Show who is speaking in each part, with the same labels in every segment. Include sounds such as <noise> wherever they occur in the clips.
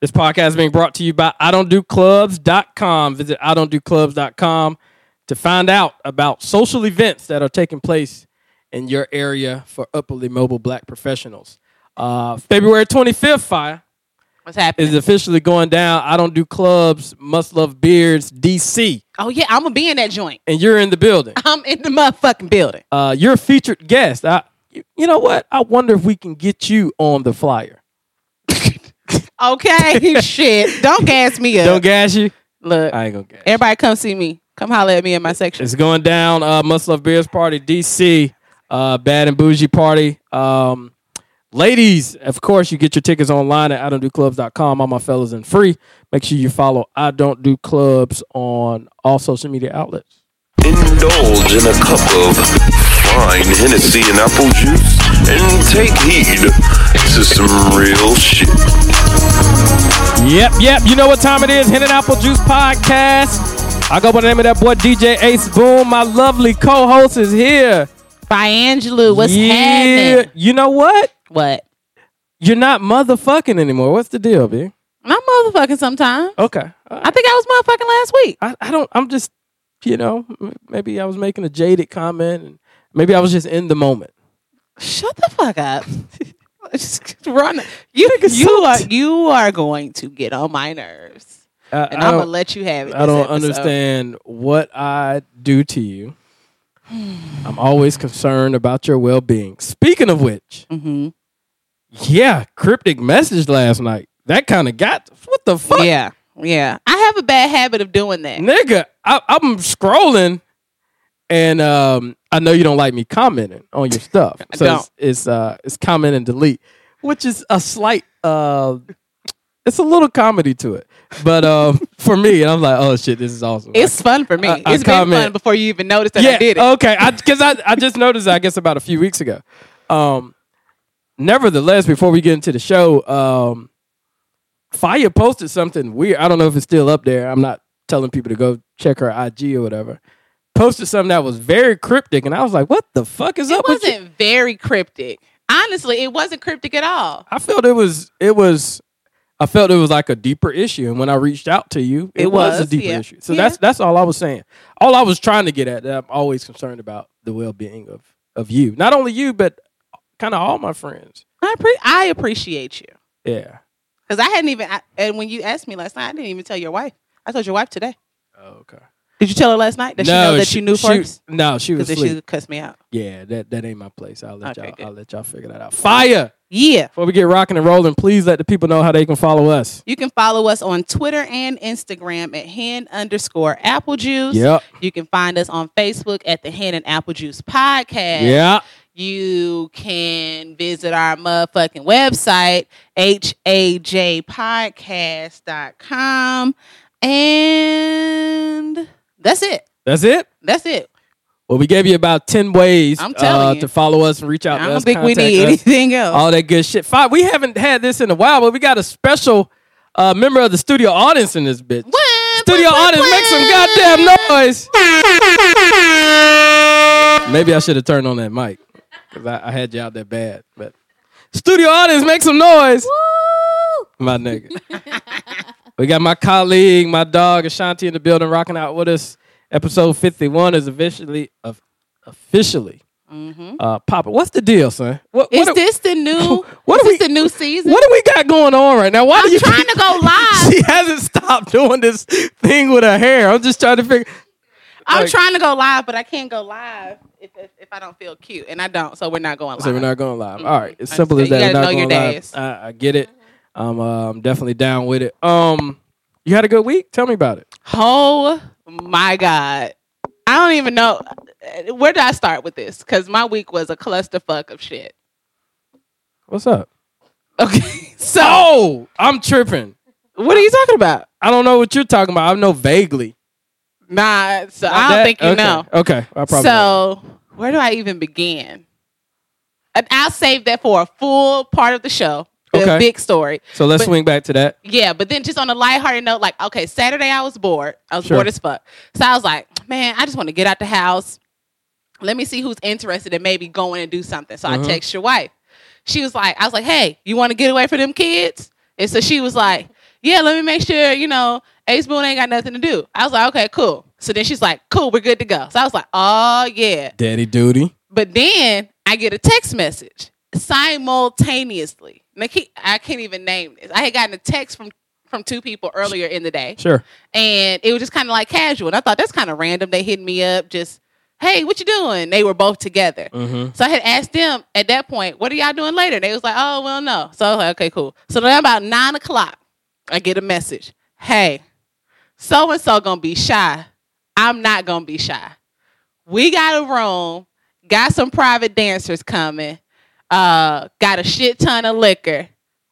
Speaker 1: This podcast is being brought to you by I Don't Do Clubs.com. Visit I Don't Do Clubs.com to find out about social events that are taking place in your area for upwardly mobile black professionals. Uh, February 25th, Fire,
Speaker 2: What's happening?
Speaker 1: is officially going down. I Don't Do Clubs, Must Love Beards, DC.
Speaker 2: oh yeah, I'm gonna be in that joint. <laughs>
Speaker 1: And you're in the building.
Speaker 2: I'm in the motherfucking building.
Speaker 1: Uh, you're a featured guest. I, you you know what? I wonder if we can get you on the flyer. <laughs>
Speaker 2: Okay, shit. Don't gas me up.
Speaker 1: Don't gas you.
Speaker 2: Look,
Speaker 1: I ain't gonna gas. you.
Speaker 2: everybody, come see me. Come holler at me in my section.
Speaker 1: It's going down. Uh, Must Love Beers Party, DC. Uh, Bad and Bougie Party. Um, ladies, of course, you get your tickets online at idon'tdoclubs.com. All my fellas and free. Make sure you follow I Don't Do Clubs on all social media outlets.
Speaker 3: Indulge in a cup of fine Hennessy and apple juice and take heed to some real shit.
Speaker 1: Yep, yep. You know what time it is? Hen and Apple Juice Podcast. I go by the name of that boy DJ Ace Boom. My lovely co-host is here.
Speaker 2: By Angelou, what's
Speaker 1: Yeah.
Speaker 2: happening?
Speaker 1: You know what?
Speaker 2: What?
Speaker 1: You're not motherfucking anymore. What's the deal, B?
Speaker 2: I'm motherfucking sometime.
Speaker 1: Okay. All
Speaker 2: I think I was motherfucking last week.
Speaker 1: I, I don't I'm just you know m- maybe I was making a jaded comment and maybe I was just in the moment.
Speaker 2: Shut the fuck up. Just
Speaker 1: <laughs>
Speaker 2: run. You you are
Speaker 1: sucked.
Speaker 2: you are going to get on
Speaker 1: <sighs>
Speaker 2: my nerves,
Speaker 1: I,
Speaker 2: and
Speaker 1: I
Speaker 2: I'm gonna
Speaker 1: don't,
Speaker 2: let you have it.
Speaker 1: I
Speaker 2: this
Speaker 1: don't
Speaker 2: episode.
Speaker 1: understand what I do to you. I'm always concerned about your well-being. Speaking of which,
Speaker 2: Mhm.
Speaker 1: yeah, cryptic message last night. That kind of got what the fuck,
Speaker 2: Yeah, yeah. I have a bad habit of doing that.
Speaker 1: nigga. I, I'm scrolling, and um, I know you don't like me commenting on your stuff,
Speaker 2: <laughs> I
Speaker 1: so
Speaker 2: don't.
Speaker 1: it's it's, uh, it's comment and delete, which is a slight uh, it's a little comedy to it, but um, <laughs> for me, and I'm like, oh shit, this is awesome.
Speaker 2: It's fun for me.
Speaker 1: I-
Speaker 2: It's
Speaker 1: I
Speaker 2: been fun
Speaker 1: comment.
Speaker 2: before you even noticed that
Speaker 1: yeah,
Speaker 2: I did it.
Speaker 1: okay, because I, I just noticed, I guess, about a few weeks ago. Um, nevertheless, before we get into the show, um, Fire posted something weird. I don't know if it's still up there. I'm not telling people to go check her IG or whatever. Posted something that was very cryptic, and I was like, what the fuck is
Speaker 2: it
Speaker 1: up with you?
Speaker 2: wasn't very cryptic. Honestly, it wasn't cryptic at all.
Speaker 1: I felt it was it was I felt it was like a deeper issue, and when I reached out to you, it,
Speaker 2: It
Speaker 1: was, a
Speaker 2: was,
Speaker 1: deeper
Speaker 2: yeah.
Speaker 1: issue. So
Speaker 2: Yeah.
Speaker 1: that's that's all I was saying. All I was trying to get at that I'm always concerned about the well being of of you, not only you but kind of all my friends.
Speaker 2: I pre- I appreciate you
Speaker 1: Yeah.
Speaker 2: because I hadn't even. I, and when you asked me last night, I didn't even tell your wife. I told your wife today.
Speaker 1: Okay.
Speaker 2: Did you tell her last night that she know that you knew first?
Speaker 1: No, she was
Speaker 2: Because then
Speaker 1: asleep.
Speaker 2: she cussed me out.
Speaker 1: yeah, that that ain't my place. I'll let
Speaker 2: Okay,
Speaker 1: y'all.
Speaker 2: good.
Speaker 1: I'll let y'all figure that out. Fire.
Speaker 2: Yeah.
Speaker 1: Before we get rocking and rolling, please let the people know how they can follow us.
Speaker 2: You can follow us on Twitter and Instagram at hen underscore apple juice.
Speaker 1: Yep.
Speaker 2: You can find us on Facebook at the Hen and Apple Juice Podcast.
Speaker 1: Yeah.
Speaker 2: You can visit our motherfucking website, hajpodcast.com. And that's it.
Speaker 1: That's it.
Speaker 2: That's it.
Speaker 1: Well, we gave you about ten ways
Speaker 2: I'm telling
Speaker 1: uh,
Speaker 2: you.
Speaker 1: to follow us and reach out.
Speaker 2: I
Speaker 1: to
Speaker 2: don't
Speaker 1: us,
Speaker 2: think we
Speaker 1: contact
Speaker 2: need
Speaker 1: us.
Speaker 2: anything else.
Speaker 1: all that good shit. Five, we haven't had this in a while, but we got a special uh, member of the studio audience in this bitch.
Speaker 2: Wah,
Speaker 1: Studio
Speaker 2: wah, wah,
Speaker 1: audience,
Speaker 2: wah.
Speaker 1: make some goddamn noise. Maybe I should have turned on that mic because I, I had you out that bad. But studio audience, make some noise. My nigga. we got my colleague, my dog Ashanti in the building, rocking out with us. Episode fifty-one is officially of officially
Speaker 2: Mhm.
Speaker 1: uh, popping. What's the deal, son? What,
Speaker 2: Is
Speaker 1: what are-
Speaker 2: this the new?
Speaker 1: <laughs> What
Speaker 2: What
Speaker 1: are
Speaker 2: is
Speaker 1: we-
Speaker 2: this the new season?
Speaker 1: what do we got going on right now? Why do
Speaker 2: I'm
Speaker 1: you
Speaker 2: trying to go
Speaker 1: <laughs>
Speaker 2: live.
Speaker 1: She hasn't stopped doing this thing with her hair. I'm just trying to figure.
Speaker 2: I'm
Speaker 1: like-
Speaker 2: trying to go live, but I can't go live if, if, if I don't feel cute, and I don't. So we're not going live.
Speaker 1: So we're not going live. All right, it's
Speaker 2: Mm-hmm. I
Speaker 1: simple as that.
Speaker 2: understand.
Speaker 1: We're
Speaker 2: You
Speaker 1: not going
Speaker 2: gotta know your
Speaker 1: live.
Speaker 2: days. Mm-hmm.
Speaker 1: I, I get it. I'm, uh, I'm definitely down with it. Um, you had a good week. Tell me about it.
Speaker 2: Oh my god! I don't even know uh, where did I start with this because my week was a clusterfuck of shit.
Speaker 1: What's up?
Speaker 2: Okay, <laughs> so
Speaker 1: Oh, I'm tripping.
Speaker 2: what are you talking about?
Speaker 1: I don't know what you're talking about. I know vaguely.
Speaker 2: Nah, so
Speaker 1: Not
Speaker 2: I don't
Speaker 1: that-
Speaker 2: think you
Speaker 1: okay.
Speaker 2: know.
Speaker 1: Okay, I probably. don't.
Speaker 2: So where do I even begin? And I'll save that for a full part of the show. The
Speaker 1: Okay.
Speaker 2: big story.
Speaker 1: so let's
Speaker 2: but-
Speaker 1: swing back to that.
Speaker 2: Yeah, but then just on a lighthearted note, like, okay, Saturday I was bored. I was
Speaker 1: Sure.
Speaker 2: bored as fuck. So I was like, man, I just want to get out the house. Let me see who's interested in maybe going and do something. So
Speaker 1: Mhm.
Speaker 2: I text your wife. She was like, I was like, hey, you want to get away from them kids? And so she was like, yeah, let me make sure, you know, Ace Boone ain't got nothing to do. I was like, okay, cool. So then she's like, cool, we're good to go. So I was like, oh, yeah.
Speaker 1: Daddy duty.
Speaker 2: But then I get a text message simultaneously. Nikki, I can't even name this. I had gotten a text from from two people earlier in the day,
Speaker 1: Sure.
Speaker 2: and it was just kind of like casual. And I thought that's kind of random. They hit me up, just hey, what you doing? They were both together,
Speaker 1: Mm-hmm.
Speaker 2: so I had asked them at that point, what are y'all doing later? They was like, oh, well, no. So I was like, okay, cool. So then about nine o'clock, I get a message. Hey, so and so gonna be shy. I'm not gonna be shy. We got a room, got some private dancers coming, uh, got a shit ton of liquor.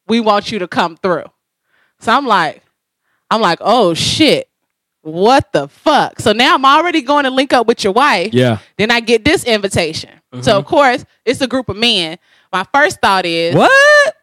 Speaker 2: We want you to come through. So I'm like, I'm like, oh shit. What the fuck? So now I'm already going to link up with your wife.
Speaker 1: Yeah.
Speaker 2: Then I get this invitation. So of course, it's a group of men. My first thought is,
Speaker 1: What?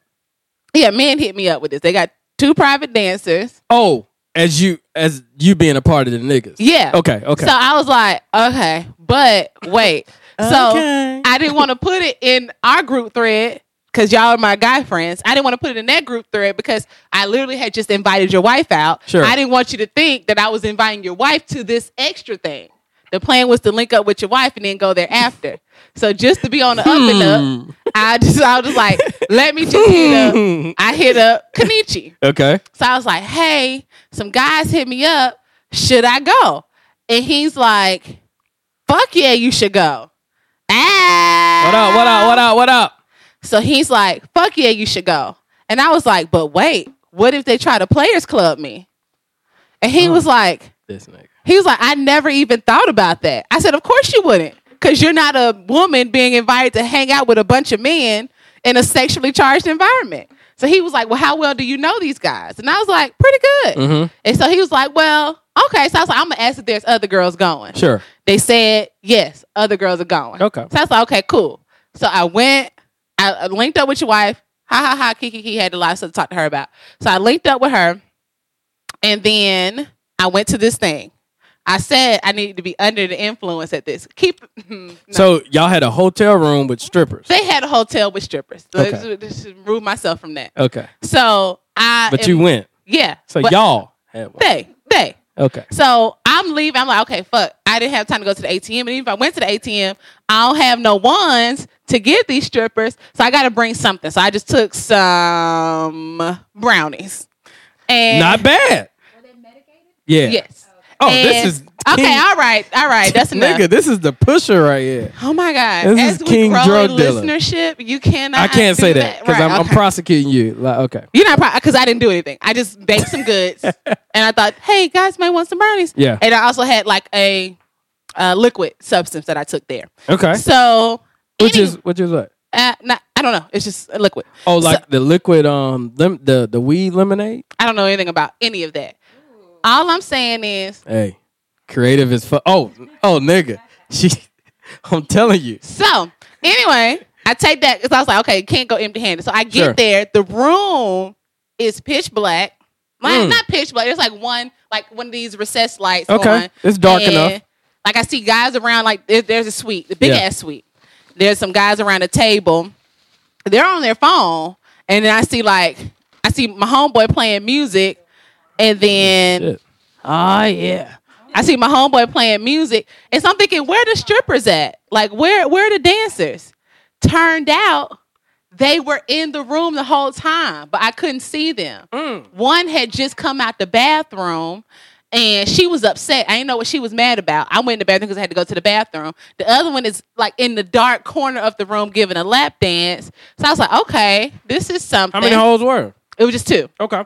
Speaker 2: yeah, men hit me up with this. They got two private dancers.
Speaker 1: Oh, as you as you being a part of the niggas.
Speaker 2: Yeah.
Speaker 1: Okay. Okay.
Speaker 2: So I was like, okay, but wait. So
Speaker 1: Okay.
Speaker 2: I didn't want to put it in our group thread because y'all are my guy friends. I didn't want to put it in that group thread because I literally had just invited your wife out.
Speaker 1: Sure.
Speaker 2: I didn't want you to think that I was inviting your wife to this extra thing. The plan was to link up with your wife and then go there after. So just to be on the up and
Speaker 1: Hmm.
Speaker 2: up, I just I was just like, let me just hit up. I hit up Kanichi.
Speaker 1: Okay.
Speaker 2: So I was like, hey, some guys hit me up. Should I go? And he's like, fuck yeah, you should go. Ah.
Speaker 1: What up? What up? What up? What up?
Speaker 2: So he's like, fuck yeah, you should go. And I was like, but wait, what if they try to players club me? And he was like,
Speaker 1: This nigga.
Speaker 2: he was like, I never even thought about that. I said, Of course you wouldn't. Because you're not a woman being invited to hang out with a bunch of men in a sexually charged environment. So he was like, Well, how well do you know these guys? And I was like, Pretty good.
Speaker 1: Mhm.
Speaker 2: And so he was like, Well, okay. So I was like, I'm going to ask if there's other girls going.
Speaker 1: Sure.
Speaker 2: They said, Yes, other girls are going.
Speaker 1: Okay.
Speaker 2: So I was like, Okay, cool. So I went, I I linked up with your wife. Ha ha ha, Kiki Kiki had a lot of stuff to talk to her about. So I linked up with her. And then I went to this thing. I said I needed to be under the influence at this. Keep <laughs> no.
Speaker 1: So y'all had a hotel room with strippers.
Speaker 2: they had a hotel with strippers. So
Speaker 1: Okay.
Speaker 2: okay. Just remove myself from that.
Speaker 1: Okay.
Speaker 2: So I
Speaker 1: But
Speaker 2: am-
Speaker 1: you went.
Speaker 2: Yeah.
Speaker 1: So
Speaker 2: but
Speaker 1: y'all had one.
Speaker 2: they they
Speaker 1: Okay.
Speaker 2: so I'm leaving. I'm like, okay, fuck. I didn't have time to go to the ATM. And even if I went to the ATM, I don't have no ones to give these strippers. So I got to bring something. So I just took some brownies. And
Speaker 1: Not bad. Yeah.
Speaker 2: Yes.
Speaker 1: Oh,
Speaker 2: And-
Speaker 1: this is
Speaker 2: Okay, all right, all right. That's enough.
Speaker 1: nigga. This is the pusher right here.
Speaker 2: Oh my God.
Speaker 1: This
Speaker 2: As
Speaker 1: is
Speaker 2: we
Speaker 1: King
Speaker 2: grow
Speaker 1: Drug
Speaker 2: in
Speaker 1: Dealer.
Speaker 2: listenership, you cannot.
Speaker 1: I can't
Speaker 2: do
Speaker 1: say that because
Speaker 2: Right,
Speaker 1: I'm,
Speaker 2: okay.
Speaker 1: I'm prosecuting you. Like, okay.
Speaker 2: You're not proud because I didn't do anything. I just baked some goods, and I thought, hey, guys might want some brownies.
Speaker 1: Yeah.
Speaker 2: And I also had like a uh, liquid substance that I took there.
Speaker 1: Okay.
Speaker 2: So,
Speaker 1: Which
Speaker 2: any-
Speaker 1: is which is what?
Speaker 2: uh, not, I don't know. It's just a liquid.
Speaker 1: Oh, like the liquid um lim- the the weed lemonade.
Speaker 2: I don't know anything about any of that. All I'm saying is
Speaker 1: Hey, creative is fu- oh oh nigga. <laughs> She, I'm telling you.
Speaker 2: so. Anyway, I take that because I was like, okay, can't go empty handed. So I get
Speaker 1: Sure.
Speaker 2: there. The room is pitch black. Like,
Speaker 1: Mm.
Speaker 2: Not pitch black. There's like one, like one of these recessed lights.
Speaker 1: Okay,
Speaker 2: on.
Speaker 1: it's dark
Speaker 2: And,
Speaker 1: enough.
Speaker 2: Like I see guys around. Like there- there's a suite, the big
Speaker 1: Yeah.
Speaker 2: ass suite. There's some guys around the table. They're on their phone, and then I see like I see my homeboy playing music, and then
Speaker 1: Shit.
Speaker 2: Oh yeah. I see my homeboy playing music. And so I'm thinking, where the strippers at? Like where where are the dancers? Turned out they were in the room the whole time, but I couldn't see them.
Speaker 1: Mm.
Speaker 2: One had just come out the bathroom and she was upset. I didn't know what she was mad about. I went in the bathroom because I had to go to the bathroom. The other one is like in the dark corner of the room giving a lap dance. So I was like, okay, this is
Speaker 1: How
Speaker 2: something.
Speaker 1: many holes were?
Speaker 2: it was just two.
Speaker 1: Okay.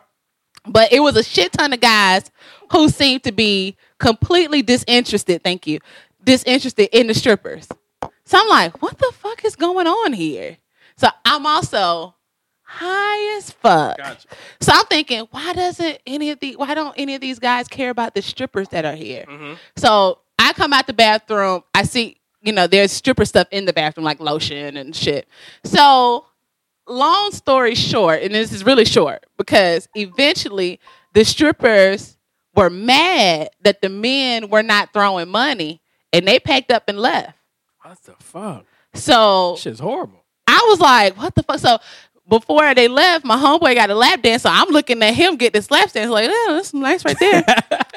Speaker 2: But it was a shit ton of guys who seemed to be completely disinterested. Thank you. Disinterested in the strippers. So I'm like, what the fuck is going on here? So I'm also high as fuck.
Speaker 1: Gotcha.
Speaker 2: So I'm thinking, why doesn't any of the why don't any of these guys care about the strippers that are here? So I come out the bathroom, I see, you know, there's stripper stuff in the bathroom, like lotion and shit. So long story short, and this is really short because eventually the strippers were mad that the men were not throwing money and they packed up and left.
Speaker 1: What the fuck?
Speaker 2: So
Speaker 1: Shit's horrible.
Speaker 2: I was like, what the fuck? So before they left, my homeboy got a lap dance. So I'm looking at him get this lap dance, like, oh, that's nice right
Speaker 1: <laughs>
Speaker 2: there.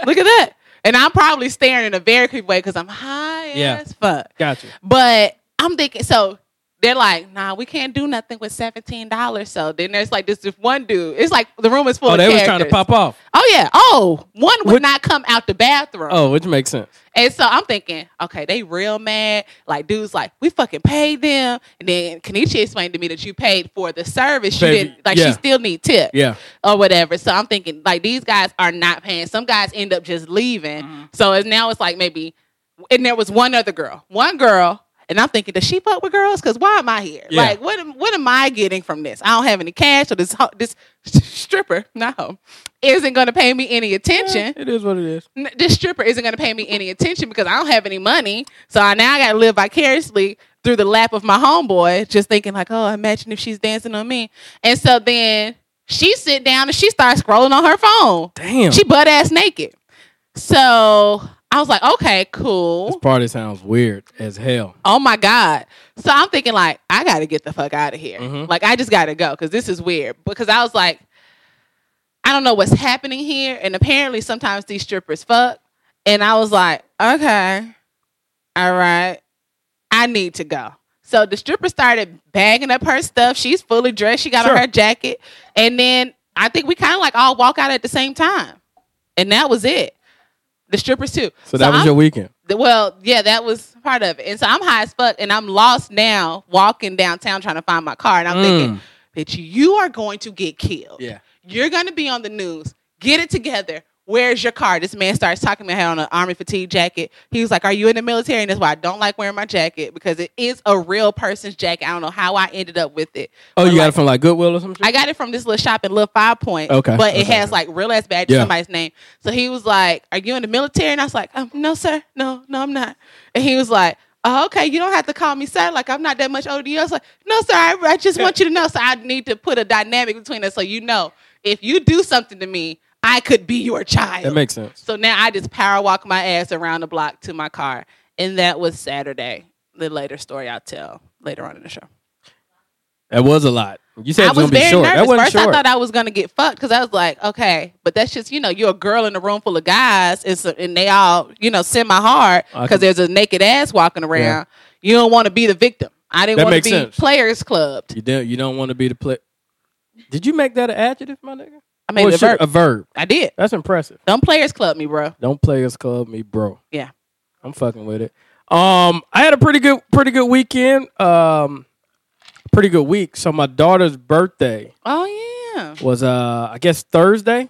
Speaker 2: Look at that. And I'm probably staring in a very creepy way because I'm high
Speaker 1: Yeah.
Speaker 2: as fuck.
Speaker 1: Gotcha.
Speaker 2: But I'm thinking, so they're like, nah, we can't do nothing with seventeen dollars. So then there's like this, this one dude. It's like the room is full.
Speaker 1: Oh,
Speaker 2: of
Speaker 1: they was
Speaker 2: characters.
Speaker 1: trying to pop off.
Speaker 2: Oh yeah. Oh, one would
Speaker 1: What-
Speaker 2: not come out the bathroom.
Speaker 1: Oh, which makes sense.
Speaker 2: And so I'm thinking, okay, they real mad. Like dudes, like we fucking paid them. And then Kenichi explained to me that you paid for the service. She
Speaker 1: Baby,
Speaker 2: didn't like
Speaker 1: yeah.
Speaker 2: she still need tip
Speaker 1: Yeah.
Speaker 2: or whatever. So I'm thinking like these guys are not paying. Some guys end up just leaving. So it's now it's like maybe and there was one other girl. One girl. And I'm thinking, does she fuck with girls? Because why am I here?
Speaker 1: Yeah.
Speaker 2: Like, what am, what am I getting from this? I don't have any cash, so this ho- this stripper, no, isn't going to pay me any attention
Speaker 1: It is what it is.
Speaker 2: n- this stripper isn't going to pay me any attention because I don't have any money. So I now got to live vicariously through the lap of my homeboy, just thinking like, oh, imagine if she's dancing on me. And so then she sit down and she starts scrolling on her phone.
Speaker 1: Damn.
Speaker 2: She butt ass naked. So I was like, okay, cool.
Speaker 1: this party sounds weird as hell.
Speaker 2: Oh my God. So I'm thinking like, I gotta get the fuck out of here.
Speaker 1: Mhm.
Speaker 2: Like I just gotta go because this is weird. Because I was like, I don't know what's happening here. And apparently sometimes these strippers fuck. And I was like, okay, all right. I need to go. So the stripper started bagging up her stuff. She's fully dressed. She got
Speaker 1: Sure.
Speaker 2: on her jacket. And then I think we kind of like all walk out at the same time. And that was it. The strippers too.
Speaker 1: So that was
Speaker 2: I'm
Speaker 1: your weekend.
Speaker 2: the- Well, yeah, that was part of it. And so I'm high as fuck and I'm lost now walking downtown trying to find my car. And I'm thinking, bitch, you are going to get killed.
Speaker 1: Yeah.
Speaker 2: You're going to be on the news. Get it together. Where's your car? This man starts talking to me. I had on an army fatigue jacket. He was like, Are you in the military? And that's why I don't like wearing my jacket because it is a real person's jacket. I don't know how I ended up with it.
Speaker 1: Oh,
Speaker 2: But,
Speaker 1: you got
Speaker 2: like,
Speaker 1: it from like Goodwill or something?
Speaker 2: I got it from this little shop in Little Five Point.
Speaker 1: Okay.
Speaker 2: But it
Speaker 1: Okay.
Speaker 2: has like real ass badge,
Speaker 1: Yeah.
Speaker 2: somebody's name. So he was like, Are you in the military? And I was like, um, No, sir. No, no, I'm not. And he was like, Oh, okay, you don't have to call me sir. Like, I'm not that much older. than you." I was like, No, sir. I, I just want you to know. So I need to put a dynamic between us so you know if you do something to me, I could be your child.
Speaker 1: That makes sense.
Speaker 2: So now I just power walk my ass around the block to my car. And that was Saturday. The later story I'll tell later on in the show.
Speaker 1: That was a lot. You said
Speaker 2: I
Speaker 1: it was gonna
Speaker 2: was
Speaker 1: be
Speaker 2: very
Speaker 1: short. That
Speaker 2: nervous.
Speaker 1: wasn't
Speaker 2: First,
Speaker 1: short.
Speaker 2: I thought I was gonna get fucked because I was like, okay, but that's just you know, you're a girl in a room full of guys, and, so, and they all you know semi hard
Speaker 1: I
Speaker 2: because
Speaker 1: can-
Speaker 2: there's a naked ass walking around.
Speaker 1: Yeah.
Speaker 2: You don't want to be the victim. I
Speaker 1: That
Speaker 2: didn't want to
Speaker 1: makes
Speaker 2: be
Speaker 1: sense.
Speaker 2: players clubbed.
Speaker 1: you don't. You don't want to be the play. Did you make that an adjective, my nigga?
Speaker 2: I made
Speaker 1: Or
Speaker 2: it a
Speaker 1: should-
Speaker 2: verb.
Speaker 1: a verb.
Speaker 2: I did.
Speaker 1: That's impressive.
Speaker 2: Don't players club me, bro.
Speaker 1: Don't players club me, bro.
Speaker 2: Yeah.
Speaker 1: I'm fucking with it. Um, I had a pretty good, pretty good weekend. Um, pretty good week. So my daughter's birthday
Speaker 2: Oh yeah.
Speaker 1: was, uh, I guess Thursday,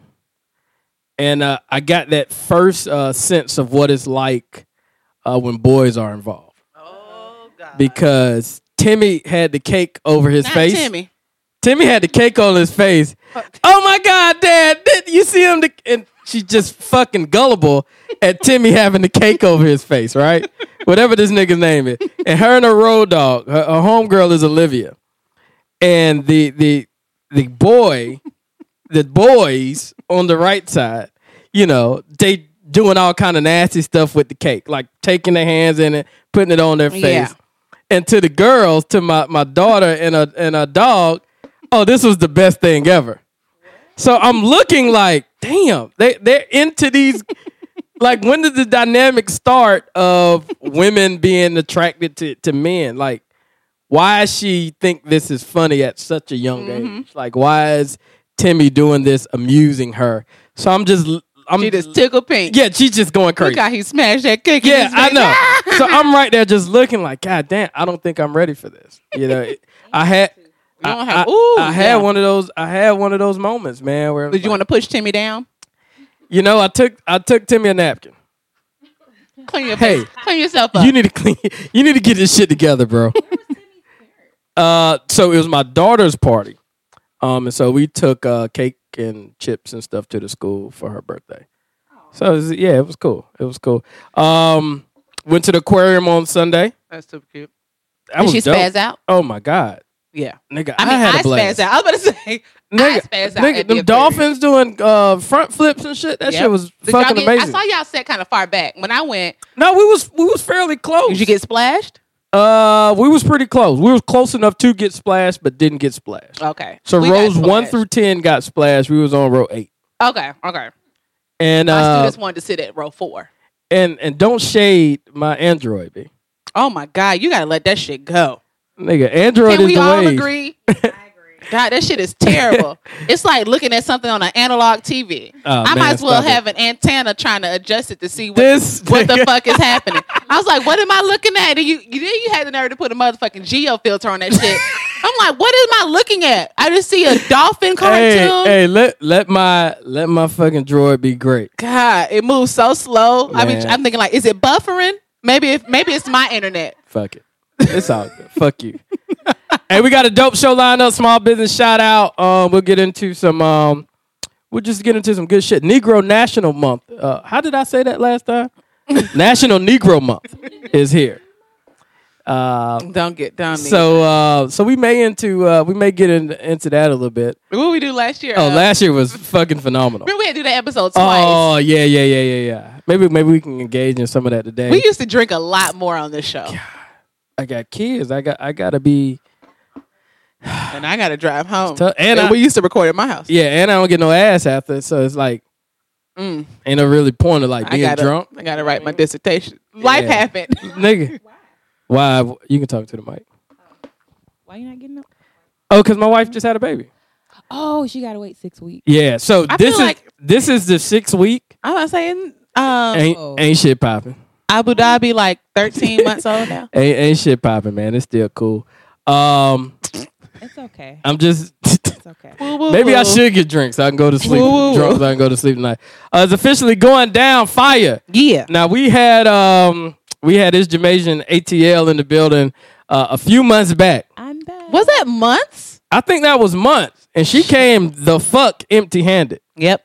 Speaker 1: and uh, I got that first uh, sense of what it's like uh, when boys are involved
Speaker 2: Oh god.
Speaker 1: because Timmy had the cake over his
Speaker 2: Not
Speaker 1: face.
Speaker 2: Timmy.
Speaker 1: Timmy had the cake on his face. Oh my God, Dad! Did you see him? The, and she's just fucking gullible at Timmy having the cake over his face, right? Whatever this nigga's name is. And her and her road dog, her, her homegirl is Olivia, and the the the boy, the boys on the right side, you know, they doing all kind of nasty stuff with the cake, like taking their hands in it, putting it on their face
Speaker 2: Yeah.
Speaker 1: and to the girls, to my, my daughter and a and a dog, oh, this was the best thing ever. So I'm looking like, damn, they they're into these. <laughs> like, when did the dynamic start of women being attracted to to men? Like, why she think this is funny at such a young
Speaker 2: Mm-hmm.
Speaker 1: age? Like, why is Timmy doing this, amusing her? So I'm just, I'm
Speaker 2: She just tickle pink.
Speaker 1: yeah, she's just going crazy.
Speaker 2: Look how he smashed that cake. in
Speaker 1: Yeah,
Speaker 2: his
Speaker 1: I
Speaker 2: face.
Speaker 1: know. so I'm right there just looking like, God damn, I don't think I'm ready for this. You know, it- I had
Speaker 2: <laughs> You
Speaker 1: I,
Speaker 2: don't have-
Speaker 1: I-
Speaker 2: Ooh,
Speaker 1: I had
Speaker 2: yeah.
Speaker 1: one of those I had one of those moments, man, where
Speaker 2: Did you want to push Timmy down?
Speaker 1: you know, I took I took Timmy a napkin.
Speaker 2: Clean your
Speaker 1: Hey.
Speaker 2: face. Clean yourself up.
Speaker 1: You need to clean <laughs> you need to get this shit together, bro. uh so it was my daughter's party. Um and so we took uh cake and chips and stuff to the school for her birthday.
Speaker 2: Oh.
Speaker 1: So it was, yeah, it was cool. It was cool. Um went to the aquarium on Sunday.
Speaker 2: That's super cute.
Speaker 1: That
Speaker 2: Did
Speaker 1: was
Speaker 2: she
Speaker 1: dope.
Speaker 2: spazz out?
Speaker 1: Oh my god,
Speaker 2: Yeah.
Speaker 1: nigga!
Speaker 2: I mean,
Speaker 1: had a
Speaker 2: I,
Speaker 1: blast.
Speaker 2: spazzed out. I was about to say, I
Speaker 1: Nigga,
Speaker 2: spazzed out.
Speaker 1: nigga,
Speaker 2: at the
Speaker 1: them dolphins doing uh, front flips and shit. That
Speaker 2: Yep.
Speaker 1: shit was
Speaker 2: Did y'all
Speaker 1: fucking
Speaker 2: get-
Speaker 1: amazing.
Speaker 2: I saw y'all set kind of far back. When I went,
Speaker 1: no, we was we was fairly close.
Speaker 2: did you get splashed?
Speaker 1: Uh, we was pretty close. We was close enough to get splashed, but didn't get splashed.
Speaker 2: Okay.
Speaker 1: So
Speaker 2: We got
Speaker 1: rows one
Speaker 2: splashed.
Speaker 1: through ten got splashed. We was on row eight,
Speaker 2: Okay. Okay.
Speaker 1: and
Speaker 2: My
Speaker 1: uh,
Speaker 2: students wanted to sit at row four.
Speaker 1: and and don't shade my Android, b
Speaker 2: Oh my God, you gotta let that shit go.
Speaker 1: nigga. Android
Speaker 2: Can
Speaker 1: is
Speaker 2: we
Speaker 1: the
Speaker 2: all
Speaker 1: wave. <laughs>
Speaker 2: agree? God, that shit is terrible. it's like looking at something on an analog TV.
Speaker 1: Oh,
Speaker 2: I
Speaker 1: man,
Speaker 2: might as well
Speaker 1: stop it.
Speaker 2: have an antenna trying to adjust it to see what,
Speaker 1: This
Speaker 2: <laughs> what the
Speaker 1: nigga-
Speaker 2: fuck
Speaker 1: <laughs>
Speaker 2: is happening. I was like, what am I looking at? And you, you then you had the nerve to put a motherfucking geo filter on
Speaker 1: <laughs>
Speaker 2: that shit. I'm like, what am I looking at? I just see a dolphin cartoon.
Speaker 1: Hey, hey, let let my let my fucking droid be great.
Speaker 2: God, it moves so slow. I mean,
Speaker 1: Man.
Speaker 2: I'm thinking like, is it buffering? Maybe if maybe it's my internet.
Speaker 1: Fuck it. It's all good. Fuck you. <laughs> hey, we got a dope show lined up. Small business shout out. Um, we'll get into some. Um, we'll just get into some good shit. Negro National Month. Uh, <laughs> how did I say that last time? National Negro Month is here. Uh,
Speaker 2: Don't get done.
Speaker 1: so uh, so we may into uh, we may get in, into that a little bit.
Speaker 2: what we do last year?
Speaker 1: Oh,
Speaker 2: uh,
Speaker 1: last year was fucking phenomenal.
Speaker 2: remember we had to do that episode <laughs> twice.
Speaker 1: Oh yeah yeah yeah yeah yeah. Maybe maybe we can engage in some of that today.
Speaker 2: We used to drink a lot more on this show,
Speaker 1: I got kids. I got I gotta be.
Speaker 2: and I got to drive home.
Speaker 1: tough. And
Speaker 2: And,
Speaker 1: I-
Speaker 2: we used to record at my house.
Speaker 1: Yeah, and I don't get no ass after, so it's like
Speaker 2: Mm.
Speaker 1: ain't no really point of like
Speaker 2: I
Speaker 1: being
Speaker 2: gotta,
Speaker 1: drunk,
Speaker 2: I gotta write my dissertation. Life
Speaker 1: Yeah.
Speaker 2: happened.
Speaker 1: nigga. Why? You can talk to the mic.
Speaker 4: Why you not getting up?
Speaker 1: Oh, cause my wife just had a baby.
Speaker 4: Oh, she gotta wait six weeks.
Speaker 1: Yeah, so
Speaker 2: I feel
Speaker 1: this is
Speaker 2: like-
Speaker 1: this is the sixth week.
Speaker 2: I'm not saying um,
Speaker 1: Ain't
Speaker 4: Oh.
Speaker 1: ain't shit popping.
Speaker 2: Abu Dhabi like 13 months old now.
Speaker 1: Ain't ain't shit popping, man. It's still cool. Um,
Speaker 4: It's okay.
Speaker 1: I'm just.
Speaker 4: It's okay.
Speaker 2: Woo, woo,
Speaker 1: Maybe I
Speaker 2: woo.
Speaker 1: should get drinks. So I can go to sleep.
Speaker 2: Woo, woo, woo.
Speaker 1: Drunk, so I can go to sleep tonight. Uh, it's officially going down. Fire.
Speaker 2: Yeah.
Speaker 1: Now we had um we had this Jamaican ATL in the building uh, a few months back.
Speaker 4: I'm back.
Speaker 2: Was that months?
Speaker 1: I think that was months, and she came the fuck empty handed,
Speaker 2: Yep.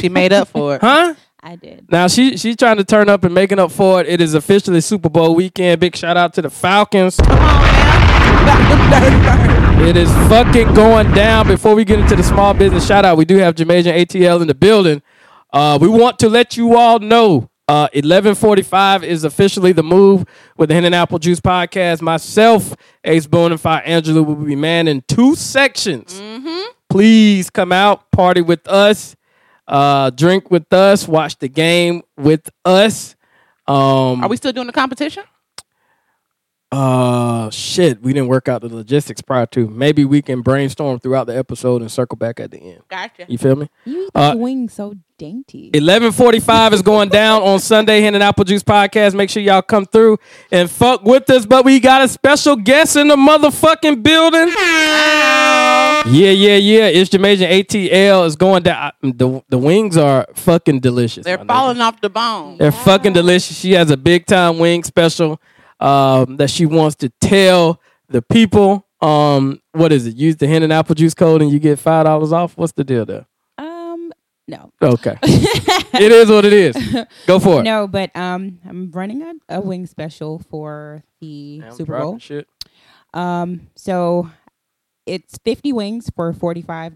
Speaker 2: She made up for
Speaker 1: <laughs>
Speaker 2: it.
Speaker 1: huh?
Speaker 4: I did.
Speaker 1: Now she she's trying to turn up and making up for it. It is officially Super Bowl weekend. Big shout out to the Falcons. <laughs> It is fucking going down. Before we get into the small business shout out, we do have Jamaican ATL in the building. Uh, we want to let you all know. Uh, 1145 is officially the move with the Hen and Apple Juice podcast. Myself, Ace Bonafide, Angela will be manning two sections. Please come out, party with us, uh, drink with us, watch the game with us. Um,
Speaker 2: Are we still doing the competition?
Speaker 1: uh, shit, we didn't work out the logistics prior to. Maybe we can brainstorm throughout the episode and circle back at the end.
Speaker 2: Gotcha.
Speaker 1: You feel me?
Speaker 4: You eat
Speaker 1: Uh,
Speaker 4: the wings so dainty.
Speaker 1: Eleven forty-five is going down on Sunday. Hen and Apple Juice podcast. Make sure y'all come through and fuck with us. But we got a special guest in the motherfucking building. Yeah, yeah, yeah. It's Jamaican ATL is going down. I- The the wings are fucking delicious.
Speaker 2: They're
Speaker 1: my nigga.
Speaker 2: falling off the bone.
Speaker 1: They're fucking delicious. She has a big time wing special um, that she wants to tell the people. Um, what is it? Use the hen and apple juice code and you get five dollars off. What's the deal there?
Speaker 4: um, no,
Speaker 2: <laughs>
Speaker 1: Okay, it is what it
Speaker 4: <laughs>
Speaker 1: is. Go for it.
Speaker 4: no, but um, I'm running a, a wing special for the
Speaker 1: Damn,
Speaker 4: Super
Speaker 1: dropping
Speaker 4: Bowl.
Speaker 1: Shit.
Speaker 4: Um, so it's 50 wings for $45.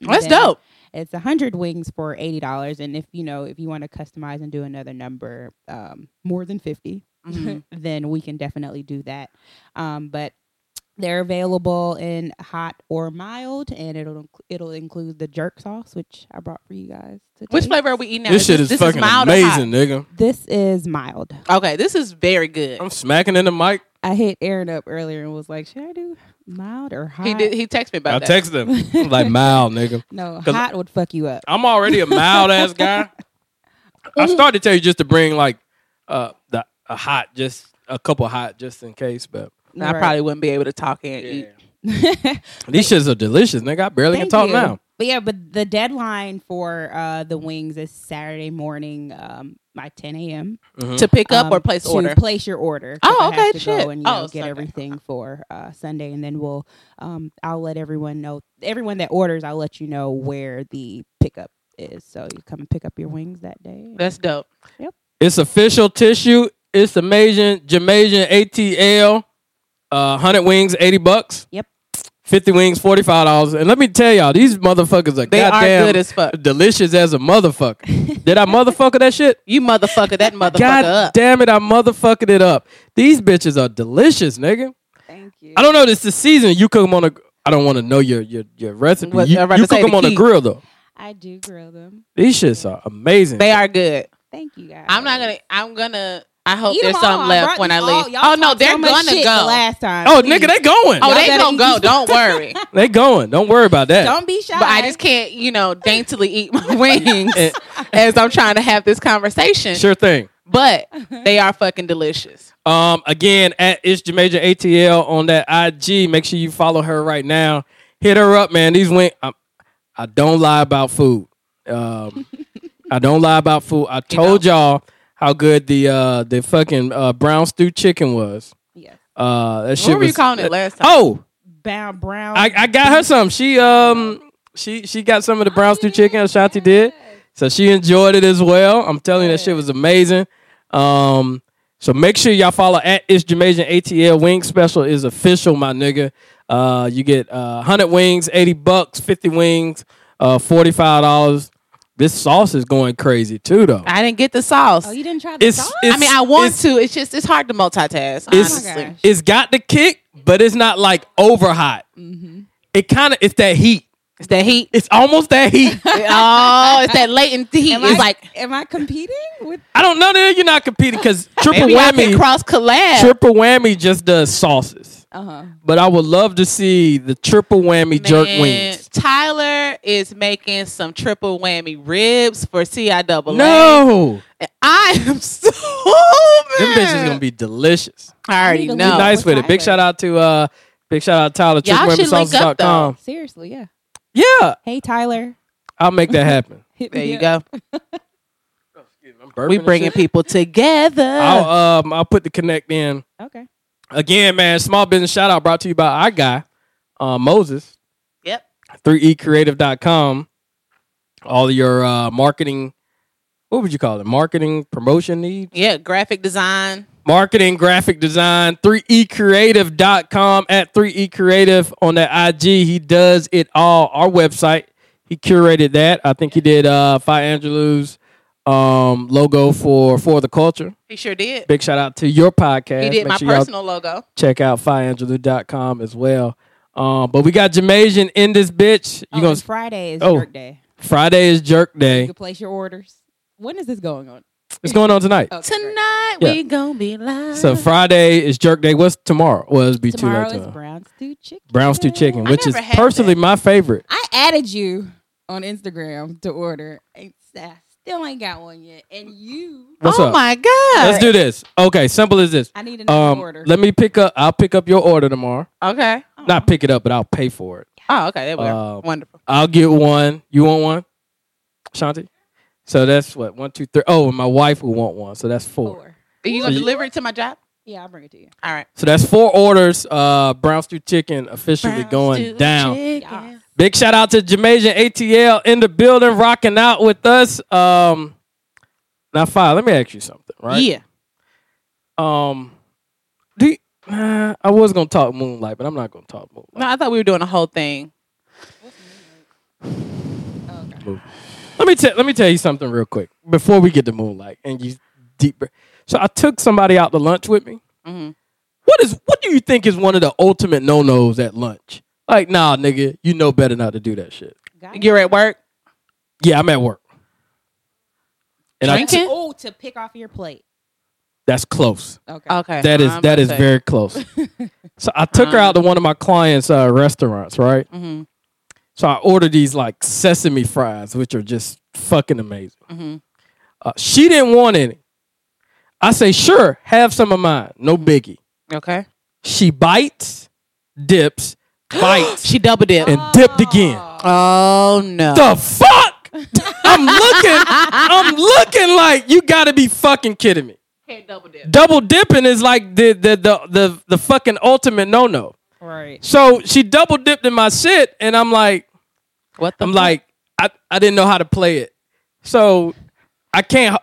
Speaker 2: That's
Speaker 4: Then
Speaker 2: dope.
Speaker 4: It's 100 wings for $80 and if you know, if you want to customize and do another number um more than 50,
Speaker 2: Mhm.
Speaker 1: Mm-hmm.
Speaker 4: <laughs> then we can definitely do that. Um but they're available in hot or mild and it'll inc- it'll include the jerk sauce which I brought for you guys today.
Speaker 2: Which flavor are we eating now?
Speaker 1: this shit is
Speaker 2: this
Speaker 1: fucking
Speaker 2: mild or hot?
Speaker 1: amazing, nigga.
Speaker 4: This is mild.
Speaker 2: Okay, this is very good.
Speaker 1: I'm smacking in the mic.
Speaker 4: I hit Aaron up earlier and was like, "Should I do mild or hot?"
Speaker 2: He did. He texted me about
Speaker 1: I
Speaker 2: that.
Speaker 1: text them I'm
Speaker 2: <laughs>
Speaker 1: like mild, nigga.
Speaker 4: <laughs> no,
Speaker 1: 'Cause-
Speaker 4: hot would fuck you up.
Speaker 1: I'm already a mild ass guy. I started to tell you just to bring like uh the a hot, just a couple hot, just in case. But
Speaker 2: And I probably wouldn't be able to talk and eat.
Speaker 4: probably
Speaker 1: These shits are delicious, nigga. I barely can
Speaker 4: Thank
Speaker 1: talk
Speaker 4: you.
Speaker 1: now.
Speaker 4: But yeah, but the deadline for uh, the wings is Saturday morning um, by 10 a.m.
Speaker 1: Mhm.
Speaker 2: To pick up
Speaker 4: um,
Speaker 2: or place
Speaker 4: to
Speaker 2: order.
Speaker 4: place your order. 'cause
Speaker 2: Oh,
Speaker 4: I have
Speaker 2: okay,
Speaker 4: to go
Speaker 2: shit.
Speaker 4: and you know,
Speaker 2: Oh,
Speaker 4: get
Speaker 2: Sunday.
Speaker 4: everything for uh, Sunday, and then we'll um, I'll let everyone know. Everyone that orders, I'll let you know where the pickup is, so you come and pick up your wings that day.
Speaker 2: That's dope.
Speaker 1: It's official tissue. It's amazing. Jamaican ATL. Uh, hundred wings, eighty bucks.
Speaker 4: Yep.
Speaker 1: Fifty wings, forty five dollars. And let me tell y'all, these motherfuckers are
Speaker 2: They are
Speaker 1: goddamn
Speaker 2: good as fuck.
Speaker 1: delicious as a motherfucker. Did I motherfucker that shit?
Speaker 2: You motherfucker, that motherfucker
Speaker 1: God
Speaker 2: up.
Speaker 1: damn it, I motherfucking it up. These bitches are delicious, nigga.
Speaker 4: Thank you.
Speaker 1: I don't know. This the season. You cook them on a. I don't want to know your your your recipe.
Speaker 2: What-
Speaker 1: you
Speaker 2: I'm about
Speaker 1: you
Speaker 2: to
Speaker 1: cook
Speaker 2: say
Speaker 1: them
Speaker 2: the
Speaker 1: on a
Speaker 2: key.
Speaker 1: grill though.
Speaker 4: I do grill them.
Speaker 1: These shits are amazing.
Speaker 2: They are good.
Speaker 4: Thank you guys.
Speaker 2: I'm not gonna. I'm gonna. I hope
Speaker 4: Eat 'em
Speaker 2: there's
Speaker 4: all.
Speaker 2: some
Speaker 4: I
Speaker 2: left
Speaker 4: brought
Speaker 2: when I
Speaker 4: these all.
Speaker 2: leave.
Speaker 4: Y'all
Speaker 2: Oh no,
Speaker 4: talked
Speaker 2: they're
Speaker 4: so much
Speaker 2: gonna
Speaker 4: shit the
Speaker 2: go.
Speaker 4: last time.
Speaker 1: oh,
Speaker 4: please.
Speaker 1: nigga, they going.
Speaker 2: Oh,
Speaker 4: Y'all
Speaker 2: they
Speaker 4: better
Speaker 2: gonna
Speaker 4: eat
Speaker 2: go. <laughs>
Speaker 4: these.
Speaker 2: Don't worry.
Speaker 1: They going. Don't worry about that.
Speaker 4: Don't be shy.
Speaker 2: But I just can't, you
Speaker 4: <laughs>
Speaker 2: know, daintily eat my <laughs> wings
Speaker 1: And-
Speaker 2: as I'm trying to have this conversation.
Speaker 1: Eh. Sure thing.
Speaker 4: <laughs>
Speaker 2: But they are fucking delicious.
Speaker 1: Um, again, at it's Jamajor ATL on that IG. Make sure you follow her right now. Hit her up, man. These went. I, I don't lie about food. Um, I don't lie about food.
Speaker 2: <laughs>
Speaker 1: I told y'all how good the uh the fucking uh brown stew chicken was.
Speaker 4: Yes.
Speaker 1: Uh, that shit
Speaker 2: What were you
Speaker 1: was-
Speaker 2: calling it last time?
Speaker 1: Oh,
Speaker 2: <laughs>
Speaker 4: Bound brown.
Speaker 1: I, I got her some. She um she she got some of the brown stew chicken Ashanti did. So she enjoyed it as well. I'm telling you that shit was amazing. Um so make sure y'all follow at It's Jamaican ATL Wing Special is official, my nigga. Uh you get uh hundred wings, eighty bucks, fifty wings, uh forty five dollars. This sauce is going crazy too though.
Speaker 2: I didn't get the sauce.
Speaker 4: oh, you didn't try the
Speaker 1: It's,
Speaker 4: sauce?
Speaker 1: it's
Speaker 2: I mean, I want
Speaker 1: it's,
Speaker 2: to. It's just it's hard to multitask.
Speaker 1: It's,
Speaker 2: Honestly,
Speaker 4: Oh, gosh.
Speaker 1: it's got the kick, but it's not like over hot. It kind of it's that heat.
Speaker 2: Mm-hmm. it's that heat.
Speaker 1: It's almost that
Speaker 2: <laughs>
Speaker 1: heat. Uh,
Speaker 2: oh, it's that latent heat.
Speaker 4: <laughs> am
Speaker 2: it's
Speaker 4: I,
Speaker 2: like
Speaker 4: am I competing with?
Speaker 1: I don't know that you're not competing because triple
Speaker 2: maybe I can
Speaker 1: whammy,
Speaker 2: cross collab.
Speaker 1: triple whammy just does sauces.
Speaker 4: Uh huh.
Speaker 1: But I would love to see the triple whammy jerk
Speaker 2: Man,
Speaker 1: wings.
Speaker 2: Tyler is making some triple whammy ribs for CI double.
Speaker 1: No,
Speaker 2: I am <laughs> so
Speaker 1: them
Speaker 2: mad.
Speaker 1: bitches gonna be delicious.
Speaker 2: I already
Speaker 4: Be
Speaker 2: know.
Speaker 4: Oh,
Speaker 1: nice
Speaker 4: with
Speaker 1: with it. Big
Speaker 4: Tyler.
Speaker 1: shout out to uh, big shout out to Tyler
Speaker 2: Y'all should link up,
Speaker 1: triplewhammysauces.com.
Speaker 4: Seriously, yeah.
Speaker 1: Yeah,
Speaker 4: Hey, Tyler.
Speaker 1: I'll make that
Speaker 2: <laughs>
Speaker 1: happen.
Speaker 4: hit
Speaker 2: There
Speaker 4: me
Speaker 2: you
Speaker 4: up.
Speaker 2: go.
Speaker 1: I'm burping
Speaker 2: We
Speaker 1: and
Speaker 2: bringing
Speaker 1: shit.
Speaker 2: people together.
Speaker 1: I'll um, I'll put the connect in
Speaker 4: Okay.
Speaker 1: again, man. Small business shout out brought to you by our guy, uh, Moses.
Speaker 2: yep.
Speaker 1: e 3ecreative.com. All your uh, marketing, what would you call it? Marketing, promotion needs?
Speaker 2: Yeah. Graphic design.
Speaker 1: Marketing, graphic design, e 3ecreative.com at 3ecreative on that IG. He does it all. Our website, he curated that. I think he did uh, Fi Angelou's um, logo for For the Culture.
Speaker 2: He sure did.
Speaker 1: Big shout out to your podcast.
Speaker 2: He did
Speaker 1: Make
Speaker 2: my
Speaker 1: sure y'all
Speaker 2: personal logo.
Speaker 1: check out FiAngelou.com as well. Um, but we got Jamasian in this bitch.
Speaker 4: You
Speaker 1: You
Speaker 4: oh,
Speaker 1: gonna
Speaker 4: and Friday is
Speaker 1: Oh.
Speaker 4: work day.
Speaker 1: Friday is Jerk Day.
Speaker 4: You can place your orders. When is this going on?
Speaker 1: It's going on tonight.
Speaker 4: Okay, great.
Speaker 2: Tonight
Speaker 1: Yeah.
Speaker 2: we gonna be live.
Speaker 1: So Friday is jerk day. What's tomorrow? Well, it's be too
Speaker 4: tomorrow is
Speaker 1: late. Tomorrow.
Speaker 4: brown stew chicken.
Speaker 1: Brown stew chicken,
Speaker 2: I
Speaker 1: which is
Speaker 2: never had
Speaker 1: personally
Speaker 2: that.
Speaker 1: my favorite.
Speaker 4: I added you on Instagram to order. It's, I still ain't got one yet, and you.
Speaker 1: What's
Speaker 2: oh
Speaker 1: up?
Speaker 2: my god.
Speaker 1: Let's do this. Okay, simple as this.
Speaker 4: I need another
Speaker 1: Um,
Speaker 4: order. Oh.
Speaker 1: let me pick up. I'll pick up your order tomorrow.
Speaker 2: Okay.
Speaker 1: Not pick it up, but I'll pay for it.
Speaker 2: Oh, okay. There we go.
Speaker 1: Um,
Speaker 2: Wonderful.
Speaker 1: I'll get one. You want one, Shanti? So that's what one, two, three. Oh, and my wife will want one. So that's four.
Speaker 4: Four.
Speaker 2: Are you gonna
Speaker 1: you-
Speaker 2: deliver it to my job?
Speaker 4: Yeah, I'll bring it to you.
Speaker 2: All right.
Speaker 1: So that's four orders. Uh, brown stew chicken officially
Speaker 2: Brown
Speaker 1: going
Speaker 2: stew
Speaker 1: down.
Speaker 2: chicken.
Speaker 1: Big shout out to Jamasian ATL in the building, rocking out with us. Um, now, five. Let me ask you something, right?
Speaker 2: Yeah.
Speaker 1: Um, do you- uh, I was gonna talk Moonlight, but I'm not gonna talk Moonlight.
Speaker 2: No, I thought we were doing a whole thing.
Speaker 1: Let me tell. Let me tell you something real quick before we get to Moonlight and you deeper. So I took somebody out to lunch with me.
Speaker 4: Mm-hmm.
Speaker 2: Mhm.
Speaker 1: What is? What do you think is one of the ultimate no nos at lunch? Like, nah, nigga, you know better not to do that shit.
Speaker 4: Got it.
Speaker 2: You're at work.
Speaker 1: Yeah, I'm at work. And I,
Speaker 2: Drinking?
Speaker 4: Oh, to pick off your plate.
Speaker 1: that's close.
Speaker 4: Okay. Mm-hmm.
Speaker 2: Okay.
Speaker 1: That is
Speaker 2: I'm
Speaker 1: that
Speaker 2: about
Speaker 1: is
Speaker 2: to say.
Speaker 1: very
Speaker 4: <laughs>
Speaker 1: close. so I took her out
Speaker 2: Uh-huh.
Speaker 1: to one of my clients' uh, restaurants, right?
Speaker 2: Mhm.
Speaker 1: So I ordered these like sesame fries, which are just fucking amazing.
Speaker 2: Mhm.
Speaker 1: Uh, she didn't want any. I say, sure, have some of mine, no biggie.
Speaker 2: Okay.
Speaker 1: She bites,
Speaker 2: <gasps>
Speaker 1: dips, bites,
Speaker 2: She double dipped.
Speaker 1: and dipped again.
Speaker 2: Oh no.
Speaker 1: The fuck! I'm looking, I'm looking like you gotta be fucking kidding me.
Speaker 2: Can't double dip.
Speaker 1: Double dipping is like the the the the, the fucking ultimate no no.
Speaker 4: Right.
Speaker 1: So she double dipped in my shit, and I'm like,
Speaker 2: What the
Speaker 1: I'm
Speaker 2: fuck?
Speaker 1: like, I, I didn't know how to play it. So I can't,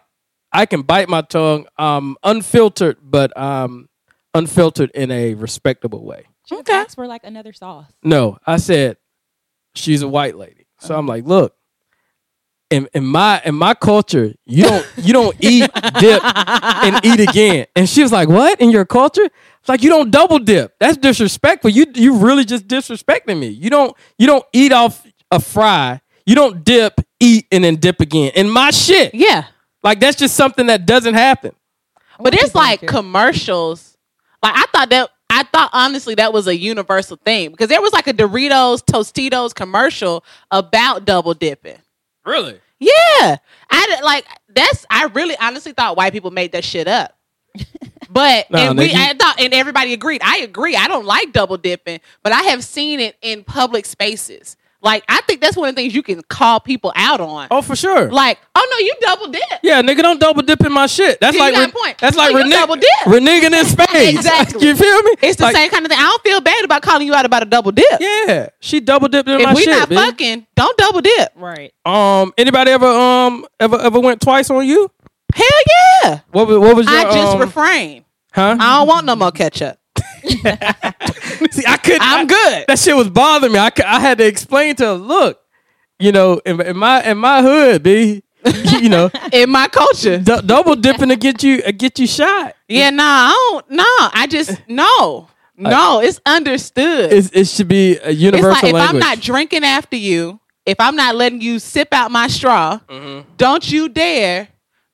Speaker 1: I can bite my tongue, um, unfiltered, but um, unfiltered in a respectable way.
Speaker 4: She
Speaker 2: Okay.
Speaker 4: asked for like another sauce.
Speaker 1: No, I said she's a white lady. So I'm like, look, in, in my in my culture, you don't you
Speaker 2: <laughs>
Speaker 1: don't eat dip and eat again. And she was like, what in your culture? It's like you don't double dip. That's disrespectful. You you really just disrespecting me. You don't you don't eat off a fry. You don't dip, eat, and then dip again. In my shit,
Speaker 2: Yeah.
Speaker 1: like that's just something that doesn't happen.
Speaker 2: But
Speaker 4: What
Speaker 2: there's
Speaker 4: you
Speaker 2: like
Speaker 4: think?
Speaker 2: commercials. Like I thought that I thought honestly that was a universal thing because there was like a Doritos Tostitos commercial about double dipping.
Speaker 1: Really?
Speaker 2: Yeah, I did- like that's I really honestly thought white people made that shit up. But
Speaker 1: Nah,
Speaker 2: and we,
Speaker 1: nigga.
Speaker 2: I thought, and everybody agreed. I agree. I don't like double dipping, but I have seen it in public spaces. Like I think that's one of the things you can call people out on.
Speaker 1: Oh, for sure.
Speaker 2: Like, oh no, you double dip.
Speaker 1: Yeah, nigga, don't double dip in my shit. That's
Speaker 2: You
Speaker 1: like
Speaker 2: got a
Speaker 1: ren-
Speaker 2: point.
Speaker 1: that's like
Speaker 2: Oh, you
Speaker 1: reneg-
Speaker 2: double dip.
Speaker 1: reneging
Speaker 2: <laughs>
Speaker 1: in spades. <laughs>
Speaker 2: Exactly.
Speaker 1: you feel me?
Speaker 2: It's the
Speaker 1: Like,
Speaker 2: same kind of thing. I don't feel bad about calling you out about a double dip.
Speaker 1: Yeah, she double dipped in my
Speaker 2: if we
Speaker 1: shit.
Speaker 2: not
Speaker 1: bitch.
Speaker 2: fucking, don't double dip.
Speaker 4: Right.
Speaker 1: um, anybody ever um ever ever went twice on you?
Speaker 2: Hell yeah!
Speaker 1: What was what was your
Speaker 2: I just
Speaker 1: um,
Speaker 2: refrain.
Speaker 1: huh?
Speaker 2: I don't want no more ketchup.
Speaker 1: <laughs> See, I couldn't. I-
Speaker 2: I'm good.
Speaker 1: That shit was bothering me. I, cou- I had to explain to her. Look, you know, in, in my in my hood, b, you know,
Speaker 2: <laughs> In my culture.
Speaker 1: d- double dipping to get you uh, get you shot.
Speaker 2: Yeah, no, I don't. No, I just no, no. It's understood. It's,
Speaker 1: It's, it should be a
Speaker 2: like
Speaker 1: universal
Speaker 2: if I'm
Speaker 1: language.
Speaker 2: not drinking after you, if I'm not letting you sip out my straw,
Speaker 1: Mm-hmm.
Speaker 2: don't you dare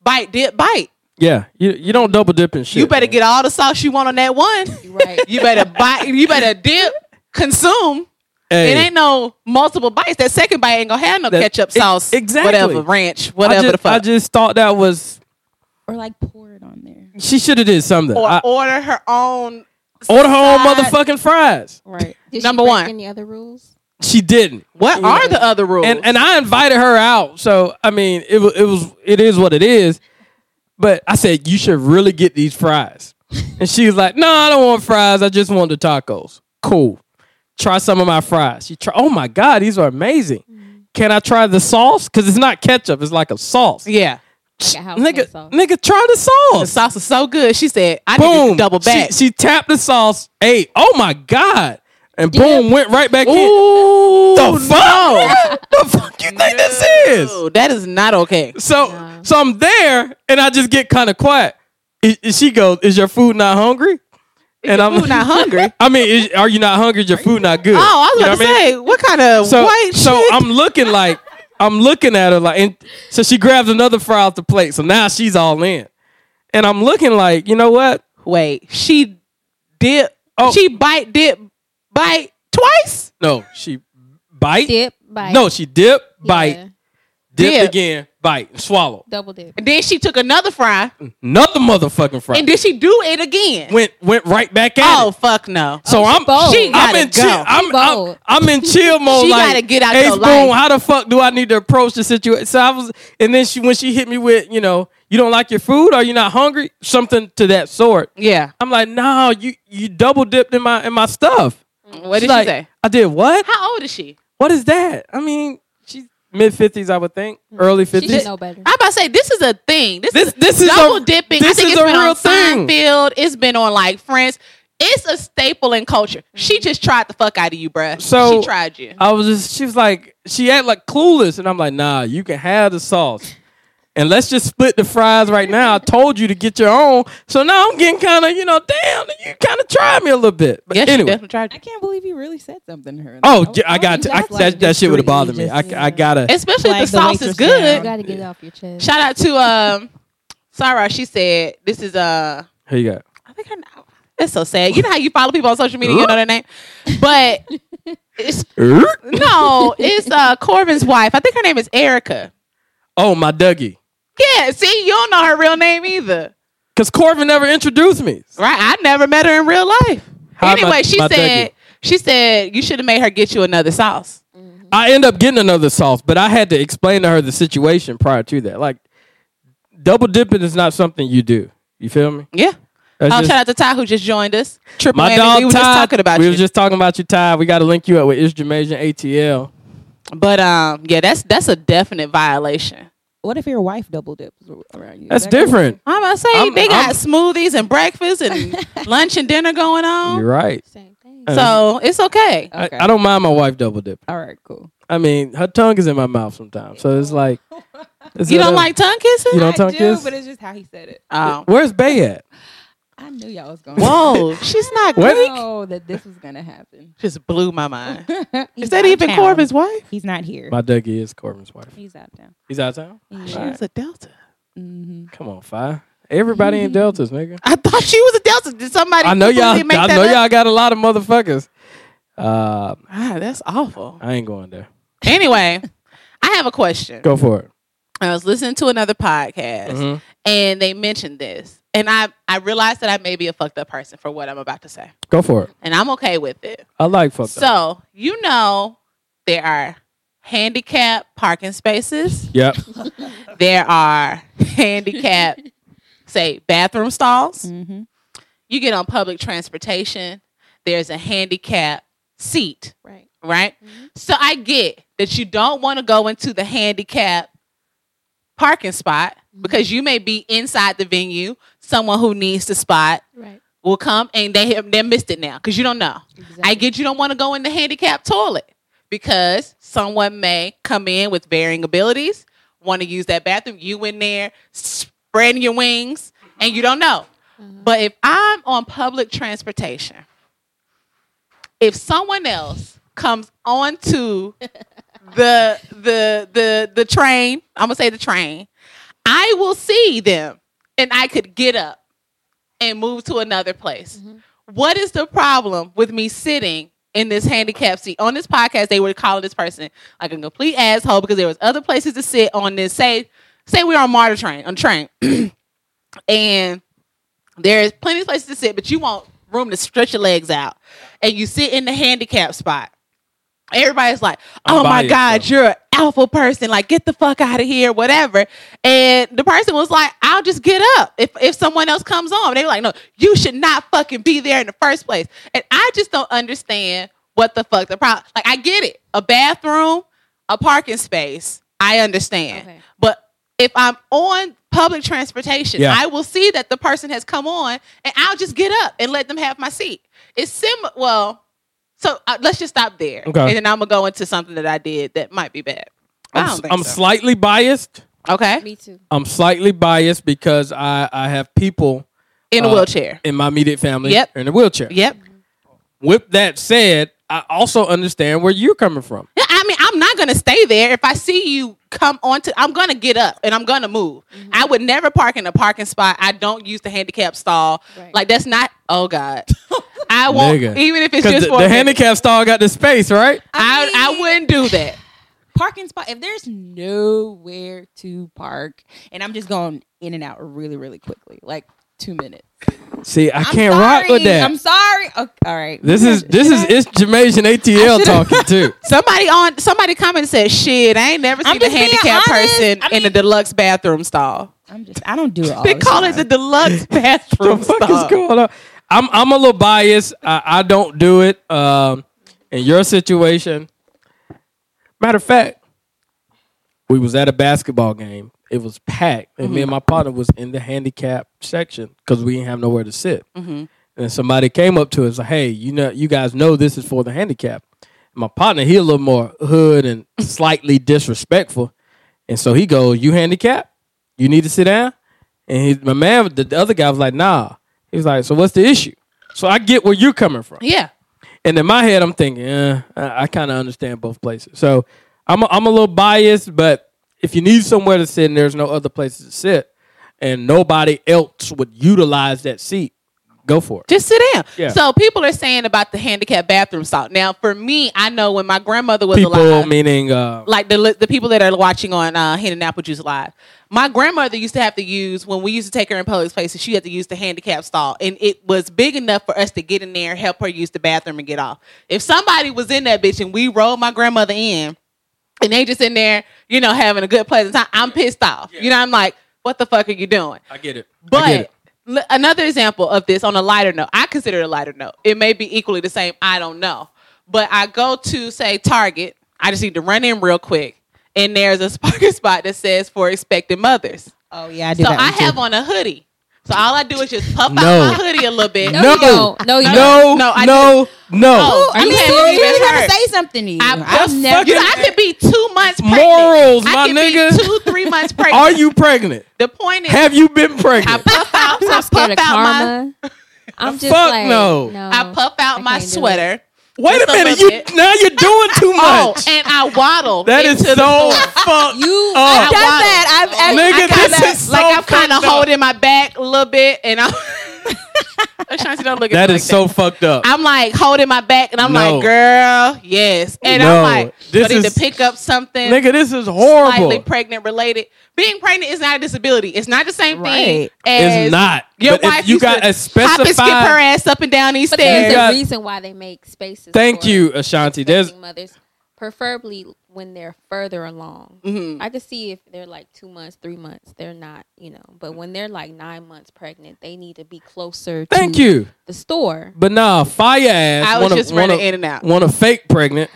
Speaker 2: bite, dip, bite.
Speaker 1: yeah, you you don't double dip in shit.
Speaker 2: You better
Speaker 1: man.
Speaker 2: get all the sauce you want on that one.
Speaker 4: Right.
Speaker 2: You better bite. You better dip, consume.
Speaker 1: Hey.
Speaker 2: It ain't no multiple bites. That second bite ain't gonna have no
Speaker 1: That-
Speaker 2: ketchup
Speaker 1: e-
Speaker 2: sauce,
Speaker 1: exactly.
Speaker 2: whatever ranch, whatever
Speaker 1: I just,
Speaker 2: the fuck.
Speaker 1: I just thought that was
Speaker 4: Or like pour it on there.
Speaker 1: she should have did something.
Speaker 2: or
Speaker 1: I,
Speaker 2: order her own.
Speaker 1: order her own
Speaker 2: side-
Speaker 1: motherfucking fries.
Speaker 4: Right.
Speaker 5: Did
Speaker 2: Number
Speaker 5: she break
Speaker 2: one.
Speaker 5: Any other rules?
Speaker 1: She didn't.
Speaker 2: What are the other rules?
Speaker 1: And and I invited her out. So I mean, it was it was it is what it is. But I said you should really get these fries. And she was like, "No, I don't want fries. I just want the tacos." Cool. Try some of my fries. She try. Oh my god, these are amazing. Can I try the sauce? Because it's not ketchup. It's like a sauce.
Speaker 2: yeah,
Speaker 5: Like a household
Speaker 1: Nigga,
Speaker 5: sauce.
Speaker 1: nigga, try the
Speaker 2: the
Speaker 1: sauce.
Speaker 2: sauce is so good. She said, "I need
Speaker 1: boom,
Speaker 2: to double back."
Speaker 1: She, she tapped the sauce, ate. Oh my god! And boom, went right back
Speaker 2: Ooh,
Speaker 1: in. The fuck? the fuck you think this is?
Speaker 2: no, that is not okay.
Speaker 1: So, so I'm there, and I just get kind of quiet. I- I- she goes, "Is your food not hungry?" and I'm <laughs>
Speaker 2: Food not hungry.
Speaker 1: I mean, is, are you not hungry? Is your food not good?
Speaker 2: Oh, I was
Speaker 1: You know
Speaker 2: about to
Speaker 1: what I mean?
Speaker 2: say, what kind of
Speaker 1: So,
Speaker 2: white
Speaker 1: so
Speaker 2: shit?
Speaker 1: I'm looking like I'm looking at her like, and so she grabs another fry off the plate. So now she's all in, and I'm looking like, you know what?
Speaker 2: Wait, she dip.
Speaker 1: Oh.
Speaker 2: She bite, dip, bite twice.
Speaker 1: No, she bite.
Speaker 5: Dip bite.
Speaker 1: No, she dip, bite,
Speaker 5: Yeah,
Speaker 1: dip,
Speaker 2: Dip.
Speaker 1: again, bite, and swallow.
Speaker 5: double dip.
Speaker 2: And then she took another fry,
Speaker 1: Mm-hmm. Another motherfucking fry.
Speaker 2: and did she do it again?
Speaker 1: went went right back at
Speaker 2: oh
Speaker 1: it.
Speaker 2: fuck no!
Speaker 1: So I'm
Speaker 5: bold. She
Speaker 1: I'm
Speaker 2: gotta
Speaker 1: in
Speaker 2: go.
Speaker 1: chill. I'm,
Speaker 5: She
Speaker 1: I'm
Speaker 5: bold.
Speaker 1: I'm in chill mode.
Speaker 2: <laughs> She
Speaker 1: like,
Speaker 2: gotta get out
Speaker 1: hey,
Speaker 2: your
Speaker 1: Spoon,
Speaker 2: life."
Speaker 1: how the fuck do I need to approach the situation? So I was, and then she when she hit me with, you know, you don't like your food, are you not hungry? Something to that sort.
Speaker 2: Yeah.
Speaker 1: I'm like, no, you you double dipped in my in my stuff.
Speaker 2: Mm-hmm. What
Speaker 1: She's
Speaker 2: did she
Speaker 1: like,
Speaker 2: say?
Speaker 1: I did what?
Speaker 2: How old is she?
Speaker 1: What is that? I mean, she's mid fifties, I would think, early
Speaker 5: She
Speaker 1: fifties.
Speaker 5: should know better.
Speaker 2: I'm about to say this is a thing. This,
Speaker 1: This-
Speaker 2: is
Speaker 1: this is
Speaker 2: double
Speaker 1: a-
Speaker 2: dipping.
Speaker 1: this
Speaker 2: I think
Speaker 1: is
Speaker 2: it's
Speaker 1: a
Speaker 2: been
Speaker 1: real
Speaker 2: on
Speaker 1: thing.
Speaker 2: Seinfeld. It's been on like Friends. It's a staple in culture. She
Speaker 4: Mm-hmm.
Speaker 2: just tried the fuck out of you, bruh.
Speaker 1: So- uh,
Speaker 2: she tried you.
Speaker 1: I was just, she was like, she act like clueless. And I'm like, nah, you can have the sauce. And let's just split the fries right now. I told you to get your own. So now I'm getting kind of, you know, damn, you kind of tried me a little bit. But
Speaker 2: yes, she
Speaker 1: anyway.
Speaker 2: definitely tried
Speaker 4: I
Speaker 2: you.
Speaker 4: can't believe you really said something to her.
Speaker 1: Oh,
Speaker 4: That
Speaker 1: j- I
Speaker 4: was-
Speaker 1: got to, I,
Speaker 4: that's like
Speaker 1: that, that shit would have
Speaker 4: discreetly
Speaker 1: bothered me. I,
Speaker 4: just-
Speaker 1: I gotta,
Speaker 2: Especially
Speaker 4: Flag
Speaker 2: if the
Speaker 4: the
Speaker 2: sauce is
Speaker 4: waitress
Speaker 2: good.
Speaker 5: You gotta get it off your chest.
Speaker 2: Shout out to um Sarah. She said this is uh
Speaker 1: here you go.
Speaker 2: I think her it's so sad. You know how you follow people on social media, you don't know their name. But it's
Speaker 1: Er,
Speaker 2: no, it's uh Corbin's wife. I think her name is Erica.
Speaker 1: Oh, my Dougie.
Speaker 2: Yeah, see, you don't know her real name either.
Speaker 1: Because Corbin never introduced me.
Speaker 2: Right? I never met her in real life.
Speaker 1: Hi, my-
Speaker 2: anyway, she
Speaker 1: my
Speaker 2: said
Speaker 1: Dougie.
Speaker 2: she said you should have made her get you another sauce.
Speaker 1: I end up getting another sauce, but I had to explain to her the situation prior to that. Like, double dipping is not something you do. You feel me?
Speaker 2: Yeah.
Speaker 1: That's
Speaker 2: oh,
Speaker 1: just-
Speaker 2: shout out to Ty who just joined us. Triple
Speaker 1: My
Speaker 2: whammy.
Speaker 1: dog
Speaker 2: we were just
Speaker 1: Ty,
Speaker 2: talking about
Speaker 1: we
Speaker 2: you.
Speaker 1: were just talking about you, Ty. We got to link you up with It's Jamaican ATL.
Speaker 2: but um, yeah, that's that's a definite violation.
Speaker 4: What if your wife double dips around you?
Speaker 1: That's
Speaker 4: Is that cool?
Speaker 1: different.
Speaker 2: I'm about to say
Speaker 1: I'm-
Speaker 2: they got
Speaker 1: I'm- <laughs>
Speaker 2: smoothies and breakfast and lunch and dinner going on.
Speaker 1: You're right.
Speaker 5: Same thing.
Speaker 1: Uh-huh.
Speaker 2: So it's okay.
Speaker 1: Uh, I,
Speaker 4: Okay.
Speaker 1: I don't mind my wife double dipping.
Speaker 4: All right, cool.
Speaker 1: I mean, her tongue is in my mouth sometimes, so it's
Speaker 2: <laughs>
Speaker 1: like it's
Speaker 2: You don't
Speaker 1: another-
Speaker 2: like tongue kissing?
Speaker 1: You don't
Speaker 4: I
Speaker 1: tongue
Speaker 4: do,
Speaker 1: kiss?
Speaker 4: but it's just how he said it.
Speaker 2: Oh.
Speaker 1: uh, Where's Bay at?
Speaker 4: I knew y'all was going. <laughs>
Speaker 2: Whoa, she's not
Speaker 1: What?
Speaker 2: Greek.
Speaker 4: know that this was gonna happen.
Speaker 2: Just blew my mind.
Speaker 4: He's
Speaker 2: Is that
Speaker 4: out
Speaker 2: even
Speaker 4: town.
Speaker 2: Corbin's wife?
Speaker 4: He's not here.
Speaker 1: <laughs> My Dougie is Corbin's wife.
Speaker 4: He's out town.
Speaker 1: He's out of town.
Speaker 2: She
Speaker 1: Right.
Speaker 2: was a Delta.
Speaker 4: Mm-hmm.
Speaker 1: Come on, fire. Everybody in deltas, nigga.
Speaker 2: I thought she was a Delta. Did Mm-hmm. somebody?
Speaker 1: I know y'all.
Speaker 2: completely make
Speaker 1: I
Speaker 2: that
Speaker 1: know
Speaker 2: up?
Speaker 1: y'all got a lot of motherfuckers. Uh,
Speaker 2: Ah, that's awful.
Speaker 1: I ain't going there.
Speaker 2: anyway, I have a question.
Speaker 1: Go for it.
Speaker 2: I was listening to another podcast
Speaker 1: Mhm.
Speaker 2: and they mentioned this. And I, I realized that I may be a fucked up person for what I'm about to say.
Speaker 1: Go for it.
Speaker 2: And I'm okay with it.
Speaker 1: I like fucked up.
Speaker 2: So, you know, there are handicap parking spaces,
Speaker 1: Yep.
Speaker 2: there are handicap, say, bathroom stalls.
Speaker 4: Mm-hmm.
Speaker 2: You get on public transportation, there's a handicap seat,
Speaker 5: Right.
Speaker 2: right?
Speaker 5: Mhm.
Speaker 2: So, I get that you don't want to go into the handicap parking spot because you may be inside the venue, someone who needs the spot
Speaker 5: Right.
Speaker 2: will come and they have they missed it now because you don't know.
Speaker 5: Exactly.
Speaker 2: I get you don't want to go in the handicapped toilet because someone may come in with varying abilities, want to use that bathroom. You in there spreading your wings, and you don't know. But if I'm on public transportation, if someone else comes onto the the the the train, I'm gonna say the train, I will see them, and I could get up and move to another place.
Speaker 5: Mhm.
Speaker 2: What is the problem with me sitting in this handicapped seat? On this podcast, they would call this person like a complete asshole because there was other places to sit on this. Say, say we're on Martyr Train, on train, and there's plenty of places to sit, but you want room to stretch your legs out, and you sit in the handicapped spot. Everybody's like,
Speaker 1: I'm
Speaker 2: "Oh my
Speaker 1: biased,
Speaker 2: God,
Speaker 1: though.
Speaker 2: you're an alpha person! Like, get the fuck out of here, whatever." And the person was like, "I'll just get up if if someone else comes on." They were like, "No, you should not fucking be there in the first place." And I just don't understand what the fuck the problem. Like, I get it, a bathroom, a parking space, I understand,
Speaker 5: Okay.
Speaker 2: but if I'm on public transportation,
Speaker 1: Yeah.
Speaker 2: I will see that the person has come on, and I'll just get up and let them have my seat. It's similar. Well, so uh, let's just stop there,
Speaker 1: Okay.
Speaker 2: and then I'm gonna go into something that I did that might be bad. I
Speaker 1: I'm,
Speaker 2: don't
Speaker 1: s-
Speaker 2: think
Speaker 1: I'm
Speaker 2: so.
Speaker 1: slightly biased.
Speaker 2: okay
Speaker 5: Me too.
Speaker 1: I'm slightly biased because I I have people
Speaker 2: in a
Speaker 1: Uh,
Speaker 2: wheelchair.
Speaker 1: in my immediate family
Speaker 2: Yep.
Speaker 1: in a wheelchair. Mm-hmm.
Speaker 2: Yep.
Speaker 1: With that said, I also understand where you're coming from.
Speaker 2: Yeah, I mean, I'm not gonna stay there. If I see you come onto, I'm gonna get up and I'm gonna move. I would never park in a parking spot. I don't use the handicap stall.
Speaker 5: Right.
Speaker 2: Like that's not. Oh God, I won't.
Speaker 1: Nigga.
Speaker 2: Even if it's
Speaker 1: Because
Speaker 2: just
Speaker 1: the,
Speaker 2: for a
Speaker 1: the
Speaker 2: minute.
Speaker 1: handicap stall got the space, right?
Speaker 2: I,
Speaker 4: I
Speaker 2: I
Speaker 4: mean-
Speaker 2: wouldn't do that.
Speaker 4: Parking spot. If there's nowhere to park, and I'm just going in and out really, really quickly, like two minutes.
Speaker 1: See, I
Speaker 4: I'm
Speaker 1: can't rock
Speaker 4: sorry.
Speaker 1: with that.
Speaker 4: I'm sorry. Okay, all right.
Speaker 1: this is this
Speaker 4: Should
Speaker 1: is
Speaker 4: I-
Speaker 1: it's Jamaican ATL
Speaker 4: should've-
Speaker 1: talking
Speaker 2: <laughs>
Speaker 1: too.
Speaker 2: Somebody on somebody comment said, "Shit, I ain't never
Speaker 4: I'm
Speaker 2: seen a
Speaker 4: just being
Speaker 2: handicapped
Speaker 4: honest.
Speaker 2: person
Speaker 4: I
Speaker 2: in the
Speaker 4: mean-
Speaker 2: deluxe bathroom stall."
Speaker 4: I'm just. I don't do
Speaker 1: <laughs>
Speaker 4: it. All
Speaker 2: They
Speaker 4: the
Speaker 2: call it
Speaker 4: time.
Speaker 2: the deluxe
Speaker 1: the
Speaker 2: bathroom
Speaker 1: fuck
Speaker 2: stall.
Speaker 1: is going on? I'm I'm a little biased. I, I don't do it. Um, in your situation, matter of fact, we was at a basketball game. It was packed, and me and my partner was in the handicap section because we didn't have nowhere to sit. And somebody came up to us like, "Hey, you know, you guys know this is for the handicap." My partner, he a little more hood and slightly disrespectful, and so he goes, "You handicap? You need to sit down." And he, my man, the, the other guy was like, nah. He was like, so what's the issue? So I get where you're coming from.
Speaker 2: Yeah,
Speaker 1: And in my head, I'm thinking, eh, I, I kind of understand both places. So I'm a, I'm a little biased, but if you need somewhere to sit and there's no other places to sit and nobody else would utilize that seat, go for it.
Speaker 2: just sit down.
Speaker 1: Yeah.
Speaker 2: So people are saying about the handicapped bathroom stall. Now, for me, I know when my grandmother was
Speaker 1: People,
Speaker 2: alive,
Speaker 1: meaning, uh,
Speaker 2: like the li- the people that are watching on uh, Hen and Apple Juice Live. My grandmother used to have to use when we used to take her in public places. She had to use the handicap stall, and it was big enough for us to get in there, help her use the bathroom, and get off. If somebody was in that bitch and we rolled my grandmother in, and they just in there, you know, having a good pleasant time, I'm pissed off. You know, I'm like, what the fuck are you doing?
Speaker 1: I get it. I get
Speaker 2: But
Speaker 1: it.
Speaker 2: l- another example of this on a lighter note, I consider it a lighter note. It may be equally the same. I don't know. But I go to say Target. I just need to run in real quick, <laughs> and there's a parking spot that says for expecting mothers.
Speaker 4: Oh yeah, I do
Speaker 2: So
Speaker 4: that.
Speaker 2: I
Speaker 4: one, too.
Speaker 2: have on a hoodie. So all I do is just puff
Speaker 1: No.
Speaker 2: out my hoodie a little bit.
Speaker 5: No,
Speaker 1: No.
Speaker 5: you don't. No, you don't.
Speaker 1: No,
Speaker 2: No,
Speaker 1: no,
Speaker 2: I
Speaker 1: no,
Speaker 2: Oh,
Speaker 4: I
Speaker 2: you
Speaker 4: mean,
Speaker 2: having
Speaker 4: you
Speaker 2: me been
Speaker 4: didn't even
Speaker 2: hurt?
Speaker 4: say something to you.
Speaker 2: I,
Speaker 1: That's
Speaker 2: I'm never. You know, I
Speaker 1: fucking-
Speaker 2: could be two months pregnant.
Speaker 1: Morals,
Speaker 2: I
Speaker 1: my
Speaker 2: could
Speaker 1: nigga.
Speaker 2: Be two, three months
Speaker 1: <laughs>
Speaker 2: pregnant.
Speaker 1: Are you pregnant?
Speaker 2: The point is,
Speaker 1: Have you been
Speaker 2: I
Speaker 1: pregnant?
Speaker 2: puff out. I
Speaker 5: I'm
Speaker 2: puff
Speaker 5: scared of
Speaker 2: out my.
Speaker 5: karma.
Speaker 2: <laughs>
Speaker 5: I'm just
Speaker 1: Fuck
Speaker 5: like,
Speaker 1: no.
Speaker 2: I puff out
Speaker 5: I
Speaker 2: my
Speaker 5: can't do it.
Speaker 2: sweater.
Speaker 1: Wait
Speaker 2: Just
Speaker 1: a
Speaker 2: a
Speaker 1: minute,
Speaker 2: little
Speaker 1: you
Speaker 2: bit.
Speaker 1: now you're doing too
Speaker 2: <laughs> Oh,
Speaker 1: much.
Speaker 2: and I waddle.
Speaker 1: that is
Speaker 2: into
Speaker 1: so
Speaker 2: the store.
Speaker 1: fucked.
Speaker 5: You,
Speaker 1: up.
Speaker 4: I've done that. I've, I've
Speaker 1: Nigga,
Speaker 4: I kinda-
Speaker 1: this is so
Speaker 2: like I'm kind of
Speaker 1: fucked up.
Speaker 2: holding my back a little bit, and I'm. <laughs> Ashanti, don't look at
Speaker 1: That
Speaker 2: me
Speaker 1: is
Speaker 2: like
Speaker 1: so fucked up.
Speaker 2: I'm like holding my back, and I'm
Speaker 1: No.
Speaker 2: like, "Girl, yes," and
Speaker 1: No.
Speaker 2: I'm like,
Speaker 1: This
Speaker 2: "This need
Speaker 1: is-
Speaker 2: to pick up something."
Speaker 1: Nigga, this is
Speaker 2: Slightly
Speaker 1: horrible.
Speaker 2: pregnant related. Being pregnant is not a disability. It's not the same thing
Speaker 4: Right.
Speaker 2: as
Speaker 1: It's not.
Speaker 2: Your
Speaker 1: But if
Speaker 2: wife
Speaker 1: you
Speaker 2: used
Speaker 1: got
Speaker 2: to
Speaker 1: a
Speaker 2: hop and skip her
Speaker 1: specified.
Speaker 2: ass up and down these
Speaker 5: but
Speaker 2: stairs.
Speaker 5: there's
Speaker 1: got-
Speaker 5: a reason why they make spaces.
Speaker 1: Thank
Speaker 5: for
Speaker 1: you, Ashanti. There's
Speaker 5: expecting mothers, preferably when they're further along.
Speaker 2: Mhm.
Speaker 5: I could see if they're like two months, three months, they're not, you know. But when they're like nine months pregnant, they need to be closer.
Speaker 1: thank
Speaker 5: to
Speaker 1: you.
Speaker 5: The store.
Speaker 1: But nah, fire ass.
Speaker 2: I was
Speaker 1: wanna,
Speaker 2: just
Speaker 1: wanna,
Speaker 2: running in and out.
Speaker 1: Wanna fake pregnant?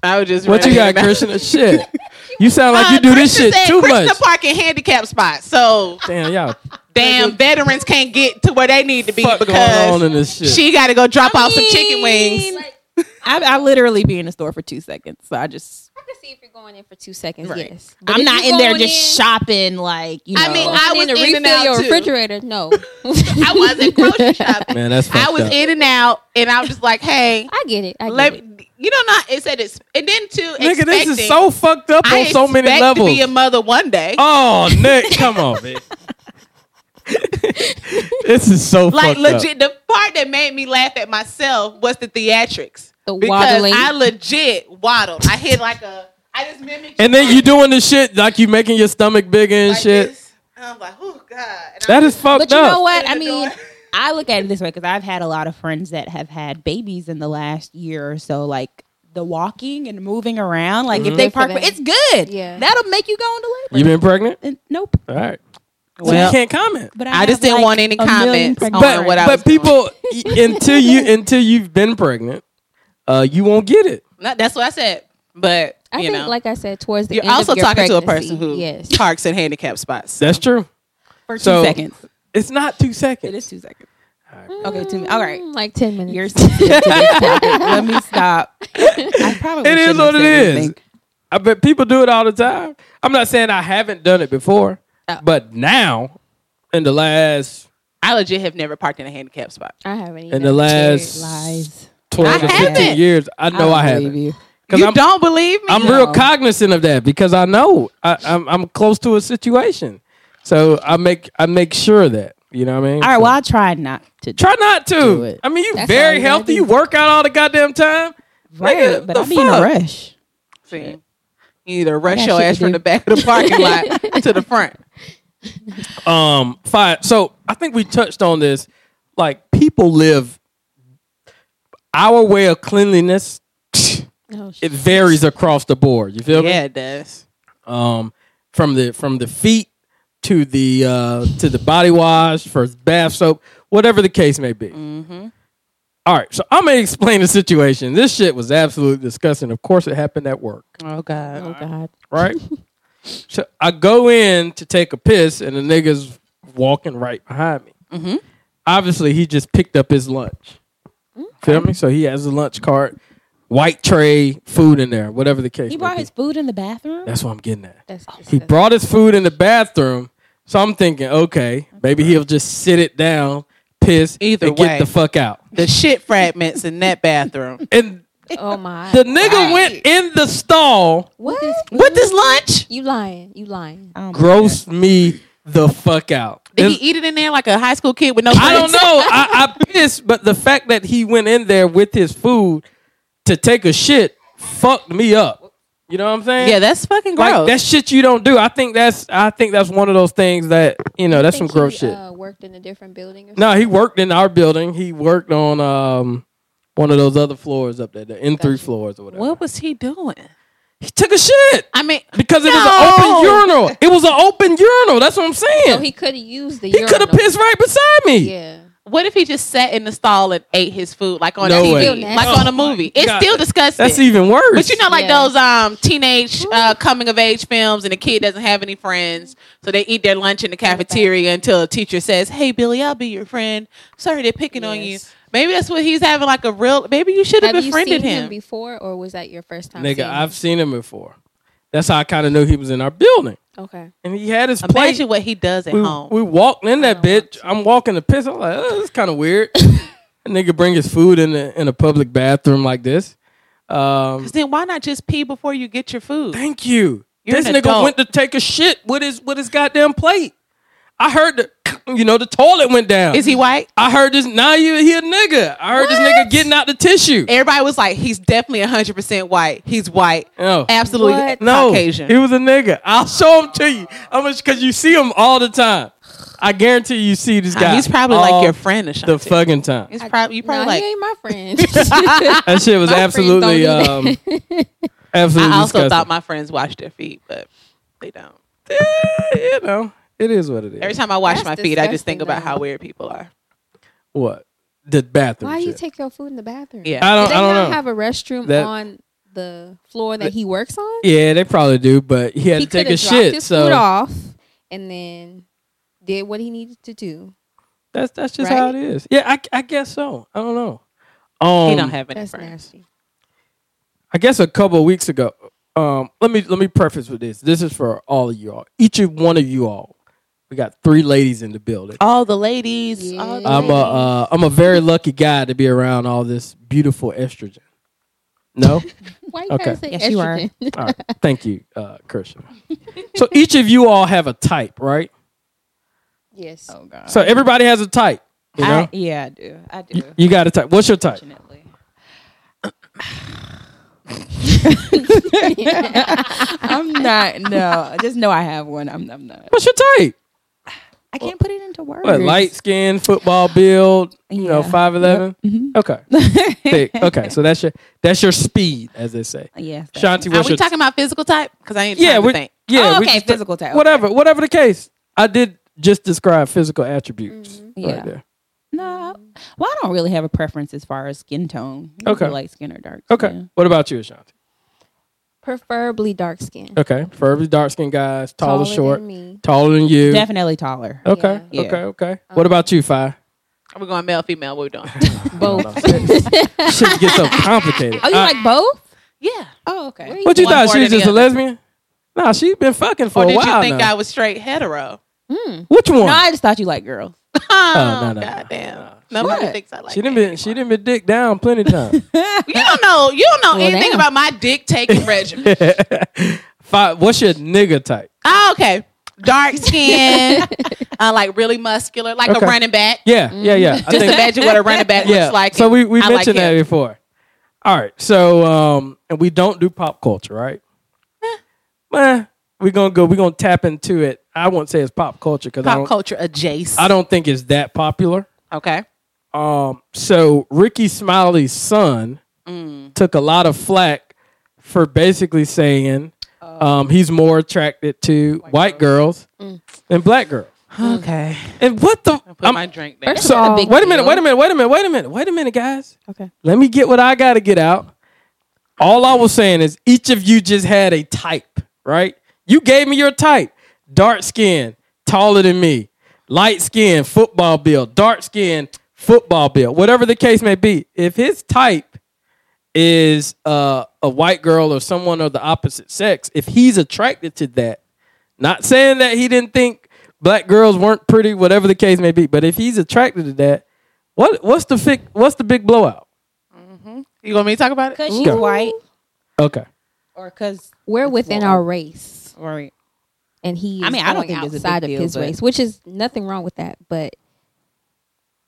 Speaker 2: I was just
Speaker 1: What you
Speaker 2: running
Speaker 1: got,
Speaker 2: in and
Speaker 1: Krishna?
Speaker 2: out.
Speaker 1: Shit,
Speaker 2: <laughs>
Speaker 1: you sound like you
Speaker 2: Uh,
Speaker 1: do this
Speaker 2: Krishna
Speaker 1: shit
Speaker 2: said
Speaker 1: too
Speaker 2: Krishna
Speaker 1: much.
Speaker 2: Park in handicap spots. So
Speaker 1: Damn, y'all.
Speaker 2: damn veterans can't get to where they need to be
Speaker 1: Fuck going on in
Speaker 2: because
Speaker 1: this shit.
Speaker 2: she got to go drop off some chicken
Speaker 4: mean,
Speaker 2: wings.
Speaker 4: I, I literally be in the store for two seconds, so I just
Speaker 5: I could see if you're going in for two seconds.
Speaker 2: Right.
Speaker 5: Yes.
Speaker 4: I'm
Speaker 5: if
Speaker 4: not
Speaker 5: you're
Speaker 4: in there
Speaker 5: going
Speaker 4: just
Speaker 5: in-
Speaker 4: shopping like you know.
Speaker 2: I mean,
Speaker 5: Going
Speaker 2: I
Speaker 5: in
Speaker 2: was
Speaker 5: to
Speaker 2: in
Speaker 5: refill
Speaker 2: and out,
Speaker 5: your
Speaker 2: too.
Speaker 5: refrigerator. No,
Speaker 2: I wasn't <laughs> grocery shopping.
Speaker 1: Man, that's fucked
Speaker 2: I was
Speaker 1: up.
Speaker 2: in and out, and I was just like, "Hey,
Speaker 5: I get it. I get
Speaker 2: let
Speaker 5: it.
Speaker 2: you know not." It said it's and then too.
Speaker 1: Nigga, this is
Speaker 2: expecting-
Speaker 1: so fucked up
Speaker 2: I
Speaker 1: on so many
Speaker 2: expect
Speaker 1: levels.
Speaker 2: To be a mother one day.
Speaker 1: <laughs> oh, Nick, come on,
Speaker 2: <laughs>
Speaker 1: man. this is so
Speaker 2: like
Speaker 1: fucked up.
Speaker 2: legit, the part that made me laugh at myself was the theatrics
Speaker 5: The
Speaker 2: because
Speaker 5: waddling.
Speaker 2: I legit waddled. I hit like a. I just mimicked.
Speaker 1: And then you doing the shit like you making your stomach bigger and
Speaker 2: like
Speaker 1: shit.
Speaker 2: this. And I was like, "Oh God!" And I
Speaker 1: That
Speaker 2: was
Speaker 1: is fucked
Speaker 4: but you
Speaker 1: up.
Speaker 4: know what? I
Speaker 2: In the
Speaker 4: mean,
Speaker 2: door.
Speaker 4: I look at it this way because I've had a lot of friends that have had babies in the last year or so, like. The walking and moving around, like
Speaker 2: Mm-hmm.
Speaker 4: if they
Speaker 5: Good for
Speaker 4: park,
Speaker 5: them.
Speaker 4: it's good.
Speaker 5: Yeah.
Speaker 4: that'll make you go into labor.
Speaker 1: You been pregnant?
Speaker 4: And- nope.
Speaker 1: All right. So
Speaker 2: Well-
Speaker 1: you can't comment.
Speaker 4: But
Speaker 2: I just
Speaker 4: have,
Speaker 2: didn't
Speaker 4: like,
Speaker 2: want any
Speaker 4: a million
Speaker 2: comments on
Speaker 4: pregnant
Speaker 1: But
Speaker 4: friends.
Speaker 2: what I was
Speaker 1: but
Speaker 2: doing.
Speaker 1: people y- until
Speaker 4: <laughs>
Speaker 1: you until you've been pregnant, uh, you won't get it.
Speaker 2: No, that's what I said. But
Speaker 5: I
Speaker 2: you
Speaker 5: think,
Speaker 2: know,
Speaker 5: like I said, towards the
Speaker 2: you're
Speaker 5: end
Speaker 2: also
Speaker 5: of your
Speaker 2: talking to a
Speaker 5: pregnancy,
Speaker 2: <laughs> person who
Speaker 5: yes.
Speaker 2: parks in handicap spots.
Speaker 1: That's true.
Speaker 4: for two
Speaker 1: So-
Speaker 4: seconds.
Speaker 1: It's not two seconds.
Speaker 4: It is two seconds. Okay, two. mi- All right,
Speaker 5: Mm, like ten minutes.
Speaker 4: you're sensitive to this <laughs> topic. Let me stop. <laughs> I probably
Speaker 1: It is
Speaker 4: shouldn't have
Speaker 1: what it
Speaker 4: said
Speaker 1: is.
Speaker 4: anything.
Speaker 1: I bet people do it all the time. I'm not saying I haven't done it before,
Speaker 4: Oh.
Speaker 1: but now in the last
Speaker 2: <laughs> I legit have never parked in a handicap spot.
Speaker 5: I haven't even
Speaker 1: in the last
Speaker 4: Lies.
Speaker 1: 12 to
Speaker 2: I
Speaker 1: 15
Speaker 2: haven't.
Speaker 1: years, I know I, haven't.
Speaker 4: You.
Speaker 1: 'Cause
Speaker 2: You
Speaker 1: I'm,
Speaker 2: don't believe me?
Speaker 1: I'm real cognizant of that because I know I, I'm I'm close to a situation, so I make I make sure that you know what I mean.
Speaker 4: All right.
Speaker 1: So-
Speaker 4: Well, I try not to.
Speaker 1: Try not
Speaker 4: Do
Speaker 1: to.
Speaker 4: it.
Speaker 1: I mean, you
Speaker 5: That's all
Speaker 1: very
Speaker 5: you gotta
Speaker 1: healthy.
Speaker 5: do.
Speaker 1: You work out all the goddamn time.
Speaker 4: right,
Speaker 1: Nigga,
Speaker 4: but
Speaker 1: the
Speaker 4: I be in a
Speaker 1: fuck?
Speaker 4: rush.
Speaker 2: See, you either rush
Speaker 4: got
Speaker 2: your
Speaker 4: shit to
Speaker 2: ass from
Speaker 4: do.
Speaker 2: the back of the
Speaker 1: <laughs>
Speaker 2: parking lot to the front.
Speaker 1: Um, fine. So I think we touched on this. Like people live. Our way of
Speaker 2: <laughs>
Speaker 1: cleanliness
Speaker 5: Oh,
Speaker 1: it
Speaker 5: shit.
Speaker 1: varies across the board. You feel me?
Speaker 2: Yeah, it does.
Speaker 1: Um, from the from the feet to the uh, to the body wash, for bath soap, whatever the case may be.
Speaker 2: Mm-hmm.
Speaker 1: All right, so I'm gonna explain the situation. This shit was absolutely disgusting. Of course, it happened at work,
Speaker 2: Oh God.
Speaker 5: oh God.
Speaker 1: right? so I go in to take a piss, and the nigga's walking right behind me.
Speaker 2: Mhm.
Speaker 1: Obviously, he just picked up his lunch. Feel me? So he has a lunch cart, white tray, food in there, whatever the case.
Speaker 4: He
Speaker 1: may
Speaker 4: brought
Speaker 1: be.
Speaker 4: his food in the bathroom.
Speaker 1: That's what I'm getting at.
Speaker 5: That's
Speaker 1: He
Speaker 5: disgusting.
Speaker 1: brought his food in the bathroom, so I'm thinking, okay, maybe he'll just sit it down, piss,
Speaker 2: Either
Speaker 1: and
Speaker 2: way.
Speaker 1: get the fuck out.
Speaker 2: The shit fragments in that bathroom.
Speaker 1: And
Speaker 5: Oh my.
Speaker 1: the nigga went in the stall.
Speaker 5: What?
Speaker 2: With this lunch?
Speaker 5: You lying? You lying?
Speaker 4: Oh my God.
Speaker 1: grossed me the fuck out.
Speaker 2: Did
Speaker 1: It's-
Speaker 2: he eat it in there like a high school kid with no?
Speaker 1: I don't
Speaker 2: friends?
Speaker 1: know.
Speaker 2: <laughs>
Speaker 1: I, I pissed, but the fact that he went in there with his food to take a shit fucked me up. You know what I'm saying?
Speaker 2: Yeah, that's fucking gross.
Speaker 1: like that shit you don't do. I think that's I think that's one of those things that you know that's some
Speaker 5: Think
Speaker 1: gross
Speaker 5: he,
Speaker 1: shit.
Speaker 5: Uh, worked in a different building. Or
Speaker 1: no, he worked in our building. He worked on um one of those other floors up there, the N three floors or whatever.
Speaker 2: what was he doing?
Speaker 1: He took a shit
Speaker 2: I mean,
Speaker 1: because it was an
Speaker 2: No.
Speaker 1: open
Speaker 2: <laughs>
Speaker 1: urinal. It was an open urinal. That's what I'm saying.
Speaker 5: something? So he could have used the.
Speaker 1: he could have
Speaker 5: urinal.
Speaker 1: pissed right beside me.
Speaker 5: Yeah.
Speaker 2: What if he just sat in the stall and ate his food like on
Speaker 1: No
Speaker 2: a
Speaker 1: way.
Speaker 2: TV, like on a movie? It's
Speaker 1: God.
Speaker 2: still disgusting.
Speaker 1: That's even worse.
Speaker 2: But you know, like
Speaker 5: Yeah.
Speaker 2: those um teenage uh, coming of age films, and the kid doesn't have any friends, so they eat their lunch in the cafeteria until a teacher says, "Hey, Billy, I'll be your friend. Sorry, they're picking on you."
Speaker 5: Yes.
Speaker 2: Maybe that's what he's having like a real. Maybe you should have,
Speaker 5: Have you
Speaker 2: befriended
Speaker 5: seen him.
Speaker 2: him.
Speaker 5: before, or was that your first time?
Speaker 1: nigga,
Speaker 5: seeing
Speaker 1: I've seen him before. That's how I kind of knew he was in our building,
Speaker 5: him? okay.
Speaker 1: and he had his plate.
Speaker 2: Imagine what he does at
Speaker 1: we,
Speaker 2: home.
Speaker 1: we walked in that
Speaker 5: don't want
Speaker 1: bitch. I'm walking the piss. I'm like, oh, this kind of <laughs> weird. a nigga bring his food in a, in a public bathroom like this. Um,
Speaker 2: 'Cause then why not just pee before you get your food?
Speaker 1: thank you.
Speaker 2: You're
Speaker 1: this
Speaker 2: an
Speaker 1: nigga
Speaker 2: adult.
Speaker 1: went to take a shit with his with his goddamn plate. I heard the <clears throat> you know the toilet went down.
Speaker 2: Is he white?
Speaker 1: I heard this. Now you he a nigga. I heard this nigga getting out the tissue.
Speaker 2: Everybody was like, he's definitely 100% white. He's white.
Speaker 1: No.
Speaker 2: Absolutely
Speaker 5: What?
Speaker 1: No,
Speaker 2: Caucasian.
Speaker 1: he was a nigga. I'll show him to you. I'm gonna because you see him all the time. I guarantee you see this guy.
Speaker 2: Uh, he's probably
Speaker 1: all
Speaker 2: like your friend, Ashanti.
Speaker 1: The fucking time.
Speaker 2: He's probably, you
Speaker 5: No,
Speaker 2: probably like,
Speaker 5: he ain't my
Speaker 2: <laughs>
Speaker 5: friend.
Speaker 1: That shit was
Speaker 5: My
Speaker 1: absolutely,
Speaker 5: friends
Speaker 1: um,
Speaker 5: don't
Speaker 1: absolutely.
Speaker 2: I also
Speaker 1: disgusting.
Speaker 2: thought my friends washed their feet, but they don't.
Speaker 1: Eh, you know, it is what it is.
Speaker 2: Every time I wash my
Speaker 5: That's
Speaker 2: feet, I just think
Speaker 5: disgusting,
Speaker 2: about how
Speaker 5: though.
Speaker 2: weird people are.
Speaker 1: what the bathroom?
Speaker 5: Why do you
Speaker 1: shit.
Speaker 5: take your food in the bathroom?
Speaker 2: Yeah.
Speaker 1: I
Speaker 5: Do
Speaker 1: don't.
Speaker 5: they
Speaker 1: I don't
Speaker 5: not
Speaker 1: know.
Speaker 5: have a restroom
Speaker 1: That-
Speaker 5: on the floor that he works on?
Speaker 1: yeah, they probably do, but he had
Speaker 5: he
Speaker 1: to take
Speaker 5: coulda
Speaker 1: a
Speaker 5: dropped
Speaker 1: shit.
Speaker 5: His food
Speaker 1: So
Speaker 5: off and then did what he needed to do.
Speaker 1: that's that's just how it
Speaker 5: Right?
Speaker 1: is. Yeah, I, I guess so. I don't know. Um,
Speaker 2: he don't have any
Speaker 5: That's
Speaker 2: friends.
Speaker 5: nasty.
Speaker 1: I guess a couple of weeks ago. Um, let me let me preface with this. This is for all of you all. Each of one of you all. We got three ladies in the building.
Speaker 5: Oh.
Speaker 2: All the ladies.
Speaker 5: Yeah.
Speaker 2: All the
Speaker 1: I'm a
Speaker 2: ladies.
Speaker 1: uh, I'm a very lucky guy to be around all this beautiful estrogen. No,
Speaker 5: <laughs> Why you
Speaker 1: Okay.
Speaker 5: gotta say
Speaker 4: Yes, you are.
Speaker 5: estrogen?
Speaker 1: all right. Thank you, uh,
Speaker 5: <laughs>
Speaker 1: Christian. So each of you all have a type, right?
Speaker 5: yes.
Speaker 4: God.
Speaker 1: So everybody has a type. You know,
Speaker 4: I, yeah, I do. I do.
Speaker 1: <laughs>
Speaker 4: <laughs>
Speaker 1: you got a type. What's your type?
Speaker 4: Fortunately. I'm not. No, just know I have one. I'm, I'm not.
Speaker 1: What's your type?
Speaker 4: I can't put it into words.
Speaker 1: What light skin, football build, you know,
Speaker 4: Yeah.
Speaker 1: five eleven.
Speaker 2: Mm-hmm.
Speaker 1: Okay,
Speaker 2: <laughs>
Speaker 1: thick. Okay, so that's your that's your speed, as they say.
Speaker 4: Yeah.
Speaker 1: Shanti,
Speaker 2: are
Speaker 1: what's
Speaker 2: we
Speaker 1: your
Speaker 2: talking about physical type? Because I ain't
Speaker 1: yeah,
Speaker 2: trying to
Speaker 1: we,
Speaker 2: think.
Speaker 1: yeah,
Speaker 4: Oh,
Speaker 1: we
Speaker 4: okay,
Speaker 1: just-
Speaker 4: physical type, okay.
Speaker 1: Whatever, whatever the case, I did just describe physical attributes
Speaker 5: Mm-hmm.
Speaker 4: Yeah.
Speaker 1: right there.
Speaker 4: No. Well, I don't really have a preference as far as skin tone. You
Speaker 1: Okay.
Speaker 4: do Light skin or dark.
Speaker 1: Okay,
Speaker 4: skin.
Speaker 1: what about you, Ashanti?
Speaker 5: Preferably dark skin.
Speaker 1: Okay, furry, dark skinned guys, tall or
Speaker 5: Mm-hmm. Taller than
Speaker 1: short,
Speaker 5: me.
Speaker 1: taller than you.
Speaker 4: Definitely taller.
Speaker 1: Okay,
Speaker 4: Yeah.
Speaker 1: okay, okay. What
Speaker 5: Um,
Speaker 1: about you, Fi?
Speaker 5: <laughs>
Speaker 2: Are we going male, female?
Speaker 1: <laughs>
Speaker 2: What we doing?
Speaker 4: Both.
Speaker 1: Shit gets so complicated.
Speaker 4: <laughs> Oh, you
Speaker 1: I-
Speaker 4: like both?
Speaker 2: yeah.
Speaker 4: Oh, okay.
Speaker 1: Uh, what you
Speaker 2: one
Speaker 1: thought?
Speaker 2: more
Speaker 1: She was
Speaker 2: than the
Speaker 1: just a
Speaker 2: other?
Speaker 1: lesbian? Nah, she been fucking for
Speaker 2: Or
Speaker 1: a
Speaker 2: did
Speaker 1: while
Speaker 2: you think
Speaker 1: now.
Speaker 2: I was straight hetero?
Speaker 4: Hmm.
Speaker 1: Which one?
Speaker 4: No, I just thought you liked girls.
Speaker 2: <laughs> Oh,
Speaker 1: no, no, no,
Speaker 2: goddamn.
Speaker 1: no.
Speaker 2: Nobody
Speaker 4: What?
Speaker 2: thinks I like
Speaker 1: she didn't
Speaker 2: that.
Speaker 1: been she didn't been dick down
Speaker 2: <laughs>
Speaker 1: plenty of times.
Speaker 2: You
Speaker 4: <laughs>
Speaker 2: don't know. You don't know
Speaker 5: Well,
Speaker 2: anything
Speaker 5: damn.
Speaker 2: about my
Speaker 1: <laughs>
Speaker 2: dick taking regimen.
Speaker 1: Fi, what's your nigga type?
Speaker 2: Oh, okay. Dark <laughs> skin, uh, like really muscular, like
Speaker 1: Okay.
Speaker 2: a running back.
Speaker 1: Yeah, yeah, yeah. I
Speaker 2: Just imagine what a
Speaker 1: <laughs>
Speaker 2: running back looks like.
Speaker 1: So
Speaker 2: and
Speaker 1: we, we
Speaker 2: I like
Speaker 1: mentioned that
Speaker 2: him.
Speaker 1: before. All right. So um and we don't do pop culture, right? Eh, we're gonna go, we're gonna tap into it. I won't say it's pop culture because I
Speaker 2: pop
Speaker 1: don't
Speaker 2: culture adjacent.
Speaker 1: I don't think it's that popular.
Speaker 2: okay.
Speaker 1: Um so Ricky Smiley's son took a lot of flack for basically saying um he's more attracted to white, girls than black girls.
Speaker 2: Okay.
Speaker 1: And what the
Speaker 2: Hmm. Put
Speaker 1: I'm-
Speaker 2: my drink there.
Speaker 5: First
Speaker 1: so,
Speaker 5: of all, big
Speaker 1: wait a minute,
Speaker 5: deal.
Speaker 1: wait a minute, wait a minute, wait a minute, wait a minute, guys.
Speaker 4: Okay.
Speaker 1: Let me get what I got to get out. All I was saying is each of you just had a type, right? You gave me your type. Dark skin, taller than me. Light skin, football build. Dark skin, football build. Whatever the case may be. If his type is uh, a white girl or someone of the opposite sex, if he's attracted to that, not saying that he didn't think black girls weren't pretty, whatever the case may be, but if he's attracted to that, what what's the fic, what's the big blowout?
Speaker 2: You want me to talk about it?
Speaker 4: Because
Speaker 1: she's
Speaker 4: she's
Speaker 1: Ooh.
Speaker 4: white
Speaker 1: Okay.
Speaker 4: or because,
Speaker 5: We're within our race,
Speaker 4: right.
Speaker 5: and he. Is
Speaker 4: I mean, I don't
Speaker 5: going
Speaker 4: think it's a big
Speaker 5: outside of
Speaker 4: deal,
Speaker 5: his
Speaker 4: but-
Speaker 5: race, which is nothing wrong with that. But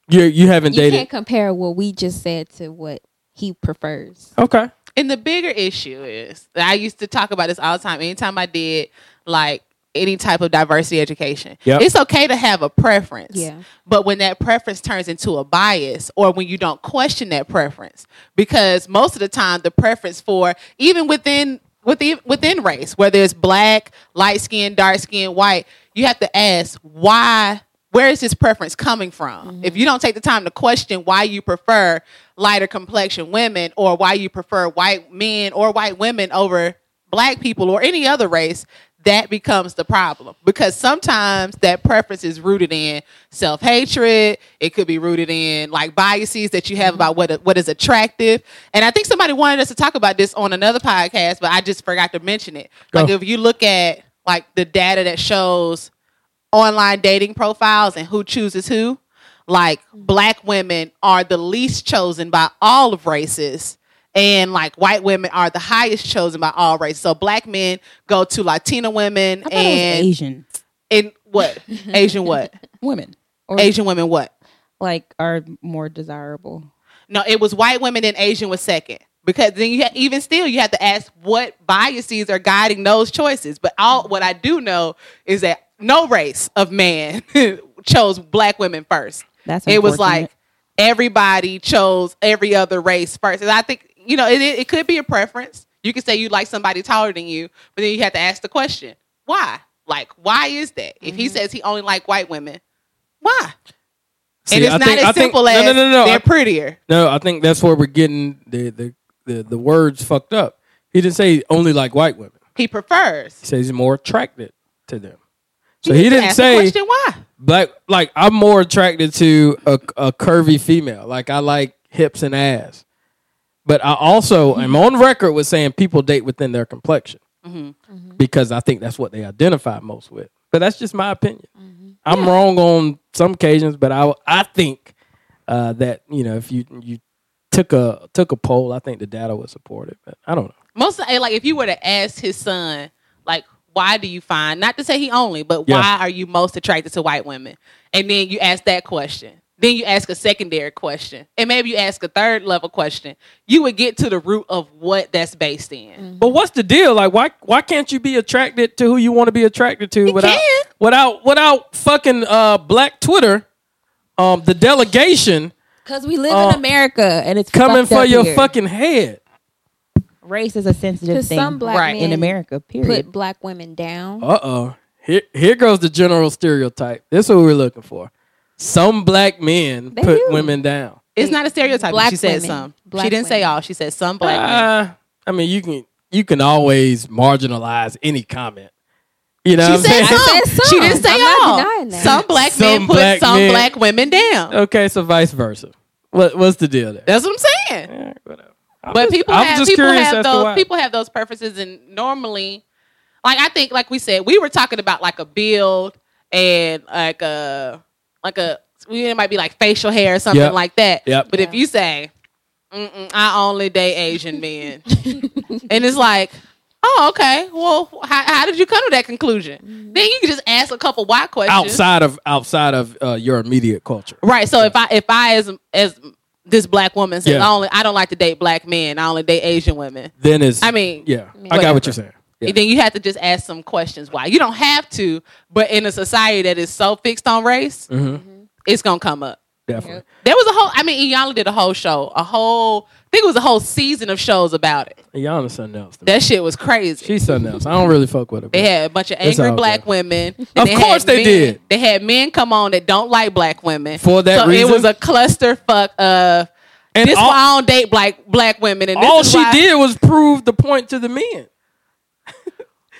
Speaker 1: You you haven't
Speaker 5: you
Speaker 1: dated.
Speaker 5: can't compare what we just said to what he prefers.
Speaker 1: Okay.
Speaker 2: And the bigger issue is that I used to talk about this all the time. Anytime I did like any type of diversity education,
Speaker 1: Yep.
Speaker 2: it's okay to have a preference.
Speaker 5: Yeah.
Speaker 2: But when that preference turns into a bias or when you don't question that preference, because most of the time the preference for even within within within race, whether it's black, light skin, dark skin, white, you have to ask why where is this preference coming from? If you don't take the time to question why you prefer lighter complexion women or why you prefer white men or white women over black people or any other race, that becomes the problem because sometimes that preference is rooted in self hatred. It could be rooted in like biases that you have about what what is attractive. And I think somebody wanted us to talk about this on another podcast, but I just forgot to mention it.
Speaker 1: Go.
Speaker 2: Like if you look at like the data that shows online dating profiles and who chooses who, like black women are the least chosen by all of races. And like white women are the highest chosen by all races. So black men go to Latina women
Speaker 4: I thought it
Speaker 2: and
Speaker 4: was Asian
Speaker 2: and
Speaker 4: <laughs>
Speaker 2: what Asian what
Speaker 4: women or
Speaker 2: Asian women what?
Speaker 4: like are more desirable.
Speaker 2: No, it was white women and Asian was second. Because then you ha- even still you have to ask what biases are guiding those choices. But all what I do know is that no race of man <laughs> chose black women first.
Speaker 4: That's
Speaker 2: it was
Speaker 4: unfortunate.
Speaker 2: like everybody chose every other race first. And I think you know it, it, it could be a preference. You could say you like somebody taller than you, but then you have to ask the question why? Like why is that? If
Speaker 4: Mm-hmm.
Speaker 2: he says he only like white women, why?
Speaker 1: See,
Speaker 2: and it's
Speaker 1: I
Speaker 2: not
Speaker 1: think-
Speaker 2: as
Speaker 1: I think-
Speaker 2: simple
Speaker 1: no,
Speaker 2: as
Speaker 1: no, no, no,
Speaker 2: they're
Speaker 1: I-
Speaker 2: prettier.
Speaker 1: No, I think that's where we're getting the the, the, the words fucked up. He didn't say only like white women.
Speaker 2: He prefers.
Speaker 1: He says he's more attracted to them. So
Speaker 2: You
Speaker 1: he
Speaker 2: need to
Speaker 1: didn't
Speaker 2: ask the
Speaker 1: say
Speaker 2: question why.
Speaker 1: black like I'm more attracted to a, a curvy female. Like I like hips and ass. But I also am on record with saying people date within their complexion because I think that's what they identify most with. But that's just my opinion. I'm wrong on some occasions, but I I think uh, that you know if you you took a took a poll, I think the data would support it. But I don't know.
Speaker 2: Most eh, like if you were to ask his son, like, why do you find not to say he only, but
Speaker 1: Yeah.
Speaker 2: why are you most attracted to white women? And then you ask that question. Then you ask a secondary question. And maybe you ask a third level question. You would get to the root of what that's based in.
Speaker 5: Mm.
Speaker 1: But what's the deal? Like, why why can't you be attracted to who you want to be attracted to without
Speaker 2: can.
Speaker 1: without without fucking uh, black Twitter, um, the delegation
Speaker 5: Because we live
Speaker 1: Uh,
Speaker 5: in America and it's
Speaker 1: coming
Speaker 5: fucked
Speaker 1: for
Speaker 5: up
Speaker 1: your
Speaker 5: here.
Speaker 1: fucking head?
Speaker 4: Race is a sensitive
Speaker 5: 'Cause
Speaker 4: thing
Speaker 5: some black
Speaker 2: Right.
Speaker 5: men
Speaker 4: in America. Period.
Speaker 5: put black women down.
Speaker 1: Uh oh. Here here goes the general stereotype. This is what we're looking for. Some black men
Speaker 5: They
Speaker 1: put
Speaker 5: do.
Speaker 1: women down.
Speaker 2: It's not a stereotype.
Speaker 5: Black
Speaker 2: she said
Speaker 5: women.
Speaker 2: some.
Speaker 5: Black
Speaker 2: she didn't say
Speaker 5: women.
Speaker 2: all. She said some black women.
Speaker 1: Uh, I mean, you can you can always marginalize any comment. You know,
Speaker 2: She
Speaker 1: what I'm
Speaker 2: said
Speaker 1: saying?
Speaker 2: some.
Speaker 5: I said
Speaker 2: She
Speaker 5: some.
Speaker 2: didn't say
Speaker 5: I'm
Speaker 2: all.
Speaker 5: not denying that.
Speaker 2: Some black
Speaker 1: Some
Speaker 2: men put
Speaker 1: black
Speaker 2: some
Speaker 1: men-
Speaker 2: black women down.
Speaker 1: okay, so vice versa. What what's the deal there?
Speaker 2: That's what I'm saying.
Speaker 1: Yeah, whatever. I'm
Speaker 2: But
Speaker 1: just-
Speaker 2: people
Speaker 1: I'm
Speaker 2: have
Speaker 1: just
Speaker 2: people
Speaker 1: curious
Speaker 2: have
Speaker 1: as to
Speaker 2: those
Speaker 1: why.
Speaker 2: people have those preferences, and normally, like I think, like we said, we were talking about like a build and like a like a it might be like facial hair or something
Speaker 1: Yep.
Speaker 2: like that.
Speaker 1: Yep.
Speaker 2: But if
Speaker 5: Yeah.
Speaker 2: you say, Mm-mm, "I only date Asian men," and it's like. Oh, okay. Well, how, how did you come to that conclusion? Then you can just ask a couple why questions.
Speaker 1: outside of outside of uh, your immediate culture.
Speaker 2: Right. So if I if I as as this black woman says
Speaker 1: Yeah.
Speaker 2: I only I don't like to date black men. I only date Asian women.
Speaker 1: Then is
Speaker 2: I mean,
Speaker 1: yeah, I
Speaker 2: whatever.
Speaker 1: got what you're saying. Yeah.
Speaker 2: Then you have to just ask some questions why. You don't have to, but in a society that is so fixed on race, it's gonna come up.
Speaker 1: Mm-hmm. Definitely.
Speaker 2: There was a whole. I mean, Iyanla did a whole show, a whole. I think it was a whole season of shows about it.
Speaker 1: Yana's something else. to me.
Speaker 2: That shit was crazy.
Speaker 1: She's something else. I don't really fuck with her.
Speaker 2: They
Speaker 1: but-
Speaker 2: had a bunch of
Speaker 1: It's
Speaker 2: angry
Speaker 1: all
Speaker 2: black
Speaker 1: good.
Speaker 2: women. and
Speaker 1: Of
Speaker 2: had
Speaker 1: course they
Speaker 2: men-
Speaker 1: did.
Speaker 2: They had men come on that don't like black women.
Speaker 1: For that
Speaker 2: so
Speaker 1: reason?
Speaker 2: it was a clusterfuck of
Speaker 1: And
Speaker 2: this
Speaker 1: all-
Speaker 2: why I don't date black black women. And this
Speaker 1: All
Speaker 2: is
Speaker 1: she
Speaker 2: why-
Speaker 1: did was prove the point to the men.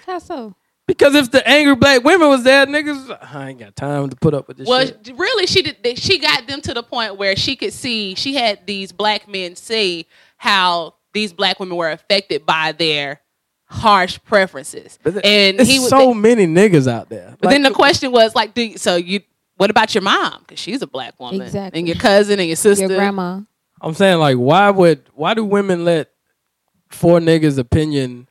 Speaker 5: How so?
Speaker 1: Because if the angry black women was there, niggas, I ain't got time to put up with this
Speaker 2: Well,
Speaker 1: shit.
Speaker 2: really, she did. She got them to the point where she could see. She had these black men see how these black women were affected by their harsh preferences.
Speaker 1: But th-
Speaker 2: and
Speaker 1: There's
Speaker 2: he was.
Speaker 1: so many niggas out there.
Speaker 2: but then the
Speaker 1: Like,
Speaker 2: question was like, do you, so you? What about your mom? Because she's a black woman,
Speaker 5: Exactly.
Speaker 2: and your cousin and your sister.
Speaker 5: Your grandma.
Speaker 1: I'm saying, like, why would why do women let four niggas' opinion?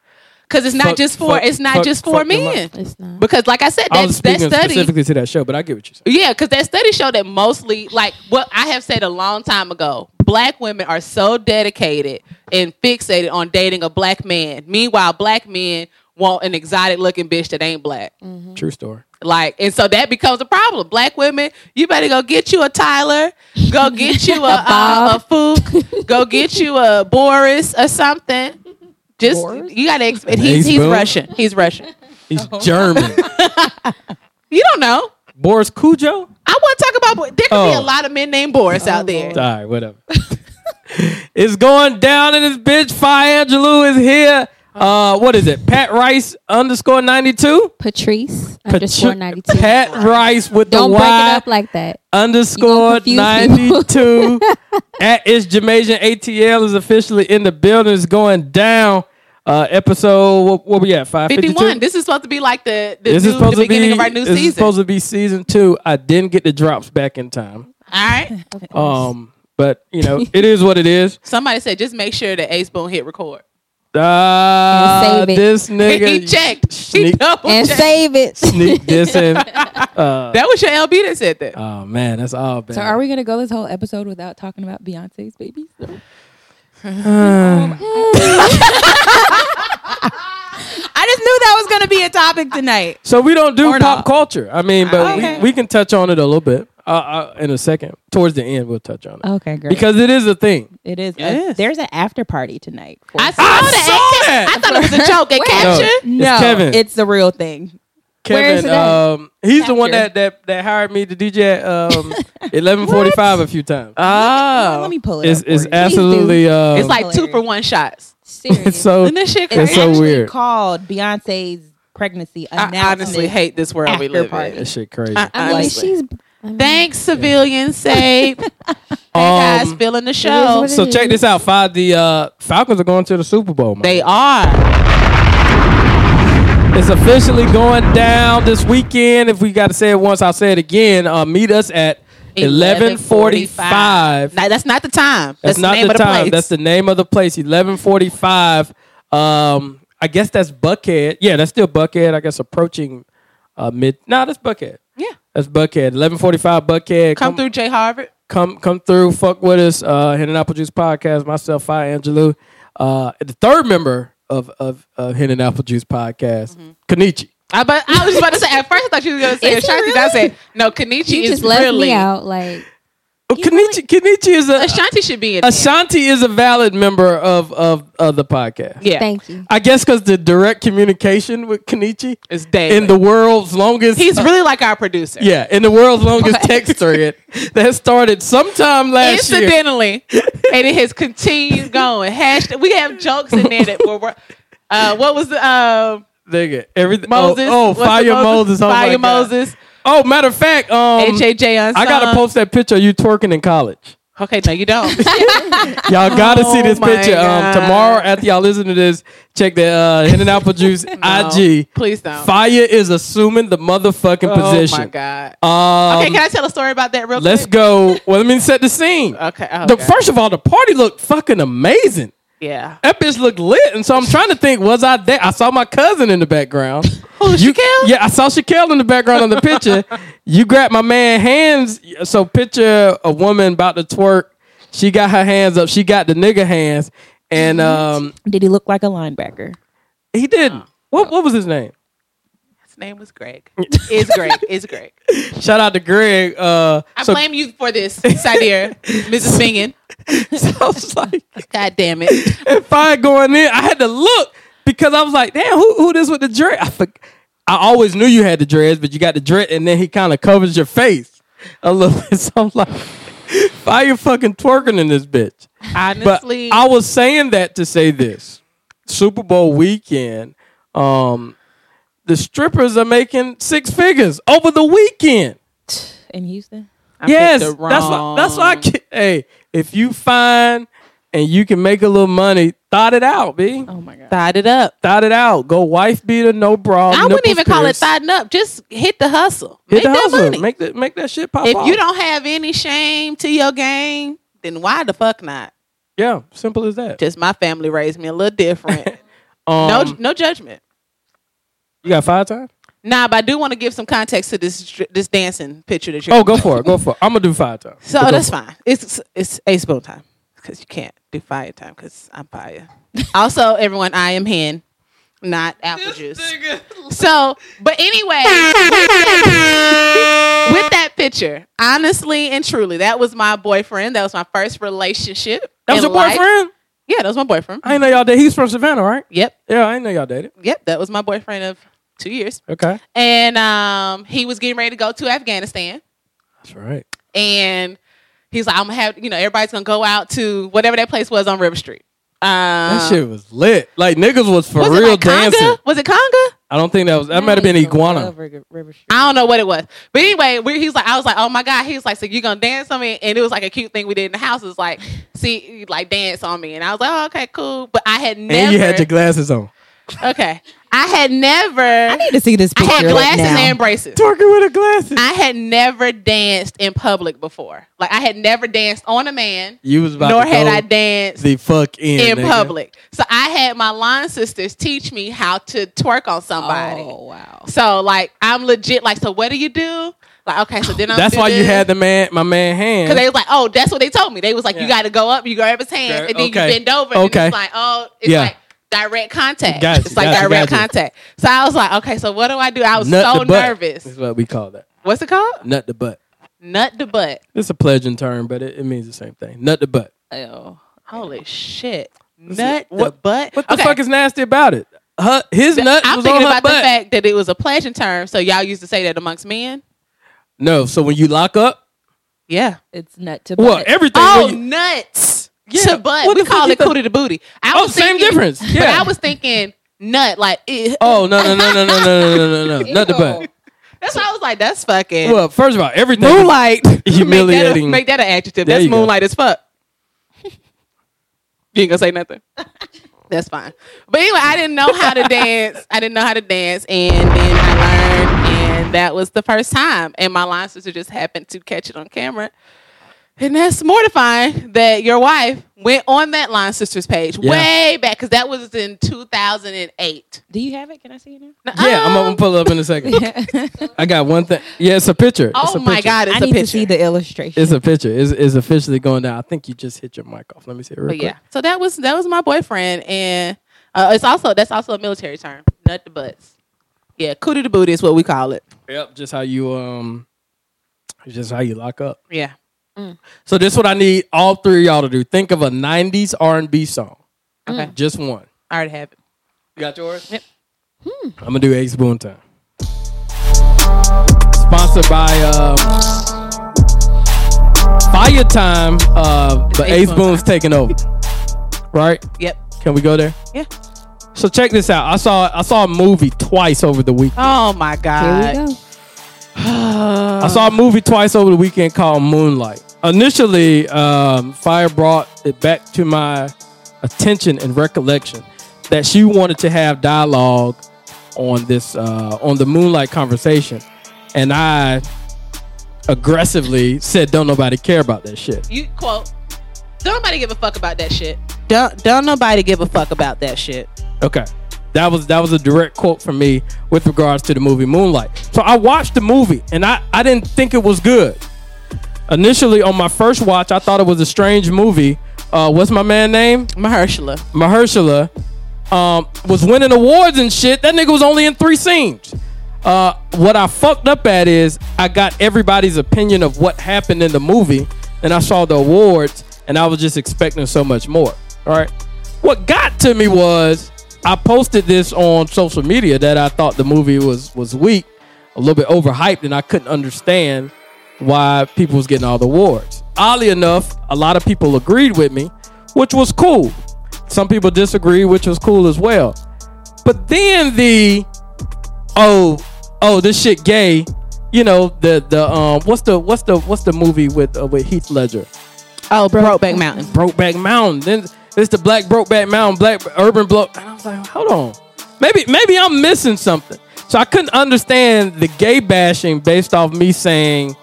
Speaker 2: Because it's not
Speaker 1: Fuck-
Speaker 2: just for
Speaker 1: fuck-
Speaker 2: it's not
Speaker 1: fuck-
Speaker 2: just
Speaker 1: fuck
Speaker 2: for
Speaker 1: them up.
Speaker 2: men.
Speaker 5: It's not.
Speaker 2: Because like I said,
Speaker 1: I
Speaker 2: that
Speaker 1: was
Speaker 2: that
Speaker 1: speaking
Speaker 2: study
Speaker 1: specifically to that show, but I get what you're saying.
Speaker 2: Yeah, because that study showed that mostly, like what I have said a long time ago, black women are so dedicated and fixated on dating a black man. Meanwhile, black men want an exotic looking bitch that ain't black.
Speaker 5: Mm. Mm-hmm.
Speaker 1: True story.
Speaker 2: Like, and so that becomes a problem. Black women, you better go get you a Tyler, go get you a, uh, a, a Fook, go get you a Boris or something. Just
Speaker 4: Boris?
Speaker 2: you gotta expect he's
Speaker 1: Ace
Speaker 2: he's
Speaker 1: Boone?
Speaker 2: Russian. He's Russian.
Speaker 5: Oh. <laughs>
Speaker 1: He's German.
Speaker 2: You don't know.
Speaker 1: Boris Cujo?
Speaker 2: I want to talk about boys. There could be
Speaker 1: Oh.
Speaker 2: a lot of men named Boris
Speaker 4: Oh,
Speaker 2: out there.
Speaker 4: Lord.
Speaker 1: All right, whatever. <laughs> it's going down in this bitch. Fire Angelou is here. Uh, what is it? Pat Rice underscore ninety two.
Speaker 5: Patrice underscore ninety two.
Speaker 1: Pat Rice with
Speaker 5: Don't
Speaker 1: the
Speaker 5: break
Speaker 1: Y
Speaker 5: it up like that.
Speaker 1: underscore
Speaker 5: You gonna
Speaker 1: ninety
Speaker 5: confuse
Speaker 1: two.
Speaker 5: <laughs>
Speaker 1: At it's Jamaican ATL is officially in the building. It's going down. Uh, episode what, what we at five fifty
Speaker 2: 51.
Speaker 1: two.
Speaker 2: This is supposed to be like the, the, new, the beginning of our new
Speaker 1: this is
Speaker 2: season.
Speaker 1: supposed to be season two. I didn't get the drops back in time.
Speaker 2: All right.
Speaker 1: Um, but you
Speaker 2: <laughs>
Speaker 1: know it is what it is.
Speaker 2: Somebody said just make sure that Ace Boone hit record.
Speaker 1: Uh,
Speaker 5: And save it.
Speaker 1: this nigga
Speaker 2: <laughs> he checked. He
Speaker 1: Sneak,
Speaker 2: double
Speaker 5: And
Speaker 2: checked.
Speaker 5: save it.
Speaker 1: sneak this
Speaker 2: <laughs>
Speaker 1: in. Uh,
Speaker 2: That was your LB that said that.
Speaker 1: oh man, that's all bad.
Speaker 6: So are we gonna go this whole episode without talking about Beyonce's
Speaker 1: <sighs>
Speaker 6: babies?
Speaker 4: I just knew that was going to be a topic tonight.
Speaker 1: So we don't do
Speaker 4: Or
Speaker 1: pop
Speaker 4: not.
Speaker 1: culture. I mean, but
Speaker 4: Okay.
Speaker 1: we, we can touch on it a little bit uh, uh, in a second. Towards the end, we'll touch on it
Speaker 4: Okay, great.
Speaker 1: because it is a thing.
Speaker 4: it is.
Speaker 2: It is.
Speaker 4: There's an after party tonight. for-
Speaker 2: I
Speaker 1: saw
Speaker 2: saw that.
Speaker 1: that!
Speaker 2: I thought it was a joke.
Speaker 4: <laughs>
Speaker 2: It
Speaker 1: No,
Speaker 2: caption.
Speaker 1: it's Kevin.
Speaker 4: it's the real thing.
Speaker 1: Kevin,
Speaker 4: Where is it at?
Speaker 1: um, he's the one
Speaker 5: Capture.
Speaker 1: that, that that hired me to DJ at
Speaker 2: <laughs>
Speaker 1: um, eleven forty five a few times.
Speaker 4: Well,
Speaker 2: Oh.
Speaker 4: let me pull it.
Speaker 1: It's
Speaker 4: up
Speaker 1: it's
Speaker 4: for you.
Speaker 1: absolutely um,
Speaker 2: It's like two
Speaker 4: Hilarious.
Speaker 2: for one shots.
Speaker 5: Serious.
Speaker 1: it's so
Speaker 2: Isn't that shit
Speaker 1: It's
Speaker 2: crazy?
Speaker 1: so
Speaker 4: actually
Speaker 1: weird.
Speaker 4: called Beyonce's pregnancy announcement.
Speaker 2: I honestly hate this world we
Speaker 4: After
Speaker 2: live
Speaker 4: party.
Speaker 2: in.
Speaker 1: that shit crazy.
Speaker 2: I
Speaker 5: I mean,
Speaker 2: honestly.
Speaker 5: she's. I mean,
Speaker 2: Thanks, civilian
Speaker 5: <laughs>
Speaker 2: save. hey guys,
Speaker 1: Um,
Speaker 2: feeling the show.
Speaker 5: what it
Speaker 1: So check this out. Five the uh, Falcons are going to the Super Bowl. Man.
Speaker 2: They are.
Speaker 1: It's officially going down this weekend. If we got to say it once, I'll say it again. Uh, meet us at eleven forty-five.
Speaker 2: Now, that's not the time. That's,
Speaker 1: That's
Speaker 2: the
Speaker 1: not
Speaker 2: name
Speaker 1: the
Speaker 2: of the
Speaker 1: time.
Speaker 2: place.
Speaker 1: That's the name of the place. Eleven forty-five. Um, I guess that's Buckhead. Yeah, that's still Buckhead. I guess approaching uh, mid. No, that's Buckhead.
Speaker 2: yeah.
Speaker 1: That's Buckhead. Eleven forty-five. Buckhead.
Speaker 2: Come through Jay Harvard.
Speaker 1: come come through, fuck with us. Uh Hidden Apple Juice Podcast, myself, Fire Angelou. Uh the third member of of, of Hidden Apple Juice Podcast, Kanichi.
Speaker 2: Mm-hmm. I, but I was just about to say.
Speaker 5: <laughs>
Speaker 2: At first, I thought you were going to say
Speaker 5: Is he
Speaker 2: Ashanti.
Speaker 5: really?
Speaker 2: I said no. Kanichi
Speaker 5: you
Speaker 2: is
Speaker 5: just left
Speaker 2: really
Speaker 5: me out. Like
Speaker 1: Oh, Kanichi Kanichi is a
Speaker 2: Ashanti should be in. there.
Speaker 1: Ashanti is a valid member of of, of the podcast.
Speaker 2: yeah,
Speaker 5: thank you.
Speaker 1: I guess because the direct communication with Kanichi
Speaker 2: it's daily.
Speaker 1: in the world's longest
Speaker 2: He's really like our producer.
Speaker 1: yeah, in the world's longest text
Speaker 2: <laughs>
Speaker 1: thread that started sometime last year. <laughs>
Speaker 2: incidentally, and it has continued going. Hashtag, we have jokes in there that were. Uh, what was the uh,
Speaker 1: Nigga, everything. Oh,
Speaker 2: Moses?
Speaker 1: oh
Speaker 2: What's the
Speaker 1: fire Moses. oh my
Speaker 2: fire
Speaker 1: God.
Speaker 2: Moses. uh,
Speaker 1: Oh, matter of fact, um,
Speaker 2: H A J on.
Speaker 1: I gotta post that picture of you twerking in college.
Speaker 2: Okay, no, you don't. <laughs>
Speaker 1: Y'all gotta see
Speaker 2: Oh
Speaker 1: this
Speaker 2: my
Speaker 1: picture. Um,
Speaker 2: God.
Speaker 1: tomorrow after y'all listen to this, check the uh, Hidden Apple Juice
Speaker 2: <laughs> No,
Speaker 1: IG.
Speaker 2: Please don't.
Speaker 1: Fire is assuming the motherfucking
Speaker 2: oh
Speaker 1: position.
Speaker 2: my god.
Speaker 1: Um,
Speaker 2: okay, can I tell a story about that real
Speaker 1: let's
Speaker 2: quick?
Speaker 1: go. Well, let me set the scene.
Speaker 2: <laughs> Okay. Oh,
Speaker 1: the,
Speaker 2: God.
Speaker 1: First of all, the party looked fucking amazing.
Speaker 2: Yeah.
Speaker 1: That bitch looked lit, and so I'm trying to think, was I there? I saw my cousin in the background.
Speaker 2: <laughs> Who
Speaker 1: You-
Speaker 2: Shaquille?
Speaker 1: Yeah, I saw Shaquille in the background on the
Speaker 2: <laughs>
Speaker 1: picture. you grabbed my man hands. So picture a woman about to twerk. She got her hands up. She got the nigga hands, and um,
Speaker 4: Did he look like a linebacker?
Speaker 1: he didn't. What what was his
Speaker 2: <laughs>
Speaker 1: name?
Speaker 2: His name was Greg. Is Greg?
Speaker 1: <laughs>
Speaker 2: Is Greg?
Speaker 1: Shout out to Greg. Uh,
Speaker 2: I
Speaker 1: so,
Speaker 2: blame you for this, Sadir,
Speaker 1: <laughs>
Speaker 2: Mrs. Bingen.
Speaker 1: so I was like,
Speaker 2: God damn it.
Speaker 1: if I going in, I had to look because I was like, damn, who who this with the dread? I for, I always knew you had the dreads, but you got the dread, and then he kind of covers your face a little bit. <laughs> So I'm like, why you fucking twerking in this bitch? But
Speaker 2: Honestly,
Speaker 1: I was saying that to say this: Super Bowl weekend, um, the strippers are making six figures over the weekend.
Speaker 4: In Houston?
Speaker 2: I picked
Speaker 1: yes,
Speaker 2: the
Speaker 1: that's why. That's why. I
Speaker 2: wrong-
Speaker 1: can, hey, if you find and you can make a little money, thought it out, b.
Speaker 4: Oh my god.
Speaker 2: Thought it up.
Speaker 1: Thought it out. Go wife beater, no bra.
Speaker 2: I wouldn't
Speaker 1: nipples
Speaker 2: even call it
Speaker 1: pierced.
Speaker 2: thotting up. Just hit the hustle.
Speaker 1: Hit
Speaker 2: make
Speaker 1: the
Speaker 2: that
Speaker 1: hustle.
Speaker 2: money.
Speaker 1: Make that make that shit pop
Speaker 2: if
Speaker 1: off.
Speaker 2: you don't have any shame to your game, then why the fuck not?
Speaker 1: yeah, simple as that.
Speaker 2: Just my family raised me a little different.
Speaker 1: <laughs> Um,
Speaker 2: no, no judgment.
Speaker 1: you got five times.
Speaker 2: Nah, but I do want to give some context to this dr- this dancing picture that you're.
Speaker 1: Oh, go for it. Go for it. I'm gonna do five times.
Speaker 2: <laughs> so
Speaker 1: But go
Speaker 2: that's
Speaker 1: for it.
Speaker 2: fine. It's it's a spoon time because you can't do fire time because I'm fire. also, everyone, I am hen, not
Speaker 4: <laughs>
Speaker 2: apple juice. So, but anyway, with that picture, honestly and truly, that was my boyfriend. That was my first relationship.
Speaker 1: That was
Speaker 2: in
Speaker 1: your
Speaker 2: life.
Speaker 1: boyfriend.
Speaker 2: Yeah, that was my boyfriend.
Speaker 1: I ain't know y'all dated. He's from Savannah, right?
Speaker 2: Yep,
Speaker 1: Yeah, I ain't know y'all dated.
Speaker 2: yep, that was my boyfriend of two years.
Speaker 1: Okay.
Speaker 2: And um, he was getting ready to go to Afghanistan.
Speaker 1: That's right.
Speaker 2: and he's like, I'm gonna have you know everybody's gonna go out to whatever that place was on River Street. Um,
Speaker 1: That shit was lit. Like niggas was for
Speaker 2: was it
Speaker 1: real
Speaker 2: like Conga?
Speaker 1: dancing.
Speaker 2: Was it Conga?
Speaker 1: I don't think that was. That might have been iguana.
Speaker 2: I don't know what it was, but anyway, we, he's like, I was like, oh my god, he was like, so you gonna dance on me? And it was like a cute thing we did in the house. It's like, see, you, like dance on me, and I was like, oh, okay, cool. But I had never.
Speaker 1: And you had your glasses on.
Speaker 2: okay, I had never. I,
Speaker 4: need to see this picture.
Speaker 2: had
Speaker 4: right
Speaker 2: glasses
Speaker 4: now.
Speaker 2: and braces.
Speaker 1: Twerking with her glasses.
Speaker 2: I had never danced in public before. Like I had never danced on a man,
Speaker 1: You was about
Speaker 2: nor
Speaker 1: to
Speaker 2: had
Speaker 1: go
Speaker 2: I danced
Speaker 1: the fuck in
Speaker 2: in
Speaker 1: nigga.
Speaker 2: public. So I had my line sisters teach me how to twerk on somebody.
Speaker 5: Oh wow.
Speaker 2: So like I'm legit. Like so, what do you do? Like okay, so then I'm
Speaker 1: That's why you had the man, my man hand.
Speaker 2: Cause they was like, oh, that's what they told me. They was like,
Speaker 1: Yeah.
Speaker 2: you got to go up, you grab his hand,
Speaker 1: Gra-
Speaker 2: and then
Speaker 1: okay.
Speaker 2: you bend over. And
Speaker 1: Okay.
Speaker 2: it's like, oh, it's
Speaker 1: Yeah.
Speaker 2: like direct contact.
Speaker 1: Gotcha,
Speaker 2: it's like
Speaker 1: gotcha,
Speaker 2: direct
Speaker 1: gotcha.
Speaker 2: contact. So I was like, okay, so what do I do? I was
Speaker 1: Nut
Speaker 2: so
Speaker 1: the butt.
Speaker 2: nervous.
Speaker 1: That's what we call that.
Speaker 2: What's it called?
Speaker 1: Nut the butt.
Speaker 2: Nut the butt.
Speaker 1: It's a pledging term, but it, it means the same thing. Nut the butt.
Speaker 5: Oh.
Speaker 2: Holy shit. Nut the
Speaker 1: what-
Speaker 2: butt.
Speaker 1: What the
Speaker 2: Okay.
Speaker 1: fuck is nasty about it? Her, his nut
Speaker 2: I'm
Speaker 1: was
Speaker 2: thinking
Speaker 1: on her
Speaker 2: about
Speaker 1: butt.
Speaker 2: the fact that it was a pledging term, so y'all used to say that amongst men.
Speaker 1: no, so when you lock up,
Speaker 2: Yeah.
Speaker 6: It's nut to
Speaker 1: well,
Speaker 6: butt.
Speaker 1: everything.
Speaker 2: Oh,
Speaker 1: when you-
Speaker 2: nuts
Speaker 1: Yeah.
Speaker 2: to butt.
Speaker 1: What
Speaker 2: we
Speaker 1: the fuck
Speaker 2: call
Speaker 1: you
Speaker 2: it
Speaker 1: think-
Speaker 2: cootie to booty. I
Speaker 1: Oh, same difference.
Speaker 2: But
Speaker 1: Yeah.
Speaker 2: I was thinking nut, like, eh.
Speaker 1: oh no no no no no no no no no nut the butt.
Speaker 2: <laughs> that's why I was like, that's fucking
Speaker 1: Well, first of all, everything is
Speaker 2: moonlight.
Speaker 1: humiliating.
Speaker 2: Make that, a, make that an adjective.
Speaker 1: There
Speaker 2: that's
Speaker 1: you go.
Speaker 2: moonlight as fuck. you ain't gonna say nothing. That's fine. But anyway, I didn't know how to dance. I didn't know how to dance, and then I learned, and that was the first time. And my line sister just happened to catch it on camera. And that's mortifying that your wife went on that line sisters page
Speaker 1: Yeah.
Speaker 2: way back because that was in 2008.
Speaker 4: Do you have it? Can I see it now?
Speaker 1: <laughs> Yeah, I'm gonna pull up in a second. I got one thing. Yeah, it's a picture. It's
Speaker 2: Oh
Speaker 1: a
Speaker 2: my
Speaker 1: picture.
Speaker 2: God, it's
Speaker 4: I
Speaker 2: a
Speaker 4: need
Speaker 2: picture.
Speaker 4: to see the
Speaker 2: Oh.
Speaker 4: illustration.
Speaker 1: It's a picture. It's, it's officially going down. I think you just hit your mic off. Let me see it real
Speaker 2: But
Speaker 1: quick.
Speaker 2: yeah, so that was that was my boyfriend, and uh, it's also that's also a military term, nut the butts. Yeah, cootie to booty is what we call it.
Speaker 1: Yep, just how you um, just how you lock up.
Speaker 2: Yeah.
Speaker 4: Mm.
Speaker 1: So this is what I need all three of y'all to do. Think of a '90s R&B song.
Speaker 2: Okay.
Speaker 1: Just one.
Speaker 2: I already have it.
Speaker 1: You got yours? Yep. I'm gonna do Egg Spoon Time. Sponsored by um, Fire Time, uh, but
Speaker 2: Egg
Speaker 1: Ace
Speaker 2: Spoon
Speaker 1: Boon's taking over. right?
Speaker 2: Yep.
Speaker 1: Can we go there?
Speaker 2: Yeah.
Speaker 1: So check this out. I saw I saw a movie twice over the week.
Speaker 2: Oh my god. <sighs>
Speaker 6: Here we go.
Speaker 1: I saw a movie twice over the weekend called Moonlight. Initially, um, Fire brought it back to my attention and recollection that she wanted to have dialogue on this uh, on the Moonlight conversation, and I aggressively said, "Don't nobody care about that shit."
Speaker 2: You quote. Don't nobody give a fuck about that shit. Don't don't nobody give a fuck about that shit.
Speaker 1: Okay. That was that was a direct quote from me with regards to the movie Moonlight. So I watched the movie and I, I didn't think it was good. Initially on my first watch, I thought it was a strange movie. Uh, what's my man name?
Speaker 2: Mahershala.
Speaker 1: Mahershala um, was winning awards and shit. That nigga was only in three scenes. Uh, what I fucked up at is I got everybody's opinion of what happened in the movie, and I saw the awards, and I was just expecting so much more. All right. What got to me was I posted this on social media that I thought the movie was was weak, a little bit overhyped, and I couldn't understand why people was getting all the awards. Oddly enough, a lot of people agreed with me, which was cool some people disagree, which was cool as well. But then the oh oh this shit gay, you know the the um what's the what's the what's the movie with uh, with Heath Ledger?
Speaker 2: Oh, Brokeback Mountain.
Speaker 1: Brokeback Mountain. Then it's the Black Brokeback Mountain, Black Urban Blow. And I was like, hold on, maybe maybe I'm missing something. So I couldn't understand the gay bashing based off me saying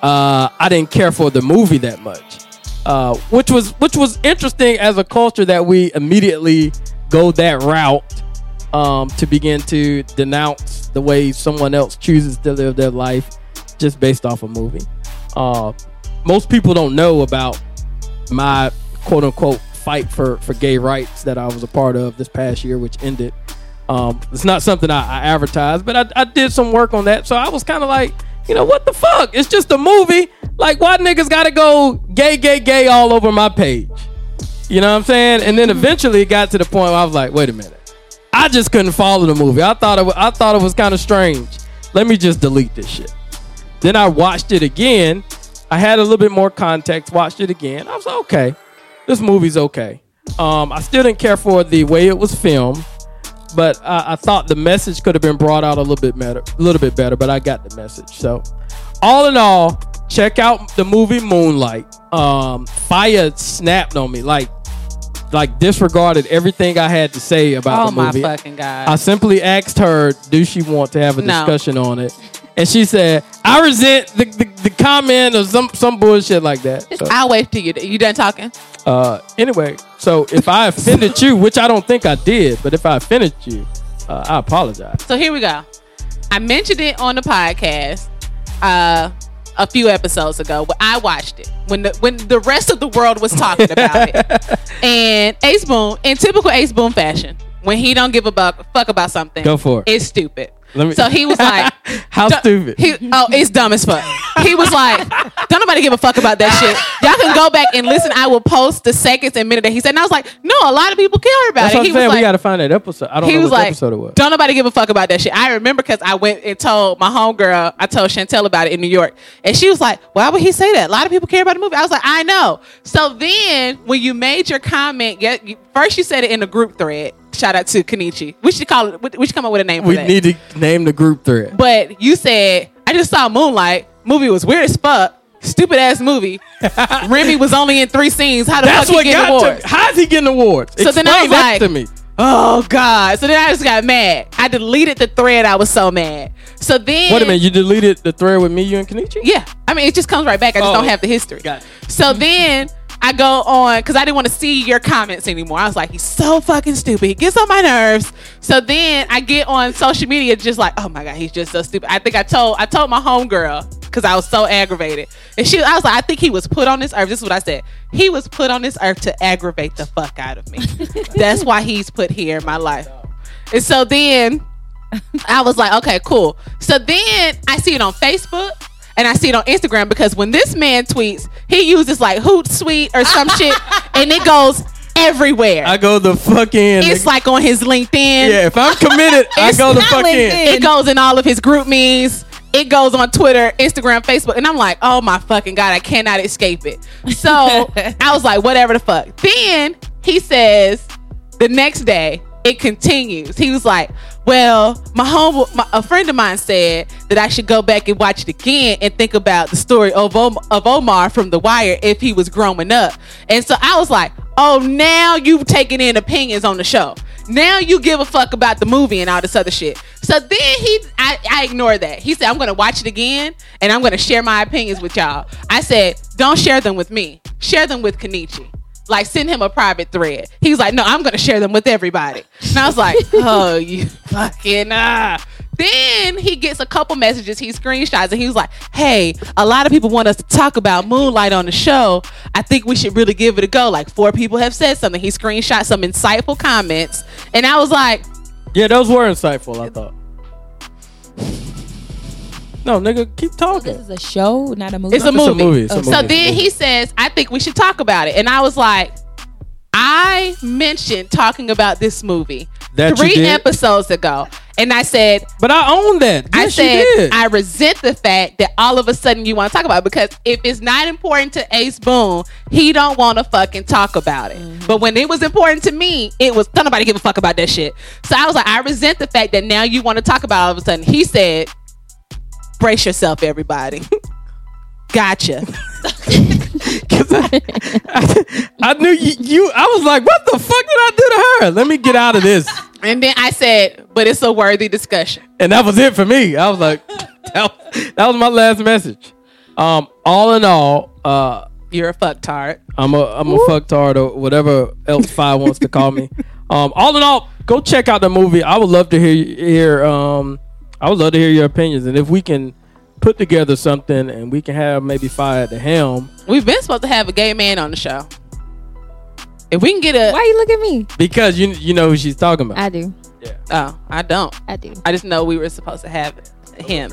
Speaker 1: uh, I didn't care for the movie that much, uh, which was which was interesting as a culture that we immediately go that route um, to begin to denounce the way someone else chooses to live their life just based off a movie. Uh, most people don't know about my quote unquote fight for, for gay rights that I was a part of this past year, which ended. Um, it's not something I, I advertised, but I, I did some work on that. So I was kind of like, you know, what the fuck? It's just a movie. Like, why niggas gotta go gay, gay, gay all over my page? You know what I'm saying? And then eventually it got to the point where I was like, wait a minute. I just couldn't follow the movie. I thought it, wa- I thought it was kind of strange. Let me just delete this shit. Then I watched it again. I had a little bit more context, watched it again. I was like, okay, this movie's okay. Um, I still didn't care for the way it was filmed, but I, I thought the message could have been brought out a little bit better, a little bit better. But I got the message. So, all in all, check out the movie Moonlight. Um, fire snapped on me, like, like disregarded everything I had to say about
Speaker 2: Oh
Speaker 1: the
Speaker 2: my
Speaker 1: movie.
Speaker 2: fucking god.
Speaker 1: I simply asked her, do she want to have a
Speaker 2: No.
Speaker 1: discussion on it? And she said, I resent the, the, the comment or some, some bullshit like that. So,
Speaker 2: I'll wait till you. You done talking?
Speaker 1: uh, anyway, so if I offended you, which I don't think I did, but if I offended you, uh, I apologize.
Speaker 2: So here we go. I mentioned it on the podcast uh, a few episodes ago when I watched it when the when the rest of the world was talking about
Speaker 6: <laughs>
Speaker 2: it. And Ace Boom, in typical Ace Boom fashion, when he don't give a buck, fuck about something,
Speaker 1: Go for it.
Speaker 2: It's stupid.
Speaker 1: Let me-
Speaker 2: so he was like,
Speaker 1: How
Speaker 2: "Duh,"
Speaker 1: stupid.
Speaker 2: He, oh, it's dumb as fuck. He was like, "Don't nobody give a fuck about that shit." Y'all can go back and listen. I will post the seconds and minute that he said. And I was like, "No, a lot of people care about
Speaker 1: That's
Speaker 2: it."
Speaker 1: what
Speaker 2: he
Speaker 1: I'm saying.
Speaker 2: was
Speaker 1: we
Speaker 2: like,
Speaker 1: got to find that episode. I don't
Speaker 2: he
Speaker 1: know
Speaker 2: was
Speaker 1: what
Speaker 2: like,
Speaker 1: episode it was.
Speaker 2: "Don't nobody give a fuck about that shit." I remember because I went and told my homegirl, I told Chantel about it in New York, and she was like, "Why would he say that? A lot of people care about the movie." I was like, "I know." So then, when you made your comment, yeah, you, first you said it in the group thread. Shout out to Kenichi. We should call it. we- We should come up with a name. For
Speaker 1: we
Speaker 2: that.
Speaker 1: need to name the group thread.
Speaker 2: But you said, "I just saw Moonlight. Movie was weird as fuck. Stupid
Speaker 1: <laughs>
Speaker 2: ass movie. Remy was only in three scenes. How the
Speaker 1: That's
Speaker 2: fuck
Speaker 1: what
Speaker 2: he get
Speaker 1: got
Speaker 2: awards?"
Speaker 1: to How's he getting awards?
Speaker 2: So
Speaker 1: Explain
Speaker 2: then I was
Speaker 1: that
Speaker 2: like-
Speaker 1: to me.
Speaker 2: Oh God! So then I just got mad. I deleted the thread. I was so mad. So then,
Speaker 1: Wait a minute. You deleted the thread with me, you, and Kenichi?
Speaker 2: yeah, I mean, it just comes right back. I just
Speaker 1: Oh.
Speaker 2: don't have the history.
Speaker 1: Got it.
Speaker 2: So then I go on because I didn't want to see your comments anymore. I was like, he's so fucking stupid. He gets on my nerves. So then I get on social media, just like, oh my god, he's just so stupid. I think I told I told my homegirl because I was so aggravated, and she, I was like, I think he was put on this earth. This is what I said. He was put on this earth to aggravate the fuck out
Speaker 1: <laughs>
Speaker 2: of me. That's why he's put here in my life. And so then I was like, okay, cool. So then I see it on Facebook and I see it on Instagram because when this man tweets, he uses like Hootsuite or some shit and it goes everywhere.
Speaker 1: I go the fuck in.
Speaker 2: it's like on his LinkedIn.
Speaker 1: yeah, if I'm committed, I
Speaker 2: It's
Speaker 1: go the
Speaker 2: not
Speaker 1: fuck in.
Speaker 2: It goes in all of his group me's. It goes on Twitter, Instagram, Facebook, and I'm like, oh my fucking god, I cannot escape it. So I was like, whatever the fuck. Then he says, the next day it continues. He was like, well, my home, my, a friend of mine said that I should go back and watch it again and think about the story of, Om- of Omar from The Wire if he was growing up. And so I was like, oh, now you've taken in opinions on the show. Now you give a fuck about the movie and all this other shit. So then he, I, I ignored that. He said, I'm going to watch it again and I'm going to share my opinions with y'all. I said, don't share them with me. Share them with Kenichi. Like, send him a private thread. He's like, no, I'm going to share them with everybody. And I was like, oh, you fucking, ah. Then he gets a couple messages, he screenshots, and he was like, Hey, a lot of people want us to talk about Moonlight on the show. I think we should really give it a go. Like, four people have said something. He screenshot some insightful comments, and I was like,
Speaker 1: Yeah, those were insightful, I thought. No, nigga, keep talking.
Speaker 6: This is a show, not a movie.
Speaker 2: It's a
Speaker 1: It's a
Speaker 2: movie.
Speaker 1: movie. It's a
Speaker 6: Okay.
Speaker 1: movie.
Speaker 2: So then he says, I think we should talk about it. And I was like, I mentioned talking about this movie
Speaker 1: That you
Speaker 2: three
Speaker 1: did?
Speaker 2: episodes ago. And I said,
Speaker 1: But I own that.
Speaker 2: I
Speaker 1: Yes, you
Speaker 2: said
Speaker 1: did.
Speaker 2: I resent the fact that all of a sudden you want to talk about it because if it's not important to Ace Boone, he don't want to fucking talk about it.
Speaker 1: Mm-hmm.
Speaker 2: But when it was important to me, it was don't nobody give a fuck about that shit. So I was like, I resent the fact that now you want to talk about it all of a sudden. He said, brace yourself, everybody. <laughs>
Speaker 1: <laughs>
Speaker 2: gotcha.
Speaker 1: 'Cause I, I, knew you, you. I was like, what the fuck did I do to her? Let me get out of this.
Speaker 2: And then I said, but it's a worthy discussion.
Speaker 1: And that was it for me. I was like, <laughs> that was, that was my last message. Um, all in all, uh,
Speaker 2: You're a fucktard.
Speaker 1: I'm a I'm a fucktard or whatever else Fi wants to call me. Um, all in all, go check out the movie. I would love to hear hear um, I would love to hear your opinions, and if we can put together something and we can have maybe Fi at the helm
Speaker 2: We've been supposed to have a gay man on the show. If we can get a
Speaker 6: Why you look at me?
Speaker 1: because you you know who she's talking about.
Speaker 5: I do.
Speaker 2: oh, I don't.
Speaker 5: I do.
Speaker 2: I just know we were supposed to have him.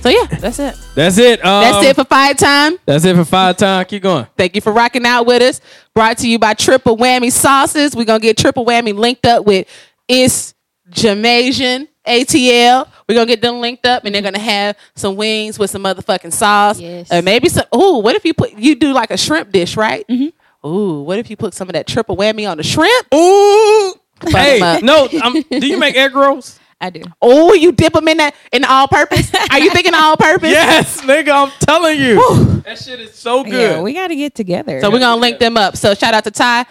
Speaker 2: So yeah, that's it.
Speaker 1: that's it. Um,
Speaker 2: That's it for five time.
Speaker 1: that's it for Fi time. Keep going.
Speaker 2: Thank you for rocking out with us. Brought to you by Triple Whammy Sauces. We're gonna get Triple Whammy linked up with It's Jamasian ATL. We're gonna get them linked up, and they're gonna have some wings with some motherfucking sauce.
Speaker 5: Yes.
Speaker 2: Or Uh, maybe some. Ooh, what if you put you do like a shrimp dish, right?
Speaker 5: Mm-hmm.
Speaker 2: Ooh, what if you put some of that triple whammy on the shrimp?
Speaker 1: Ooh. Hey,
Speaker 2: him up.
Speaker 1: no. Um, do you
Speaker 2: <laughs>
Speaker 1: make egg rolls?
Speaker 6: I do.
Speaker 2: Oh, you dip them in that in all purpose. Are you
Speaker 1: <laughs>
Speaker 2: thinking all purpose?
Speaker 1: Yes, nigga. I'm telling you, that shit is so good.
Speaker 4: Yeah, we got to get together.
Speaker 2: So we're gonna link them up. So shout out to Ty.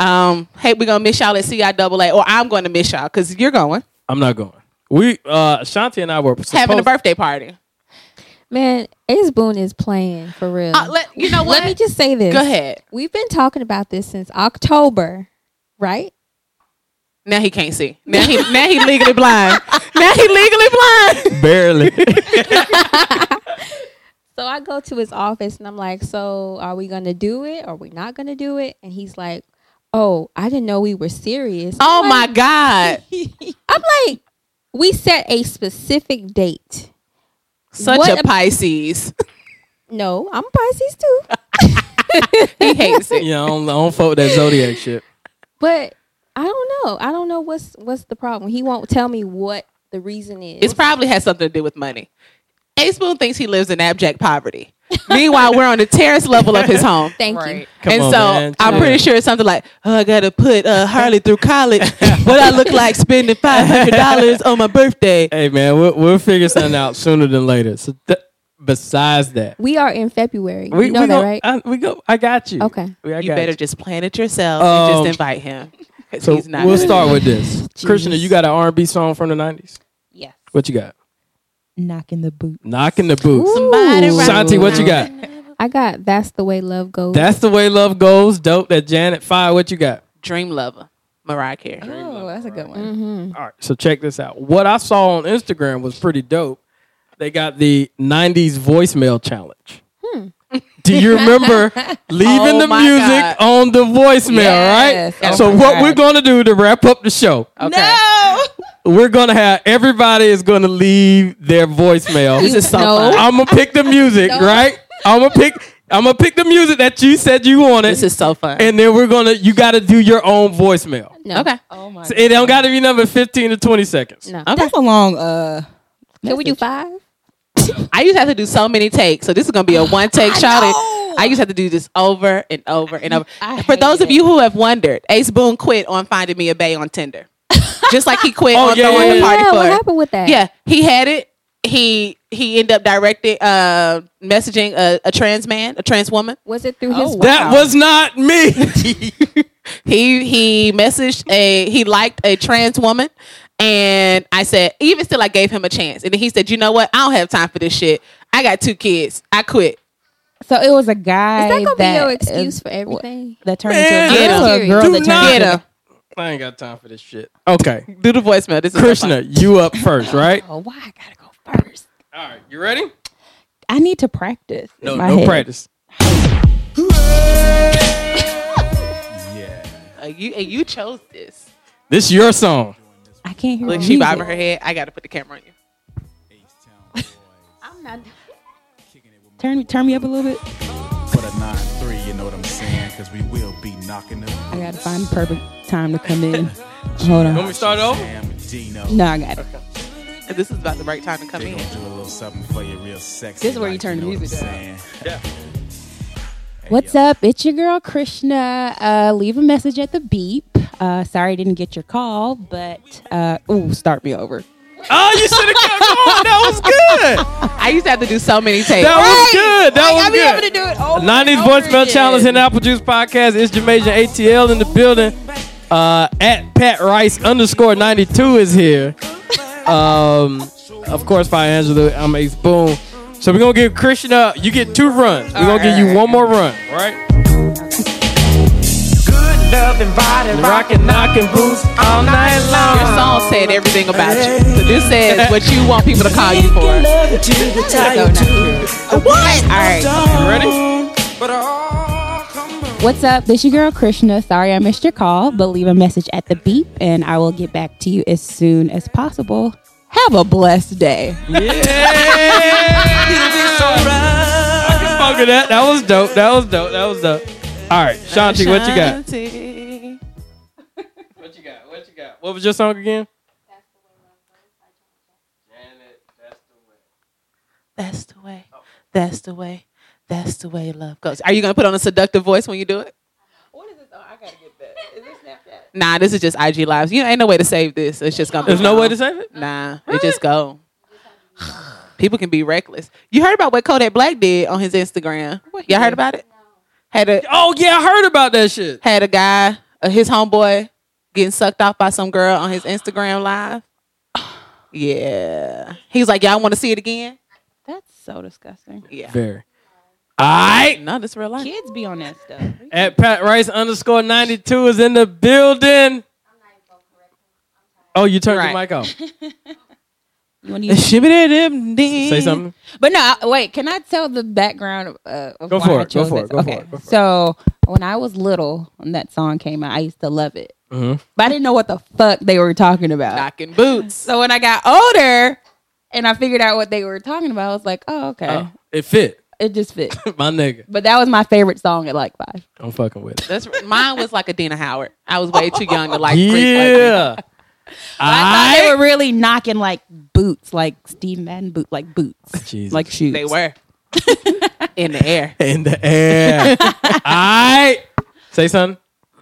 Speaker 2: Um, hey, we're gonna miss y'all at CIAA, or I'm going to miss y'all because you're going
Speaker 1: I'm not going. We uh, Shanti and I were supposed,
Speaker 2: having a birthday party.
Speaker 5: Man, Ace Boone is playing for real.
Speaker 2: Uh, let- you know what?
Speaker 5: Let me just say this.
Speaker 2: Go ahead.
Speaker 5: We've been talking about this since October, right?
Speaker 2: Now he can't see.
Speaker 1: <laughs>
Speaker 2: Now he now he legally blind. Now he legally blind.
Speaker 1: barely.
Speaker 5: So I go to his office and I'm like, "So are we gonna do it? Are we not gonna do it?" And he's like, "Oh, I didn't know we were serious."
Speaker 2: Oh
Speaker 5: I'm
Speaker 2: my
Speaker 5: like-
Speaker 2: God.
Speaker 5: <laughs> I'm like, we set a specific date.
Speaker 2: Such
Speaker 5: What
Speaker 2: a
Speaker 5: a-
Speaker 2: Pisces.
Speaker 5: <laughs> No, I'm Pisces too,
Speaker 2: <laughs> He hates it.
Speaker 1: yeah, I don't, I don't fuck with that zodiac shit.
Speaker 5: <laughs> but I don't know. I don't know what's what's the problem. He won't tell me what the reason is.
Speaker 2: It's probably has something to do with money. A Spoon thinks he lives in abject poverty. Meanwhile, we're on the terrace level of
Speaker 1: <laughs>
Speaker 2: his home.
Speaker 5: Thank you.
Speaker 1: Come
Speaker 2: and
Speaker 1: on,
Speaker 2: so
Speaker 1: man,
Speaker 2: I'm
Speaker 1: chill.
Speaker 2: pretty sure it's something like, oh, I gotta put uh, Harley through college, but I look like spending five hundred dollars on my birthday.
Speaker 1: Hey man, we'll, we'll figure something out sooner than later. So th- besides that,
Speaker 5: We are in February. you know
Speaker 1: we
Speaker 5: that,
Speaker 1: go,
Speaker 5: right?
Speaker 1: I, we go. I got you.
Speaker 5: Okay.
Speaker 1: We, I
Speaker 2: You
Speaker 1: got
Speaker 2: better
Speaker 1: you.
Speaker 2: just plan it yourself and
Speaker 5: Oh.
Speaker 1: Um,
Speaker 2: just invite him. 'Cause
Speaker 1: So
Speaker 2: he's not
Speaker 1: we'll
Speaker 2: gonna-
Speaker 1: start with this. Krishna, you got an R&B song from the '90s?
Speaker 5: yes.
Speaker 1: What you got?
Speaker 4: knocking the boot.
Speaker 1: Knocking the boots.
Speaker 2: Somebody
Speaker 5: Ooh.
Speaker 2: right
Speaker 1: Shanti, what you
Speaker 2: now.
Speaker 1: got?
Speaker 5: I got that's the way love goes.
Speaker 1: That's the way love goes. Dope. That Janet Fire. What you got?
Speaker 2: Dream Lover, Mariah Carey.
Speaker 6: Oh, that's a good one.
Speaker 5: Mhm.
Speaker 1: All right. So check this out. What I saw on Instagram was pretty dope. They got the '90s voicemail challenge. Do you remember leaving
Speaker 2: Oh
Speaker 1: the
Speaker 2: my
Speaker 1: music
Speaker 2: God.
Speaker 1: on the voicemail?
Speaker 6: Yes.
Speaker 1: Right.
Speaker 6: Oh
Speaker 1: so
Speaker 6: my
Speaker 1: what
Speaker 6: God.
Speaker 1: we're gonna do to wrap up the show?
Speaker 2: Okay.
Speaker 1: <laughs> We're gonna have everybody is gonna leave their voicemail.
Speaker 2: This is so
Speaker 5: No.
Speaker 2: fun.
Speaker 1: I'm gonna pick the music, right? I'm gonna pick. I'm gonna pick the music that you said you wanted.
Speaker 2: This is so fun.
Speaker 1: and then we're gonna. You got to do your own voicemail.
Speaker 5: No.
Speaker 2: okay.
Speaker 6: Oh my.
Speaker 1: So it don't got to be number fifteen to twenty seconds.
Speaker 5: No.
Speaker 2: Okay.
Speaker 4: That's a long. Uh,
Speaker 5: Can we do five?
Speaker 2: I used to have to do so many takes. So this is gonna
Speaker 5: <gasps>
Speaker 2: be a one take shot. I used to have to do this over and over and over.
Speaker 5: I
Speaker 2: For those
Speaker 5: hate
Speaker 2: of you who have wondered, Ace Boone quit on finding me a bay on Tinder. Just like he
Speaker 5: <laughs>
Speaker 2: quit
Speaker 1: Oh,
Speaker 2: on
Speaker 1: yeah,
Speaker 2: throwing
Speaker 1: yeah,
Speaker 2: the
Speaker 1: yeah.
Speaker 2: party
Speaker 5: yeah,
Speaker 2: for
Speaker 5: what
Speaker 2: her.
Speaker 5: happened with that?
Speaker 2: Yeah, he had it. He he ended up directing uh messaging a, a trans man, a trans woman.
Speaker 5: Was it through
Speaker 6: Oh,
Speaker 5: his
Speaker 1: That was not me.
Speaker 2: <laughs> He he messaged a he liked a trans woman, and I said even still I gave him a chance, and then he said, you know what, I don't have time for this shit. I got two kids. I quit.
Speaker 4: so it was a guy.
Speaker 5: Is that gonna
Speaker 4: that
Speaker 5: be your excuse
Speaker 4: is-
Speaker 5: for everything?
Speaker 4: That turned
Speaker 1: Man,
Speaker 4: into a
Speaker 2: get him.
Speaker 4: girl, or a girl
Speaker 1: Do
Speaker 4: that turned
Speaker 1: not-
Speaker 2: Get
Speaker 4: into
Speaker 2: him.
Speaker 1: I ain't got time for this shit. Okay,
Speaker 2: Do the voicemail. This is
Speaker 1: Krishna, you up
Speaker 5: <laughs>
Speaker 1: first, right?
Speaker 5: Oh, why I gotta go first?
Speaker 1: All right, you ready?
Speaker 4: I need to practice.
Speaker 1: No,
Speaker 4: in my
Speaker 1: no
Speaker 4: head.
Speaker 1: practice.
Speaker 2: <laughs> Uh, you and you chose this.
Speaker 1: This your song.
Speaker 4: I can't hear.
Speaker 2: Look,
Speaker 4: the
Speaker 2: she
Speaker 4: music.
Speaker 2: bobbing her head. I got to put the camera on you.
Speaker 5: I'm not.
Speaker 4: Turn turn me up a little bit.
Speaker 7: But a 9 3, you know what I'm saying? Because we will be knocking them.
Speaker 4: I gotta find the perfect time to
Speaker 8: <laughs>
Speaker 4: come in. Hold
Speaker 1: Want me
Speaker 4: on.
Speaker 1: to start over?
Speaker 7: Sam and Dino.
Speaker 4: No, I got it.
Speaker 2: And this is about the right time to come
Speaker 7: They
Speaker 2: in.
Speaker 7: gonna do a little something for you real sexy.
Speaker 6: This is where you turn the music down.
Speaker 7: down.
Speaker 4: What's up? It's your girl Krishna. Uh, leave a message at the beep. Uh, sorry I didn't get your call, but uh, ooh, start me over.
Speaker 1: Oh, you should have kept going. That was good.
Speaker 2: <laughs> I used to have to do so many takes.
Speaker 1: That was good. That was
Speaker 6: I be
Speaker 1: good.
Speaker 6: having to do it over.
Speaker 1: 90s
Speaker 6: and over
Speaker 1: voicemail
Speaker 6: again.
Speaker 1: challenge and apple juice podcast it's Jamaican atl in the building uh at pat rice underscore 92 is here um of course by angela i'm ace boom so we're gonna give krishna you get two runs we're gonna give you one more run right good loving body rocking knocking boots all night long
Speaker 2: Your song said everything about you. So this says what you want people to call you for.
Speaker 4: All right.
Speaker 1: You ready
Speaker 4: What's up? This your girl Krishna. Sorry I missed your call, but leave a message at the beep, and I will get back to you as soon as possible. Have a blessed day.
Speaker 5: <laughs>
Speaker 1: yeah i can fuck with that that was dope that was dope that was dope all right shanti what you got
Speaker 2: Shanti.
Speaker 1: What you got? What you got? What was your song again?
Speaker 2: That's the way. That's the way. That's the way love goes. Are you gonna put on a seductive voice when you do it? Nah, this is just IG lives. You ain't no way to save this. It's just gonna.
Speaker 1: There's no way to save it.
Speaker 2: Nah, it just go. People can be reckless. You heard about what Kodak Black did on his Instagram? Y'all heard about it? Had a
Speaker 1: Oh yeah, I heard about that shit.
Speaker 2: had a guy, uh, his homeboy, getting sucked off by some girl on his Instagram live. Yeah, he was like, "Y'all want to see it again?"
Speaker 8: That's so disgusting.
Speaker 2: Yeah.
Speaker 1: Very. All right.
Speaker 2: No, this real life.
Speaker 8: Kids be on that stuff.
Speaker 1: At Pat Rice underscore ninety two is in the building. Oh, you turned your
Speaker 2: Right.
Speaker 1: mic off.
Speaker 8: You
Speaker 4: <laughs>
Speaker 8: want to use
Speaker 2: Shimmy that MD.
Speaker 1: Say something.
Speaker 4: But no, I- wait. Can I tell the background of, uh, of
Speaker 1: Go
Speaker 4: why
Speaker 1: for
Speaker 4: I
Speaker 1: it, go
Speaker 4: chose
Speaker 1: for it,
Speaker 4: this?
Speaker 1: go for
Speaker 4: okay.
Speaker 1: it, go for it.
Speaker 4: so when I was little, when that song came out, I used to love it,
Speaker 1: Mhm.
Speaker 4: but I didn't know what the fuck they were talking about.
Speaker 2: knocking boots.
Speaker 4: So when I got older, and I <laughs> figured out what they were talking about, I was like, oh okay,
Speaker 1: Oh, it fit,
Speaker 4: it
Speaker 2: <laughs>
Speaker 4: just fit.
Speaker 1: my nigga.
Speaker 4: But that was my favorite song at like five.
Speaker 1: I'm fucking with it.
Speaker 2: That's mine was like Adina Howard. I was way too young to like. Greek
Speaker 1: Yeah.
Speaker 4: I
Speaker 1: I.
Speaker 4: thought they were really knocking like boots, like Steve Madden boot, like boots,
Speaker 1: Jesus.
Speaker 4: like shoes.
Speaker 2: They were in the air.
Speaker 1: in the <laughs> air. I say something.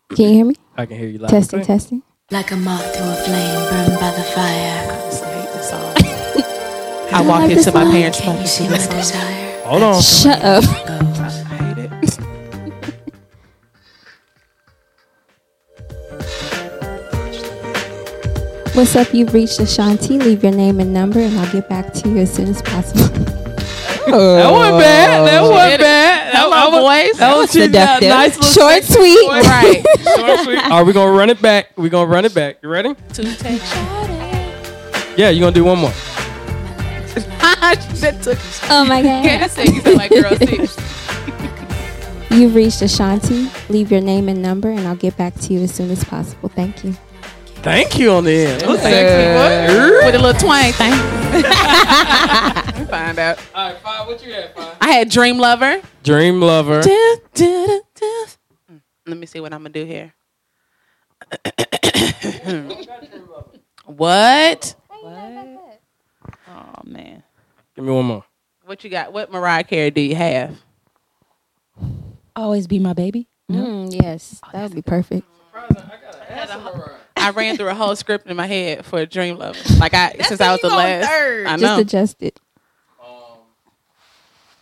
Speaker 5: Can you hear me?
Speaker 1: I can hear you loud. and
Speaker 5: Testing,
Speaker 1: clear.
Speaker 5: testing.
Speaker 9: Like a moth to a flame burned by the fire.
Speaker 2: I walked
Speaker 5: like
Speaker 2: into
Speaker 5: this
Speaker 2: my
Speaker 5: song.
Speaker 2: parents'
Speaker 9: Can you
Speaker 2: place.
Speaker 9: see my
Speaker 2: <laughs>
Speaker 9: desire?
Speaker 1: Hold on.
Speaker 5: Shut up. What's up? You've reached Ashanti. Leave your name and number, and I'll get back to you as soon
Speaker 1: <laughs>
Speaker 5: as possible.
Speaker 1: <laughs> That wasn't bad. That wasn't bad. That,
Speaker 2: Hello,
Speaker 1: was-
Speaker 2: boys.
Speaker 1: that was she's got
Speaker 4: seductive.
Speaker 1: nice little
Speaker 4: Short,
Speaker 1: <laughs>
Speaker 4: sweet.
Speaker 2: Right.
Speaker 1: short, sweet. All right, we're gonna run it back. We're gonna run it back. You ready?
Speaker 2: Two takes.
Speaker 1: Yeah, you're gonna do one more.
Speaker 2: that took.
Speaker 5: Oh my
Speaker 2: I said you sound like girl six.
Speaker 5: <laughs> You've reached Ashanti. Leave your name and number, and I'll get back to you as soon as possible. Thank you.
Speaker 1: Thank you on the end. Look sexy.
Speaker 2: with a little
Speaker 1: <laughs>
Speaker 2: twang thing. Find out.
Speaker 1: All right, five. What you had, five?
Speaker 2: I had Dream Lover.
Speaker 1: Dream lover.
Speaker 2: Mm, Let me see what I'm gonna do here. <coughs> what?
Speaker 8: Oh man.
Speaker 1: Give me one more.
Speaker 2: What you got? What Mariah Carey do you have?
Speaker 8: Always be my baby.
Speaker 5: Mm, yes, that would be perfect.
Speaker 2: I ran through a whole script in my head for Dream Lover. <laughs> Like I, since I was the last. I
Speaker 5: Just
Speaker 2: know.
Speaker 5: adjust it.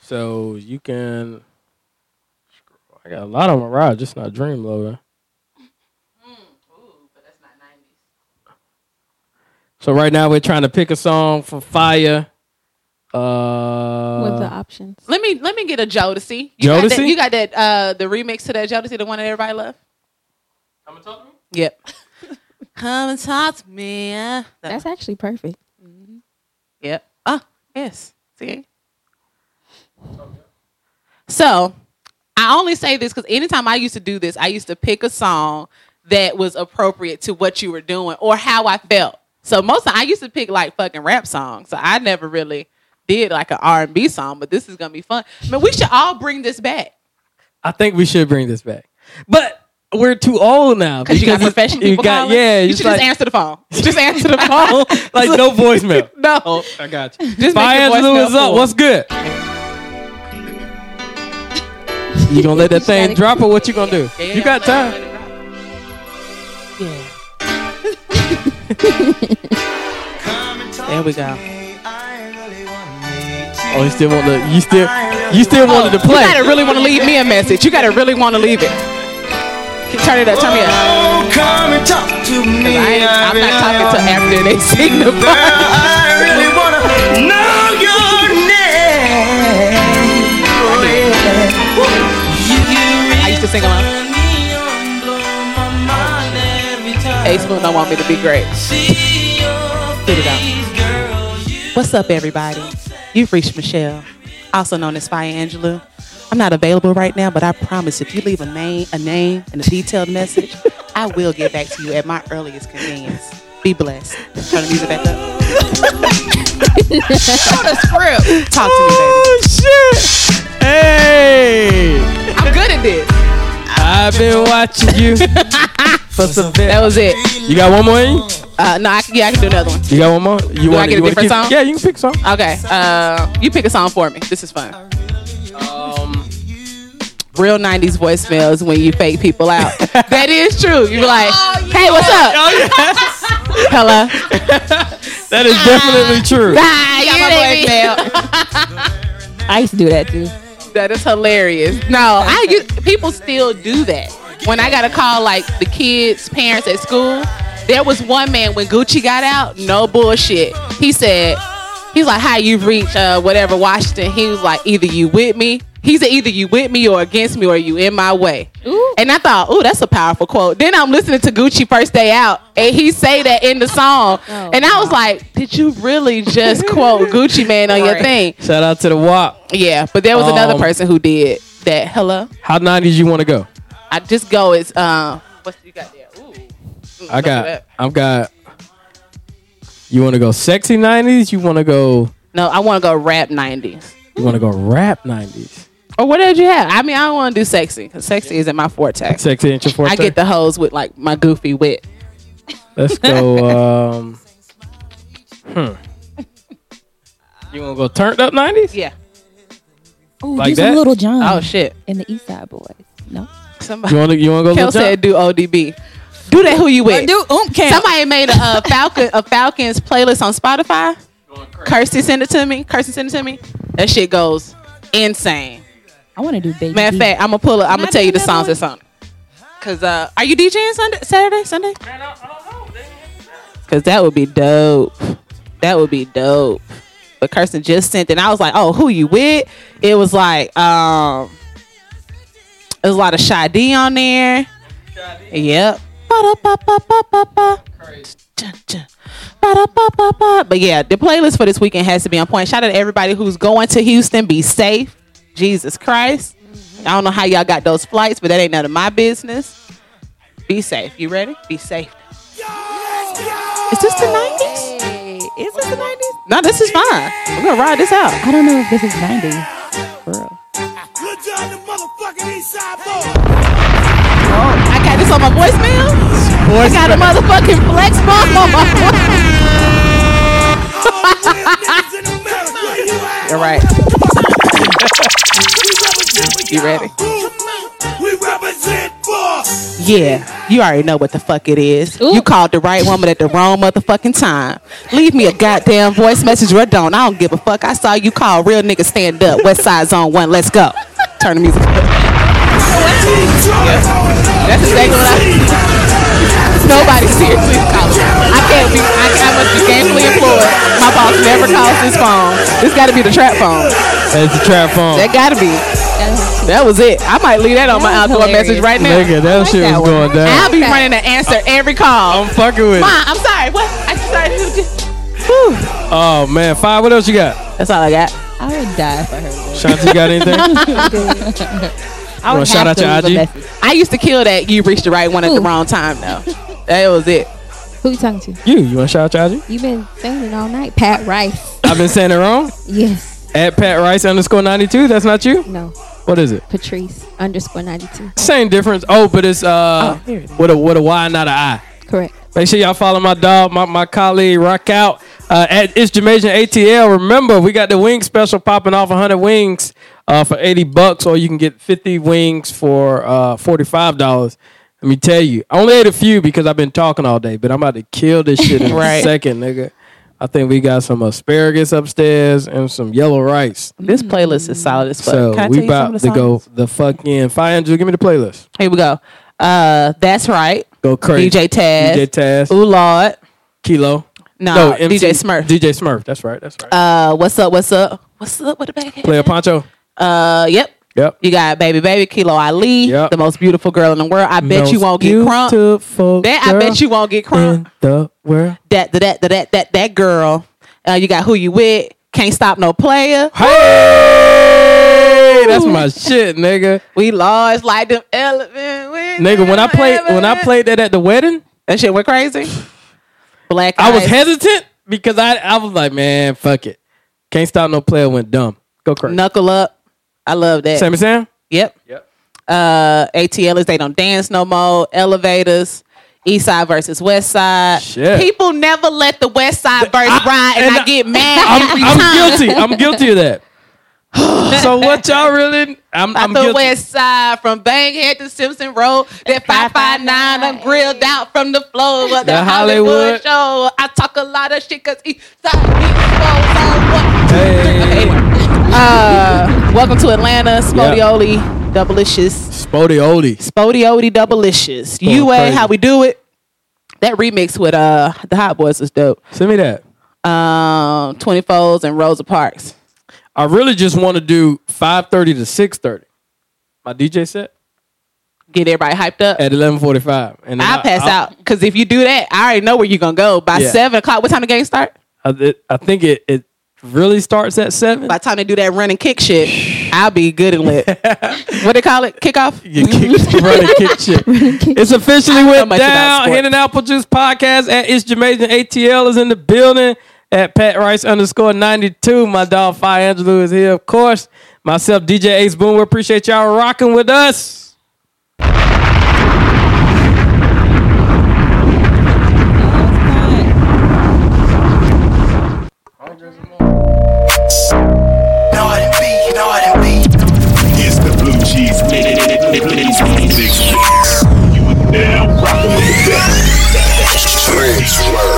Speaker 1: So you can. I got a lot on my ride, just not dream lover.
Speaker 2: Mm,
Speaker 1: So right now we're trying to pick a song for fire. Uh,
Speaker 5: What are the options?
Speaker 2: Let me let me get a Jodeci. You Got that,
Speaker 1: Jodeci?
Speaker 2: you got that uh the remix to that Jodeci, the one that everybody loved? Yep. <laughs> Come and talk to me. uh, that
Speaker 5: That's actually perfect.
Speaker 2: Mm-hmm. Yep. Ah, yes. See? So I only say this because anytime I used to do this, I used to pick a song that was appropriate to what you were doing or how I felt. So most of I used to pick like fucking rap songs. So I never really did like an R and B song, but this is gonna be fun. I mean, we should all bring this back.
Speaker 1: I think we should bring this back, but we're too old now
Speaker 2: Because you got
Speaker 1: it's-
Speaker 2: professional
Speaker 1: you
Speaker 2: people
Speaker 1: got-
Speaker 2: calling.
Speaker 1: Yeah,
Speaker 2: you
Speaker 1: it's
Speaker 2: should
Speaker 1: like,
Speaker 2: just answer
Speaker 1: <laughs>
Speaker 2: the phone. Just answer <laughs> the phone.
Speaker 1: Oh, like no voicemail.
Speaker 2: <laughs> no,
Speaker 1: Oh, I got you.
Speaker 2: just make
Speaker 1: Fire
Speaker 2: your voice
Speaker 1: Lou is
Speaker 2: up.
Speaker 1: up. What's good? you gonna let that thing drop or what you gonna do? You got time.
Speaker 2: Yeah.
Speaker 1: <laughs>
Speaker 2: there we go.
Speaker 1: Oh, you still want the you still you still wanted to play.
Speaker 2: You gotta really want to leave me a message. You gotta really want to leave it. Can- Turn it up. Turn me up.
Speaker 10: Oh, come and talk to me.
Speaker 2: 'Cause I ain't,
Speaker 10: I
Speaker 2: I'm not
Speaker 10: really
Speaker 2: talking to
Speaker 10: wanna-
Speaker 2: after they sing the
Speaker 10: Girl,
Speaker 2: part.
Speaker 10: I really wanna know your name. Oh, yeah.
Speaker 2: I used to sing along. Hey, Spoon don't want me to be great. Here we go. What's up, everybody? You've reached Michelle, also known as Fire Angelou. I'm not available right now, but I promise if you leave a name, a name, and a detailed message, I will get back to you at my earliest convenience. Be blessed. Turn the music back up. <laughs> Talk to me, baby.
Speaker 1: Oh shit! Hey,
Speaker 2: I'm good at this. <laughs>
Speaker 1: I've been watching you for some.
Speaker 2: That was it.
Speaker 1: You got one more in? you?
Speaker 2: Uh, no, I can, yeah, I can do another one.
Speaker 1: You got one more? You
Speaker 2: do I
Speaker 1: wanna-
Speaker 2: get
Speaker 1: you
Speaker 2: a
Speaker 1: wanna
Speaker 2: different
Speaker 1: keep-
Speaker 2: song?
Speaker 1: Yeah, you can pick a song.
Speaker 2: Okay. Uh, you pick a song for me. This is fun. Um, Real 90s voicemails when you fake people out.
Speaker 1: <laughs>
Speaker 2: that is true. You be like, hey, what's up?
Speaker 1: Oh,
Speaker 2: Hello.
Speaker 1: That is
Speaker 4: Ah.
Speaker 1: definitely true.
Speaker 2: Bye. You got my voicemail.
Speaker 4: <laughs> I used to do that too.
Speaker 2: That is hilarious. No, I get- people still do that. When I got a call, like the kids' parents at school, there was one man when Gucci got out. No bullshit. He said, he's like, "Hi, you've reached uh, whatever Washington." He was like, "Either you with me." He said, "Either you with me or against me or you in my way." And I thought, "Ooh, that's a powerful quote." Then I'm listening to Gucci first day out, and he say that in the song, and I was like, "Did you really just quote Gucci man on your
Speaker 1: Right.
Speaker 2: thing?"
Speaker 1: Shout out to the WAP.
Speaker 2: Yeah, but there was another
Speaker 1: Um,
Speaker 2: person who did that. Hello,
Speaker 1: How 90s you want to go?
Speaker 2: I just go. It's um, what's you got there? Ooh, Mm,
Speaker 1: I
Speaker 2: don't do
Speaker 1: got,
Speaker 2: that.
Speaker 1: I've got, you want to go sexy 90s? You want to go,
Speaker 2: No, I want to go rap nineties
Speaker 1: you want to go rap 90s?
Speaker 2: or whatever you have. I mean, I don't want to do sexy because sexy isn't my forte.
Speaker 1: Sexy and your forte?
Speaker 2: I get the hoes with like my goofy wit.
Speaker 1: Let's go,
Speaker 2: <laughs>
Speaker 1: um, hmm. You want to go turned up 90s?
Speaker 2: Yeah.
Speaker 4: Ooh,
Speaker 1: Like
Speaker 4: do some
Speaker 1: that?
Speaker 4: Little John.
Speaker 2: Oh shit!
Speaker 4: In the East Side Boys. No.
Speaker 2: Somebody.
Speaker 1: You want to you wanna go
Speaker 2: Kel
Speaker 1: Lil Jon?
Speaker 2: said do ODB. Do that who you with.
Speaker 4: Do um, count.
Speaker 2: Somebody made a, uh Falcon a Falcons playlist on Spotify. Kirsty sent it to me. Kirsty sent it to me. That shit goes insane.
Speaker 4: I want to do baby.
Speaker 2: Matter of
Speaker 4: D.
Speaker 2: fact, I'm gonna pull up. I'm
Speaker 4: Can
Speaker 2: gonna
Speaker 4: I
Speaker 2: tell
Speaker 4: do
Speaker 2: you the
Speaker 4: another
Speaker 2: songs that's on. it. Cause uh, are you DJing Sunday, Saturday, Sunday? Cause that would be dope. That would be dope. But Kirsten just sent, it, and I was like, "Oh, who you with?" It was like, um, there's a lot of Sade on there. Yep. Ba-da-ba-ba-ba-ba-ba. Dun, dun. Ba-da-ba-ba-ba. But yeah, the playlist for this weekend has to be on point. Shout out to everybody who's going to Houston. Be safe. Jesus Christ. I don't know how y'all got those flights, but that ain't none of my business. Be safe. You ready? Be safe. Is this the 90s?
Speaker 4: Is this the 90s?
Speaker 2: No, this is fine. We're going to ride this out.
Speaker 4: I don't know if this is 90s. For real.
Speaker 2: Oh. I got this on my voicemail. I got a motherfucking flex bomb on my voicemail. You're right. you ready? <laughs> Yeah, you already know what the fuck it is. You called the right woman at the wrong motherfucking time. Leave me a goddamn voice message or don't. I don't give a fuck. I saw you call real nigga stand up. West side zone one. Let's go. Turn the music up. That's exactly what I. Nobody seriously is calling. I can't be. I, I must be gainfully employed. My boss never calls his phone. This got to be the trap phone.
Speaker 1: That's the trap phone.
Speaker 2: That got to be. That was it. I might leave that on my outdoor message right now.
Speaker 1: Nigga, that shit was going down.
Speaker 2: I'll be running to answer every call.
Speaker 1: I'm fucking with it.
Speaker 2: Ma, I'm sorry. What? I just sorry. you just-
Speaker 1: Oh, man. Five, what else you got?
Speaker 2: That's all I got.
Speaker 4: I would die for her.
Speaker 1: Shanti, got anything?
Speaker 4: <laughs> I
Speaker 1: Wanna
Speaker 4: would
Speaker 1: shout
Speaker 4: have
Speaker 1: out
Speaker 4: to
Speaker 1: your
Speaker 4: leave a
Speaker 1: IG?
Speaker 4: message.
Speaker 2: I used to kill that. You reached the right one at the wrong time though. That was it.
Speaker 11: Who you talking to?
Speaker 1: you, you want to shout out your IG?
Speaker 11: You've been saying it all night. Pat Rice.
Speaker 1: I've been saying it
Speaker 2: <laughs>
Speaker 1: wrong.
Speaker 11: Yes.
Speaker 1: At Pat Rice underscore 92. That's not you?
Speaker 11: No.
Speaker 1: What is it?
Speaker 11: Patrice underscore 92.
Speaker 1: Same difference. Oh, but it's uh, with a with a Y, not a I.
Speaker 11: Correct.
Speaker 1: Make sure y'all follow my dog, my, my colleague, Rock Out uh, at It's Jamaican ATL. Remember, we got the wing special popping off 100 wings uh, for 80 bucks, or you can get 50 wings for uh, $45. Let me tell you, I only ate a few because I've been talking all day, but I'm about to kill this shit
Speaker 2: <laughs>
Speaker 1: in a
Speaker 2: Right.
Speaker 1: second, nigga. I think we got some asparagus upstairs and some yellow rice.
Speaker 2: This playlist is solid as fuck.
Speaker 1: So
Speaker 2: Can I tell
Speaker 1: we
Speaker 2: you some
Speaker 1: about
Speaker 2: of
Speaker 1: to
Speaker 2: the
Speaker 1: go
Speaker 2: songs?
Speaker 1: the fuck in. Fire Angel, give me the playlist.
Speaker 2: Here we go. Uh, that's right.
Speaker 1: Go crazy.
Speaker 2: DJ Taz.
Speaker 1: DJ Taz.
Speaker 2: Ooh Lord.
Speaker 1: Kilo.
Speaker 2: Nah,
Speaker 1: MC
Speaker 2: DJ Smurf.
Speaker 1: DJ Smurf. That's right. That's right.
Speaker 2: Uh, what's up? What's up? What's up with the back? <laughs>
Speaker 1: Player Poncho.
Speaker 2: Uh, yep.
Speaker 1: Yep.
Speaker 2: You got baby, baby, Kilo Ali,
Speaker 1: Yep.
Speaker 2: the most beautiful girl in the world. I bet you won't get crunk.
Speaker 1: Beautiful
Speaker 2: That I bet you won't get crunk.
Speaker 1: in the world.
Speaker 2: That that that that that that girl. Uh, you got who you with? Can't stop no player.
Speaker 1: Hey, that's my shit, nigga.
Speaker 2: We large like them elephant. wings.
Speaker 1: Nigga, when I played when
Speaker 2: <laughs>
Speaker 1: I played that at the wedding,
Speaker 2: that shit went crazy. Black.
Speaker 1: I was
Speaker 2: Eyes.
Speaker 1: hesitant because I I was like, man, fuck it, can't stop no player went dumb. Go crazy.
Speaker 2: Knuckle up. I love that.
Speaker 1: Sammy Sam.
Speaker 2: Yep.
Speaker 1: Yep.
Speaker 2: Uh, ATL is they don't dance no more. Elevators. East Side versus West Side.
Speaker 1: Shit.
Speaker 2: People never let the West Side verse ride, and, I, get mad. every
Speaker 1: I'm, I'm
Speaker 2: time.
Speaker 1: guilty. I'm guilty of
Speaker 2: <laughs>
Speaker 1: that. so what y'all really? I'm,
Speaker 2: I
Speaker 1: I'm
Speaker 2: the
Speaker 1: guilty.
Speaker 2: west side from Banghead to Simpson Road. That 559, I'm grilled out from the floor of the,
Speaker 1: The
Speaker 2: Hollywood.
Speaker 1: Hollywood.
Speaker 2: show. I talk a lot of shit because east side <laughs> Uh, welcome to Atlanta, Spodioli, Doublicious,
Speaker 1: Spody Oldie.
Speaker 2: Spodioli, Doublicious.
Speaker 1: Going
Speaker 2: You ain't
Speaker 1: crazy.
Speaker 2: how we do it. That remix with uh the Hot Boys was dope.
Speaker 1: Send me that.
Speaker 2: Um, Twenty Folds and Rosa Parks.
Speaker 1: I really just want to do 5:30 to 6:30. My DJ set
Speaker 2: Get everybody hyped up.
Speaker 1: at 11:45, and then
Speaker 2: I pass
Speaker 1: I'll-
Speaker 2: out because if you do that, I already know where you're gonna go by
Speaker 1: Yeah.
Speaker 2: seven o'clock. What time the game start?
Speaker 1: I, it- I think it it really starts at seven.
Speaker 2: By the time they do that run and kick
Speaker 1: <sighs>
Speaker 2: shit, I'll be good
Speaker 1: <laughs>
Speaker 2: and lit. what they call it? Kickoff.
Speaker 1: You kick, <laughs> run and kick shit. It's officially went
Speaker 2: much about
Speaker 1: down.
Speaker 2: sports.
Speaker 1: Hidden Apple Juice podcast at It's Jamaican ATL is in the building at Pat Rice underscore 92. My dog Fire Angelou is here, of course. Myself, DJ Ace Boom. We appreciate y'all rocking with us.
Speaker 12: It's the blue cheese minute.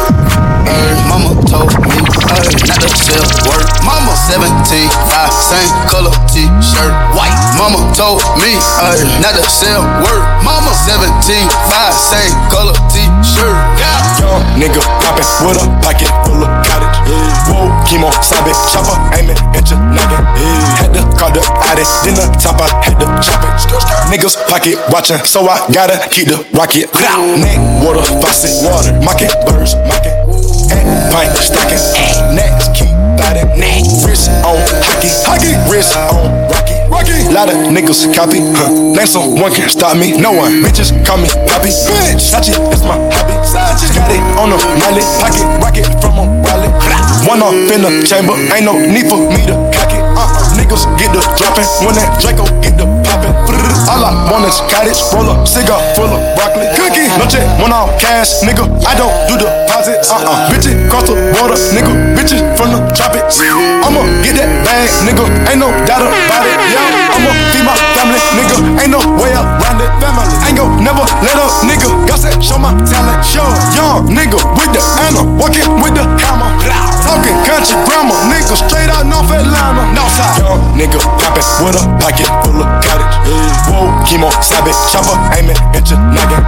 Speaker 13: Mama told me uh, not to sell work. Mama 17, five, same color t-shirt, white. Mama told me uh, not to sell work. Mama 17, five, same color t-shirt. Yeah.
Speaker 14: Young nigga poppin' with a pocket full of cottage. Whoa, chemo, stop it. Chopper aimin' at your noggin. Had to call the addict, then the top, I had to chop it. Niggas pocket watchin', so I gotta keep the rocket. Neck, water, faucet, water, mocking, birds, mocking. Pint, stocking, necks, keep biting. Wrist on hockey, hockey, wrist on rocky. Rocky. Lot of niggas copy, huh? Name someone can stop me. No one. Bitches call me poppy. Bitch, Sachi, that's my hobby. Sachi. Got it on a mallet, pocket rocket from a wallet. One off in the chamber, ain't no need for me to cock it. Uh-uh. Niggas get the dropping when that Draco get the popping. All I want is cottage, roll up, cigar full of broccoli. Cookie, no check, one off cash, nigga. I don't do deposits. Uh-uh. Bitches cross the border, nigga. Bitches from the tropics. I'ma get that bag, nigga. Ain't no doubt about it. Yeah, I'ma feed my family, nigga. Ain't no way around it. Family. Ain't gon' never let up, nigga. Got said, show my talent. Show young nigga with the hammer, walking with the hammer. Talking country grammar, nigga. Straight out North Atlanta, Northside. Young nigga poppin' with a pocket full of cottage. Whoa, chemo, stop it. Chopper aimin' at your noggin.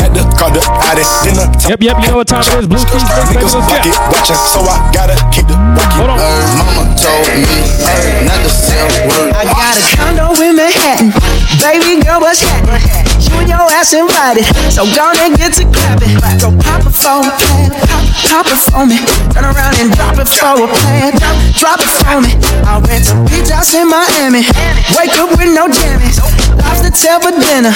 Speaker 14: Had to call the addict, then the top.
Speaker 1: Yep, yep, you know what time it is. Blue cheese,
Speaker 14: Niggas pocket watchin', so I gotta keep the rocket. Hold on.
Speaker 13: Mama told me uh, not to sell work.
Speaker 9: I got a condo in Manhattan. Baby girl, what's happening? You and your ass invited, so gonna get to clapping. Go pop it for me, pop, pop it for me. Turn around and drop it for a plan, drop, drop it for me. I went to Beach House in Miami. Wake up with no jammies. Lobster tail for dinner.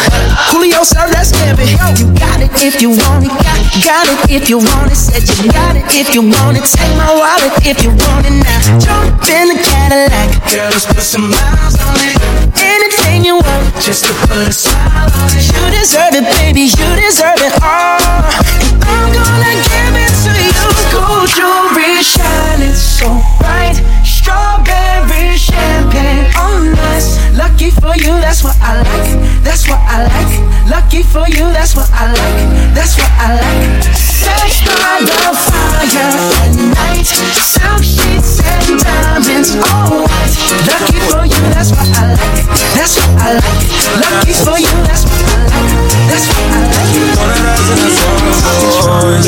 Speaker 9: Julio served that scampi. You got it if you want it. Got, got it if you want it. Said you got it if you want it. Take my wallet if you want it now. Jump in the Cadillac. Girl, let's put some miles on it. Anything you want, just to put a smile on it. You deserve it, baby. You deserve it all. And I'm gonna give it to you. Gold jewelry shining so bright. Strawberry champagne on us. Lucky for you, that's what I like. That's what I like. Lucky for you, that's what I like. That's what I like. Sex by the fire at night. Silk sheets and diamonds all white. Lucky for you, that's what I like. That's what I like. Lucky for you, that's what I like. That's what I like.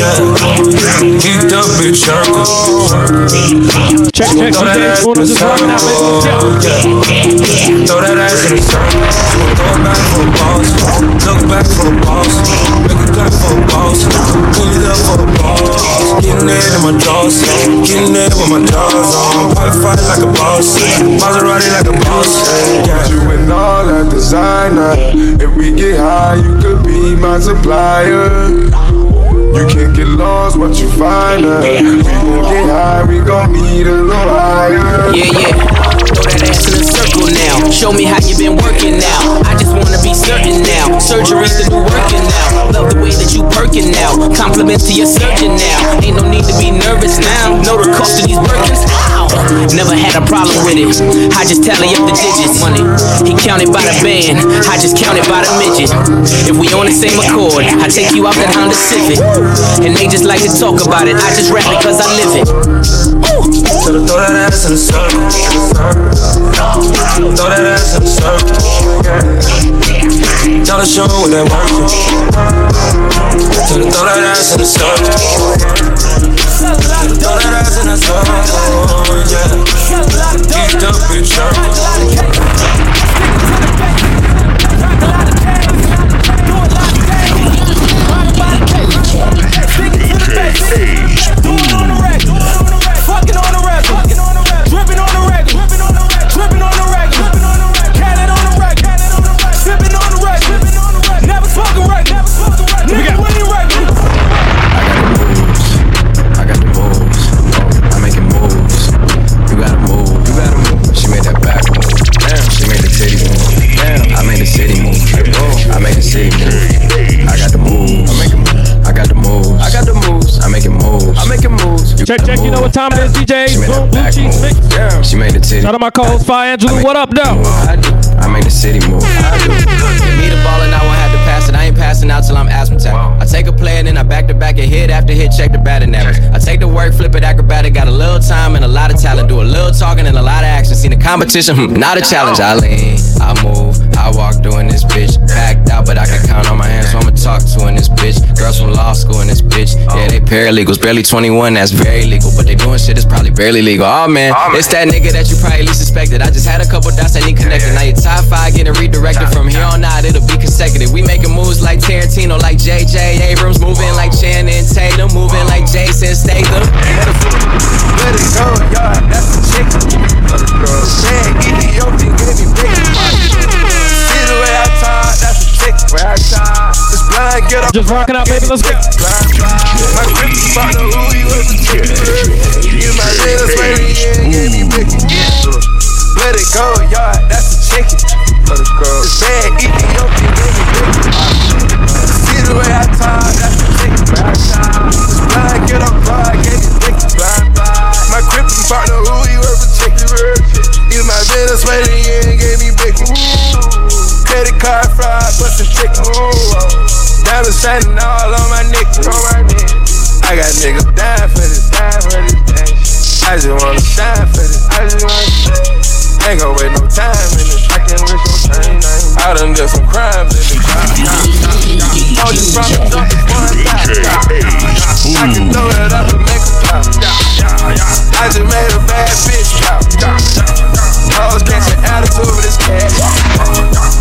Speaker 15: Keep the bitch circle.
Speaker 1: Check, check,
Speaker 15: Throw that ass
Speaker 1: check.
Speaker 15: in the circle. Throw that ass in the circle. Throw it back for balls. Look back for balls. Make it clap for balls. Pull it up for balls. Getting it in my drawers. Getting it with my drawers on. Wi-Fi like a boss. Maserati like a boss. Yeah.
Speaker 16: You and all that designer. If we get high, you could be my supplier. You can get lost what you find her. We gon' get high, we gon' need a little higher.
Speaker 17: Yeah, yeah. Throw that ass in a circle now. Show me how you been working now. I just wanna be certain now. Surgery's the new working now. Love the way that you perking
Speaker 18: Compliments to your surgeon now. Ain't no need to be nervous now. Know the cost of these burgers. Ow! Never had a problem with it. I just tally up the digits. Money. He counted by the band. I just counted by the midget. If we on the same accord, I take you out that Honda Civic. And they just like to talk about it. I just rap it cause I live it.
Speaker 10: Tell her throw that ass in a circle. Throw that ass in a circle. Tell her show her what that work is. Tell her throw that ass in a circle. Throw that ass in a circle, yeah. Get up in circles.
Speaker 19: I got the moves. I'm making moves. You gotta move. You gotta move. She made that back move. Damn. She made the titty move. Damn. I made the city move. I made the city move. I got the moves. I got the moves. I got the moves. I'm making moves. I'm making moves.
Speaker 1: Check, check. You know what time it is, DJ.
Speaker 19: She made
Speaker 1: Boom,
Speaker 19: that
Speaker 1: blue
Speaker 19: back
Speaker 1: cheese mix.
Speaker 19: move. Damn. She made the titty.
Speaker 1: Shout out my co-host, Fire Angelou. What up, though?
Speaker 19: I made the city move.
Speaker 18: Give me the ball and I won't have to pass it. I ain't passing out till I'm asthmatic. I take a play and then I back to back and hit after hit, check the batting average. I take the work, flip it acrobatic. Got a little time and a lot of talent. Do a little talking and a lot of action. Seen the competition, hmm, not a challenge. I lean, I move, I walk doing this bitch. Packed out, but I can count on my hands, so I'ma talk to in this bitch. Girls from law school in this bitch. Yeah, they paralegals, barely 21, that's very legal. But they doing shit that's probably barely legal. Oh man, it's that nigga that you probably least suspected. I just had a couple dots that need connected. Now your top five getting redirected from here on out. It'll be consecutive. We making moves like Tarantino, like JJ Abrams, moving like Channing Tatum, moving like Jason Statham. Let it go, y'all. That's the chicken.
Speaker 10: Shag, Ethiopian gave me big. See the way I talk, that's a trick. Way I talk, this blind get up.
Speaker 1: Just rocking out, baby. Let's go.
Speaker 10: My grip about the who he was a trick. You my little baby, yeah, give me big. Let it go, y'all. That's a chicken. Let it go. Shag, Ethiopian gave me big. See the way I talk, that's a trick. Way I talk, this blind get up. God gave me big. Blind, blind. My grip about the who he was a trick. You my Venezuelan, you ain't gave me big. Credit card fraud, bustin' trick. Diamonds shining all on my neck, on my neck. I got niggas dying for this, dying for this thing. I just wanna shine for this, I just wanna shine. Ain't gon' wait no time in this, I can't waste no time. I done did some crimes in the crime. Told you from the jump, it's one time. I can throw it up and make a pop. I just made a bad bitch pop. Hoes catch an attitude for this cat.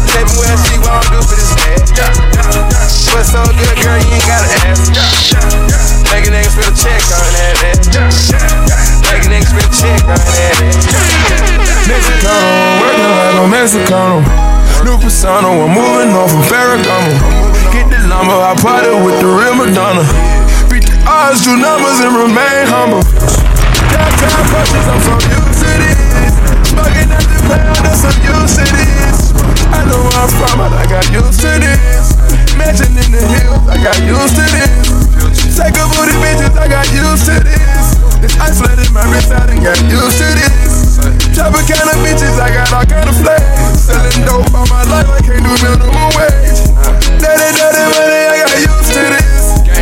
Speaker 10: Take me where she won't do for this cat. But so good, girl, you ain't gotta ask. Make a nigga feel a check on that ass. Make a nigga feel a check on that ass.
Speaker 15: Mexicano, working like a Mexicano. New persona, I'm moving on from Ferragamo. Get the lumber, I party with the real Madonna. Beat the odds, do numbers, and remain humble. Downtown purchase, I'm so used to this. Smoking at the pound, I'm so used to this. I know where I'm from, but I got used to this. Mansion in the hills, I got used to this. Take a booty bitches, I got used to this. This iceland in my wrist, I done got used to this. Chopping kind of bitches, I got all kind of flags. Selling dope all my life, I can't do minimum wage. Dirty, dirty money, I got used to this.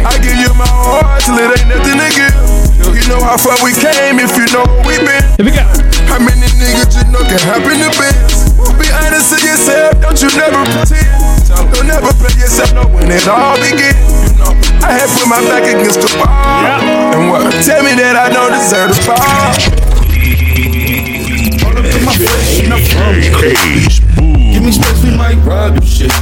Speaker 15: I give you my whole heart till it ain't nothing to give. You know how far we came if you know where we been.
Speaker 1: Here we go.
Speaker 15: How many niggas you know can happen to be? Be honest to yourself, don't you never pretend. Don't never play yourself, know when it all begin. I had put my back against the wall. And what? Tell me that I don't deserve the fall.
Speaker 14: Give me space, we might ride this shit.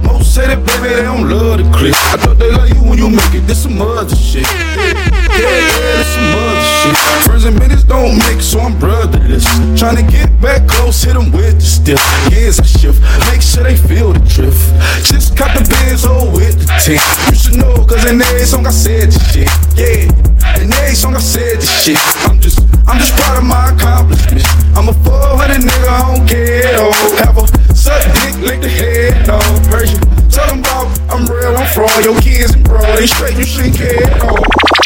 Speaker 14: Most say that, baby, they don't love the click. I thought they love you when you make it. This some other shit. Yeah, yeah, this some other shit. Friends and minutes don't mix, so I'm brotherless. Tryna get back close, hit 'em with the stiff. Gears I shift, make sure they feel the drift. Just cop the Benz, oh, with the tip. You should know, cause in every song I said this shit. Yeah, in every song I said this shit. I'm just, I'm just proud of my accomplishments. I'm a 400 nigga, I don't care. Oh, have a suck dick, lick the head off. Persian, tell them about I'm real, I'm fraud. Your kids and broad, they
Speaker 12: it straight, you shouldn't care at all.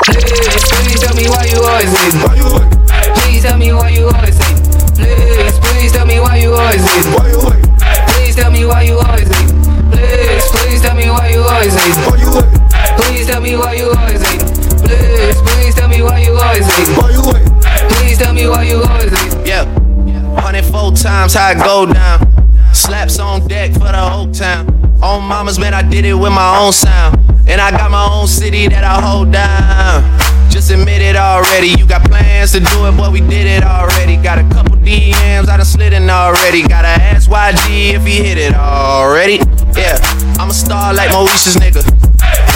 Speaker 20: Please, please tell me why you always hating. Please tell me why you always hating. Please, please tell me why you always hating. Please tell me why you always hating. Please, please tell me why you always hating. Please tell me why you always hating. Please, please tell me why you always hating. Please tell me why you always hating.
Speaker 21: Yeah. 104 times how I go down. Slaps on deck for the whole town. On mamas, man, I did it with my own sound. And I got my own city that I hold down. Just admit it already. You got plans to do it, but we did it already. Got a couple DMs I done slid in already. Gotta ask YG if he hit it already. Yeah, I'm a star like Moesha's nigga.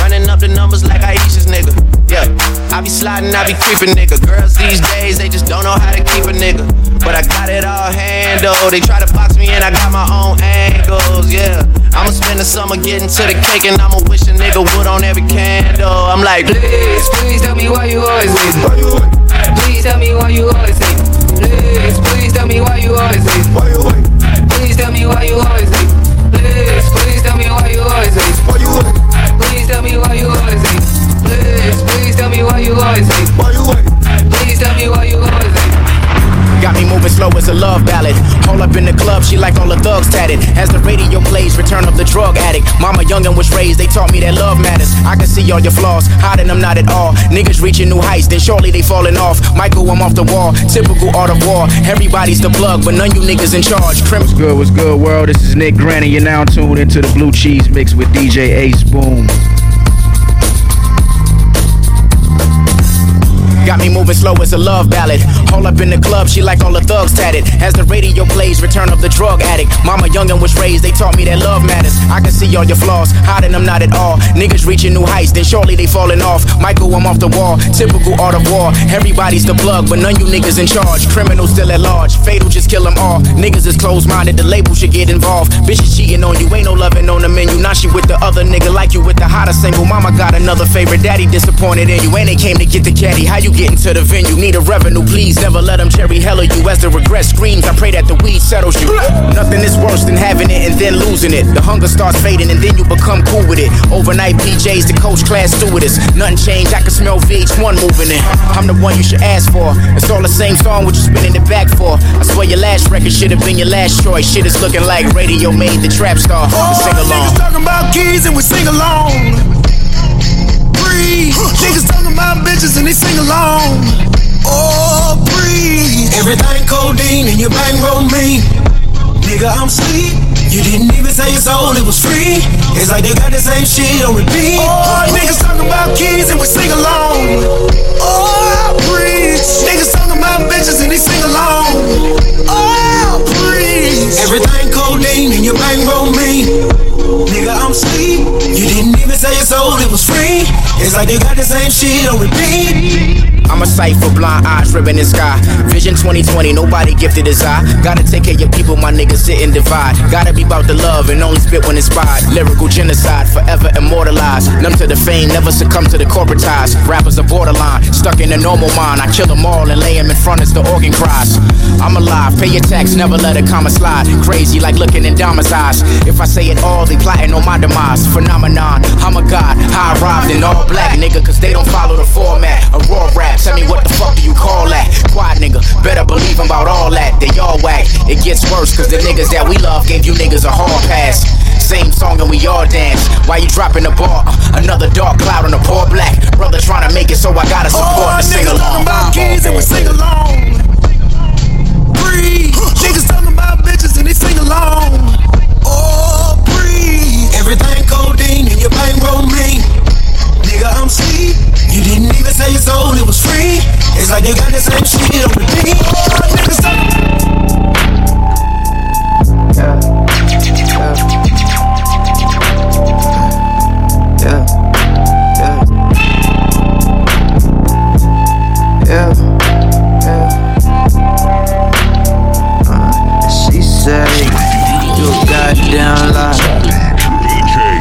Speaker 21: Running up the numbers like Aisha's nigga. Yeah, I be sliding, I be creeping, nigga. Girls these days, they just don't know how to keep a nigga. But I got it all handled. They try to box me and I got my own angles. Yeah, I'ma spend the summer getting to the cake and I'ma wish a nigga would on every candle. I'm like,
Speaker 20: please, please tell me why you always hating. Please tell me why you always hating. Please, please tell me why you always hating. Please tell me why you always hating. Please, please tell me why you always hating. Please tell me why you always hating. Please, please tell me why you always hating. Please tell me why you always hating.
Speaker 22: Got me moving slow as a love ballad. All up in the club, she like all the thugs tatted. As the radio plays, return of the drug addict. Mama youngin' was raised, they taught me that love matters. I can see all your flaws, hiding them not at all. Niggas reaching new heights, then surely they falling off. Michael, I'm off the wall. Typical art of war. Everybody's the plug, but none you niggas in charge. Crim-
Speaker 23: What's good? What's good, world? This is Nick Granny. You're now tuned into the Blue Cheese Mix with DJ Ace Boom.
Speaker 22: Got me moving slow as a love ballad. All up in the club, she like all the thugs tatted. As the radio plays, return of the drug addict. Mama youngin' was raised, they taught me that love matters. I can see all your flaws, hiding them not at all. Niggas reaching new heights, then surely they falling off. Michael, I'm off the wall. Typical art of war. Everybody's the plug, but none you niggas in charge. Criminals still at large. Fatal, just kill them all. Niggas is closed minded, the label should get involved. Bitches cheating on you, ain't no loving on the menu. Now she with the other nigga, like you with the hotter single. Mama got another favorite, daddy disappointed in you. And they came to get the caddy. How you getting to the venue? Need a revenue, please. Never let them cherry hell of you. As the regret screams, I pray that the weed settles you. Nothing is worse than having it and then losing it. The hunger starts fading and then you become cool with it. Overnight PJs, the coach class stewardess. Nothing changed, I can smell VH1 moving in. I'm the one you should ask for. It's all the same song, what you spinning it back for. I swear your last record should have been your last choice. Shit is looking like radio made the trap star. Sing along.
Speaker 10: Niggas talking about keys and we sing along. Breathe. Niggas talking about bitches and they sing along. Oh, breathe. Everything codeine and you bang roll me. Nigga, I'm sleep. You didn't even say it's old, it was free. It's like they got the same shit on repeat. Oh, niggas talking about keys and we sing along. Oh, I breathe. Niggas talking about bitches and they sing along. Oh, I breathe. Everything codeine and you bang roll me. Nigga, I'm sleep. You didn't even say it's old, it was free. It's like they got the same shit on repeat.
Speaker 22: I'm a sight for blind eyes, ribbon in sky. Vision 2020, nobody gifted as I. Gotta take care of your people, my niggas sit and divide. Gotta be about the love and only spit when inspired. Lyrical genocide, forever immortalized. Numb to the fame, never succumb to the corporate ties. Rappers are borderline, stuck in a normal mind. I kill them all and lay them in front as the organ cries. I'm alive, pay your tax, never let a comma slide. Crazy like looking in Dama's eyes. If I say it all, they plotting on my demise. Phenomenon, I'm a god, high arrived in all black, nigga, cause they don't follow the format. A raw rap, tell me what the fuck do you call that? Quiet nigga, better believe I'm about all that. They all whack, it gets worse cause the niggas that we love gave you niggas a hard pass. Same song and we all dance. Why you dropping the bar? Another dark cloud on the poor black. Brother trying to make it so I gotta
Speaker 10: Oh,
Speaker 22: support the sing
Speaker 10: niggas talking
Speaker 22: along.
Speaker 10: about keys and we sing along. Breathe. Niggas talking about bitches and they sing along. Oh, breathe. Everything codeine and your bang roll me. Nigga, I'm sleep. You didn't even say it's old, it was free. It's like they got the same shit on repeat. Oh, niggas talking.
Speaker 24: Yeah, yeah. Uh, she said, You a goddamn lie.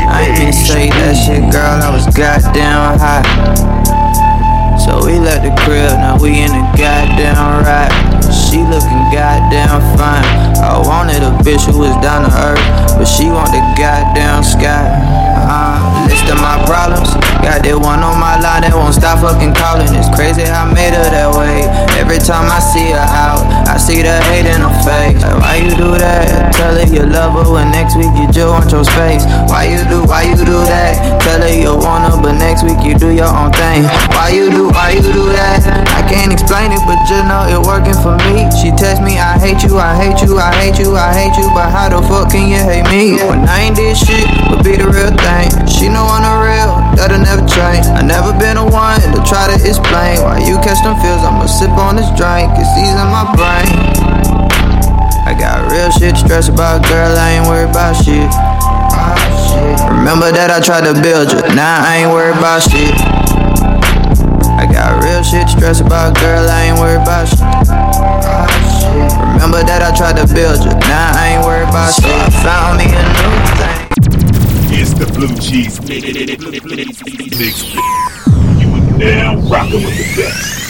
Speaker 24: I ain't been say that shit, girl. I was goddamn hot. So we left the crib, now we in a goddamn ride. She looking goddamn fine. I wanted a bitch who was down to earth, but she want the goddamn sky. Uh, list of Uh-huh. my problems. Got that one on my line that won't stop fucking calling. It's crazy I made her that way. Every time I see her out, I see the hate in her face. Like, why you do that? Tell her you love her when next week you just want your space. Why you do? Why you do that? Tell her you want her, but next week you do your own thing. Why you do? Why you do that? I can't explain it, but just know it working for me. She text me, I hate you, I hate you, I hate you, I hate you, but how the fuck can you hate me? When I ain't did shit, but be the real thing. She know I'm the real, that'll never change. I never been the one to try to explain why you catch them feels. I'ma sip on this drink, it's easing my brain. I got real shit to stress about, girl, I ain't worried about shit. Remember that I tried to build you, now I ain't worried about shit. I got real shit to stress about, girl, I ain't worried about shit. Remember that I tried to build you, now I ain't worried about shit. I found me a new thing.
Speaker 3: It's the blue cheese mix. Mix. You are now rocking with the best.